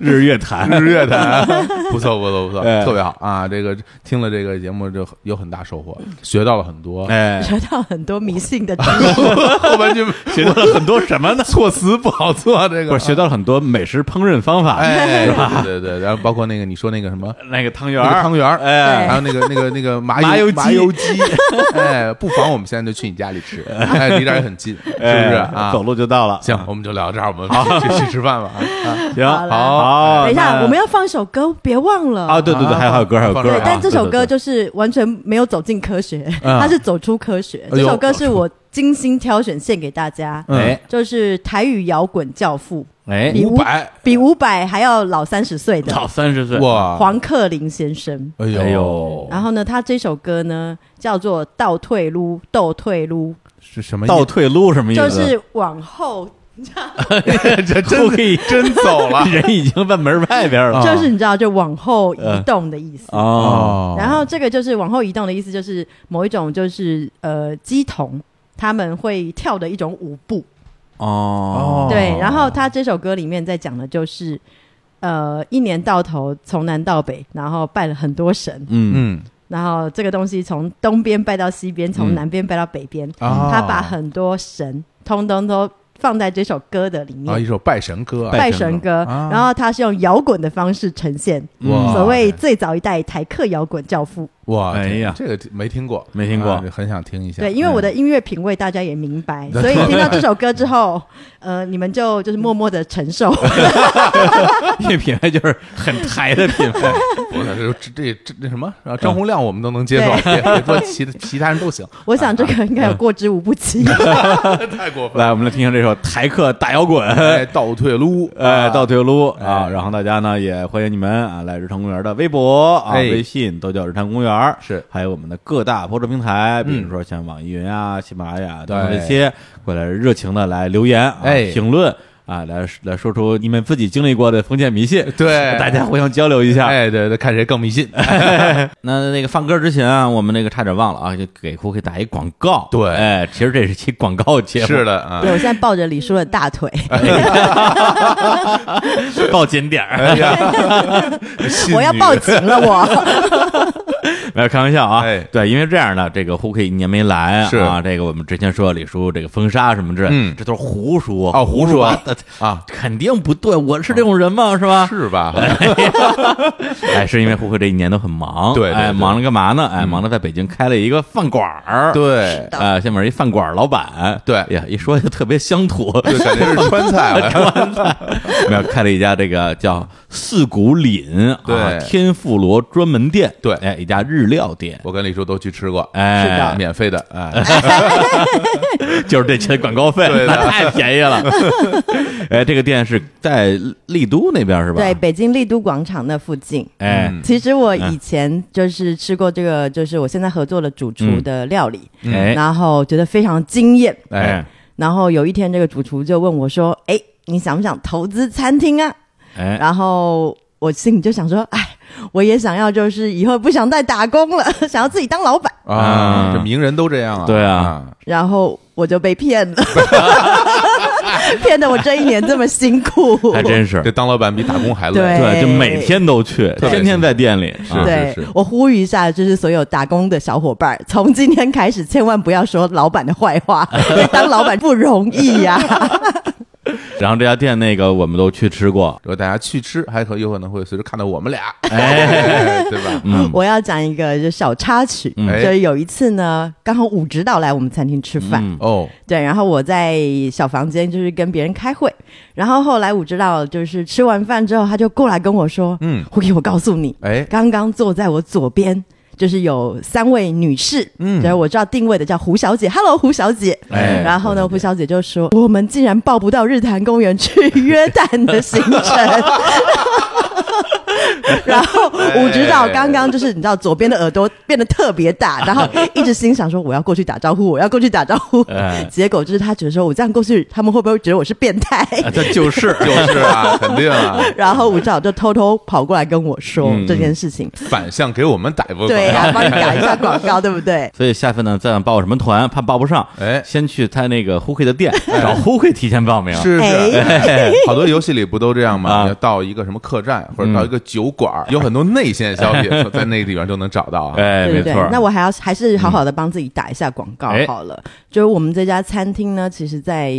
日月谈。 (laughs) 日月 (laughs) 潭，不错不错不错哎，特别好啊！这个听了这个节目就有很大收获，学到了很多。哎，学到很多迷信的知 (laughs) (laughs) 后 (laughs) 半句学到了很多什么呢？ (laughs) 措辞不好做，这个不是学到了很多美食烹饪方法，哎，对对对，然后包括那个你说那个什么。那个汤圆那儿，个汤圆儿，哎还有那个那个那 (laughs) 个麻麻油油鸡麻油鸡， (laughs) 哎，不妨我们现在就去你家里吃，哎，离这儿也很近，是不哎是啊？走路就到了。行，我们就聊到这儿，我们去去吃饭 (laughs) 吧啊啊！行，好了好，等一下，那我们要放首歌，别忘了啊，对对对，还有还有歌，还有歌对啊对，，但这首歌对对就是完全没有走进科学，嗯它是走出科学。哎这呦首歌是我精心挑选献给大家，嗯哎就是台语摇滚教父，哎，比伍500比伍佰还要老三十岁老的三十岁，哇，黄克林先生。哎哎呦，呦，然后呢，他这首歌呢叫做《倒退撸》，斗退撸，是什么意思？倒退撸什么意思？ (laughs) 就是往后，这真嘿真走了人已经在门外边了啊呃就是你知道，就往后移动的意思。哦，哦然后这个就是往后移动的意思，就是某一种就是呃鸡童他们会跳的一种舞步。哦，对，然后他这首歌里面在讲的就是，呃，一年到头从南到北，然后拜了很多神，嗯 (laughs) 嗯，然后这个东西从东边拜到西边，从嗯南边拜到北边，哦他把很多神通通都放在这首歌的里面。啊，一首拜神歌啊，拜神神歌，啊然后他是用摇滚的方式呈现，嗯哇所谓最早一代台客摇滚教父。哇，哎呀这个没听过，没听过啊很想听一下。对，因为我的音乐品味大家也明白，所以听到这首歌之后， (laughs) 呃，你们就就是默默的承受。这品牌就是很台的品牌，不是嗯这这这这什么啊？张洪亮我们都能接受，别别说其其他人 (laughs) 不行，我想这个应该有过之无不及。太过分 (laughs) 了。来，我们来听听这首台客大摇滚。哎，倒退撸，哎，倒退撸啊！哎然后大家呢也欢迎你们啊来日坛公园的微博啊、哎微信都叫日坛公园，是还有我们的各大播出平台，比如嗯说像网易云啊、喜马拉雅等等对这些，过来热情的来留言啊、哎评论啊，来来说出你们自己经历过的封建迷信，对大家互相交流一下。哎，对对，看谁更迷信。那那个放歌之前啊，我们那个差点忘了啊，就给胡黑打一广告。对哎，其实这是期广告节目，是的啊对，，我现在抱着李叔的大腿，报紧点儿，哎呀， (laughs) 信我要女报警了，我。 (laughs) 没有开玩笑啊，哎对，因为这样呢，这个胡可以一年没来是啊，这个我们之前说李叔这个封杀什么之类，嗯这都是胡说哦胡说说八道啊，肯定不对，我是这种人啊哦吗？是吧？是吧？哎，是因为胡可这一年都很忙，对对哎，对忙了干嘛呢？哎，忙着在北京开了一个饭馆儿，，对，啊，下面一饭馆儿老板，对哎呀，一说就特别乡土，就感觉是川菜啊 (laughs) 了。没有开了一家这个叫四谷岭啊对天妇罗专门店，对哎，一家日料店。 (laughs) 我跟李叔都去吃过，哎是的免费的，哎，就是这期的广告费，对的那太便宜 (laughs) 了。哎，这个店是在丽都那边是吧？对，，北京丽都广场那附近。哎，嗯其实我以前就是吃过这个，就是我现在合作的主厨的料理，嗯哎，然后觉得非常惊艳。嗯哎，然后有一天，这个主厨就问我说：“哎，你想不想投资餐厅啊？”哎，然后我心里就想说：“哎，我也想要，就是以后不想再打工了， (laughs) 想要自己当老板。啊，嗯这名人都这样啊，对啊啊，”然后我就被骗 (laughs) 了， (laughs) 骗得我这一年这么辛苦。还真是这，当老板比打工还累对，对，就每天都去，别天天在店里，是啊对是是我呼吁一下，就是所有打工的小伙伴儿，从今天开始千万不要说老板的坏 (laughs) 话，因为当老板不容易呀、然后这家店那个我们都去吃过，如果大家去吃，还可有可能会随时看到我们俩，哎，对吧？嗯， (laughs) 我要讲一个就小插曲，嗯就是有一次呢，刚好武指导来我们餐厅吃饭，嗯哦，对，然后我在小房间就是跟别人开会，然后后来武指导就是吃完饭之后，他就过来跟我说：“嗯胡 k 我告诉你，哎，刚刚坐在我左边。”就是有三位女士，嗯，就是我知道定位的叫胡小姐，Hello 胡小姐，哎然后呢，胡小姐就说我们竟然报不到日坛公园去约旦的行程， (laughs) 然后武指导刚刚就是你知道左边的耳朵变得特别大，然后一直心想说我要过去打招呼，我要过去打招呼哎，结果就是他觉得说我这样过去，他们会不会觉得我是变态？ (laughs) 啊这 (laughs) 就是就是啊，肯定啊，然后武指导就偷偷跑过来跟我说嗯这件事情，反向给我们逮捕，对呀、帮你打一下广告，对不对？所以下次呢，再想报什么团，怕报不上，哎先去他那个 h o k 的店找 h o k 提前报名， (laughs) 是是，哎，好多游戏里不都这样啊嗯吗？要到一个什么客栈或者到一个酒馆，有很多内线消 (laughs) 息在那个地方就能找到啊。哎，对没错对对儿，，嗯那我还要还是好好的帮自己打一下广告哎好了。就是我们这家餐厅呢，其实在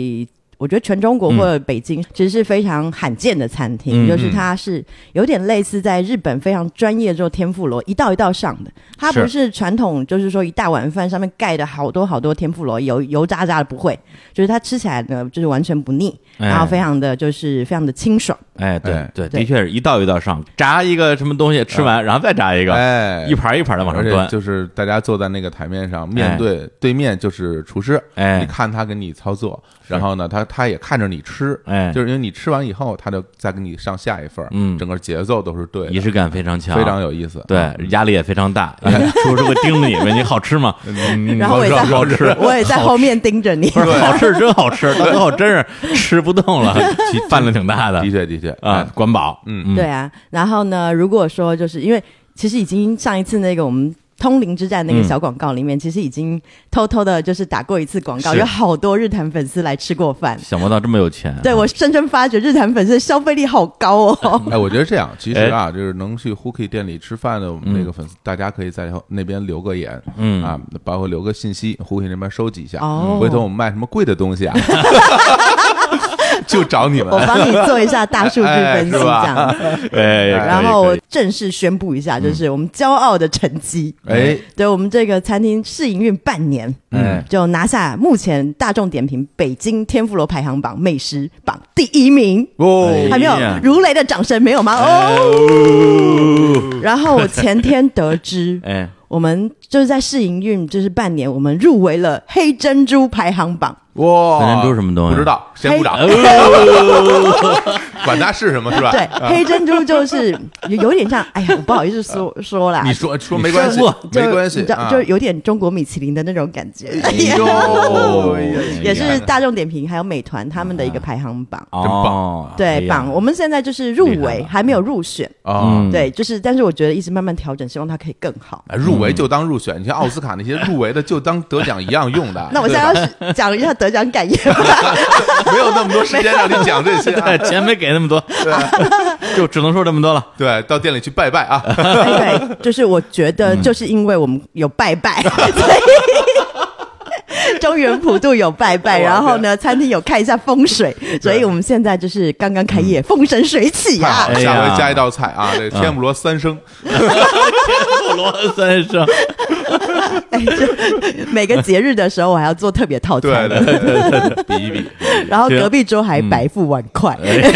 我觉得全中国嗯或者北京，其实是非常罕见的餐嗯厅，就是它是有点类似在日本非常专业做天妇罗一道一道上的，它是不是传统就是说一大碗饭上面盖的好多好多天妇罗，油油炸炸的不会，就是它吃起来呢就是完全不腻，哎然后非常的就是非常的清爽。哎，对哎嗯对，对的确是一道一道上，炸一个什么东西吃完，然后再炸一个，哎，一盘一盘的往而上且端，就是大家坐在那个台面上，面对、对面就是厨师，哎你看他给你操作，然后呢，他他也看着你吃，哎就是因为你吃完以后，他就再给你上下一份儿，嗯整个节奏都是对的，仪式感非常强，非常哎有意思，嗯对，压力也非常大。叔叔会盯着你问你好吃 (laughs) 吗？嗯然后我也在好吃，好吃我也在后面盯着你。不是好吃，真好 (laughs) 吃，到最后真是吃不动了， (laughs) 其饭量挺大的的确的确啊，哎管饱，嗯嗯对啊，然后呢，如果说就是因为其实已经上一次那个我们。通灵之战嗯那个小广告里面，其实已经偷偷的，就是打过一次广告，是有好多日坛粉丝来吃过饭。想不到这么有钱，对我深深发觉，日坛粉丝的消费力好高 (laughs) 哦。嗯哎，我觉得这样，其实啊，就是能去 Hooky 店里吃饭的我们这个粉丝，大家可以在那边留个言，嗯啊，包括留个信息，Hooky 那边收集一下，哦 (laughs) 回头我们卖什么贵的东西啊，就找你 (laughs) 我们，帮你做一下大数据分 (laughs) 哎是析，这吧样子。哎，可以然后可我以正式宣布一下，就是我们骄傲的成绩，哎，对我们这个餐厅试营运半年，嗯就拿下目前大众点评北京天妇罗排行榜美食榜第一名。哦，哎还没有呀，如雷的掌声，没有吗？哎哦。然后我前天得知 (laughs) 哎，我们就是在试营运，就是半年，我们入围了黑珍珠排行榜。哇，白珍珠什么东西不知道，先鼓哦掌，哎管它是什么是吧？哎对， (laughs) 啊黑珍珠就是 (laughs) 有有点像，哎呀，我不好意思说说啦，啊你说说没关系你说过，就没关系你知啊道，就有点中国米其林的那种感觉。哎呦哎呀啊 (laughs) 也是大众点评还有美团他们的一个排行榜，哦，哎对呀榜。我们现在就是入厉害围了，还没有入选。啊嗯。对，就是，但是我觉得一直慢慢调整，希望它可以更好。入围就当入选，你像奥斯卡那些入围的就当得奖一样用的。 (laughs) 那我现在要是讲一下得奖感言吧。对 (laughs) 吧没有那么多时间让你讲这些啊， (laughs) 对， (laughs) 钱没给那么多， (laughs) 就只能说这么多了。对，到店里去拜拜啊。哎对，就是我觉得，嗯就是因为我们有拜 (laughs) 拜，所以中原普渡有拜拜，然后呢，餐厅有看一下风水，所以我们现在就是刚刚开业，风生水起太啊好！了，哎下呀嗯回加一道菜啊，这天妇罗三生， (laughs) 普罗三生，哎，就每个节日的时候，我还要做特别套对餐，对对对，比一比。然后隔壁桌还白付碗筷，嗯哎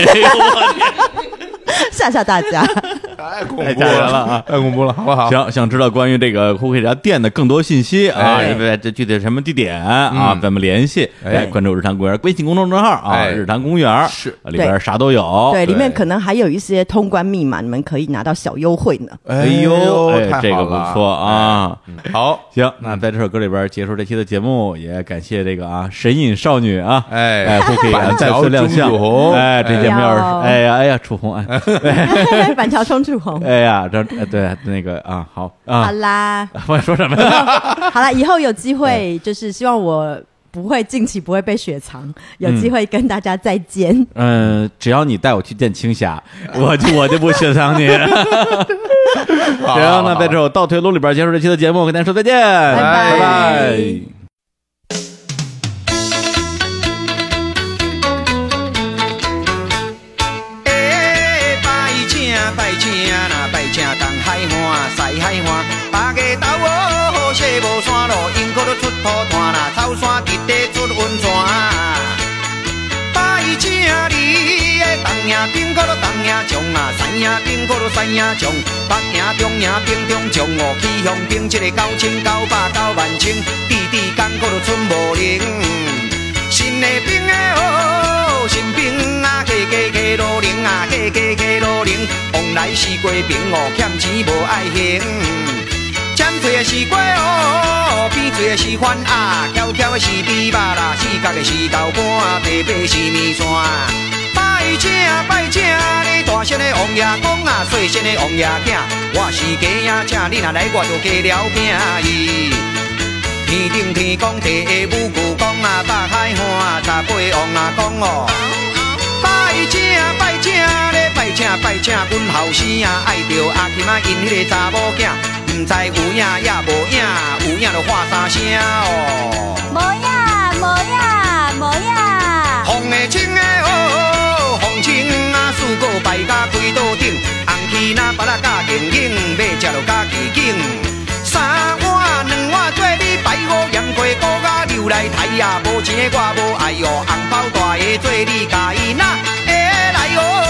(laughs) 吓吓大家。太恐 (laughs) 太怖吓人了啊太恐怖了，好不好？行，想知道关于这个酷黑茶店的更多信息啊，哎因为这具体什么地点啊，嗯怎么联系？哎来关注日坛公园微信公众账号啊，哎日坛公园啊是里边啥都有。对，里面哦对可能还有一些通关密码，你们可以拿到小优惠呢。 (laughs) 哎呦，哎，太这好个了不错。啊。嗯好，行，那在这首歌里边结束这期的节目，也感谢这个啊神隐少女啊，哎哎，不可以啊板再桥次亮钟相楚，红哎，这节目要是哎哎呀哎呀楚红， (laughs) 哎板桥冲出红，哎呀这哎对那个啊好好啊，啦。 (laughs) 我说什么呀？ (laughs) 好了，以后有机会，就是希望我不会近期不会被雪藏，有机会跟大家再见。嗯，只要你带我去见青霞， (laughs) 我就我就不雪藏你。 (laughs) 好行，那在这首倒退录里边结束这期的节目，跟大家说再见，拜拜拜拜。哎，拜请拜请啦，拜请东海岸、西海岸，白个头哦，好势无山路，因搁要出土炭啦，草山直直出温泉。拜请你，哎，东呀兵搁要东呀将啊，西呀兵搁要西呀将，北呀中呀兵中将哦，起向兵这个九千九百九万千，地地干搁要春无零。新的兵的哦，新兵啊，加加加路零啊，加加加路零，往来是过兵哦，欠钱无爱还。尖嘴的是瓜哦，扁嘴的是番鸭，翘翘的是猪肉啦，四角的是豆干，白白是面线。拜请拜请你大声的王爷公啊，细声的王爷囝，我是鸡仔请你若来我就加了惊伊。天顶天公地下母牛公啊，北海岸啊，十八王啊公哦。拜请拜请咧，拜请拜请，阮后生啊爱着阿琴啊，因迄个查某囝，毋知有影也无影，有影就喊三声哦。无呀无呀无呀，风的清的哦，风清啊，四个排甲规桌顶，红旗那巴拉甲紧紧，要食就甲奇景。三碗两碗做你排五盐鸡锅啊，流来台啊，无钱的我无爱哦，红包大个做你家己拿，哎来哦。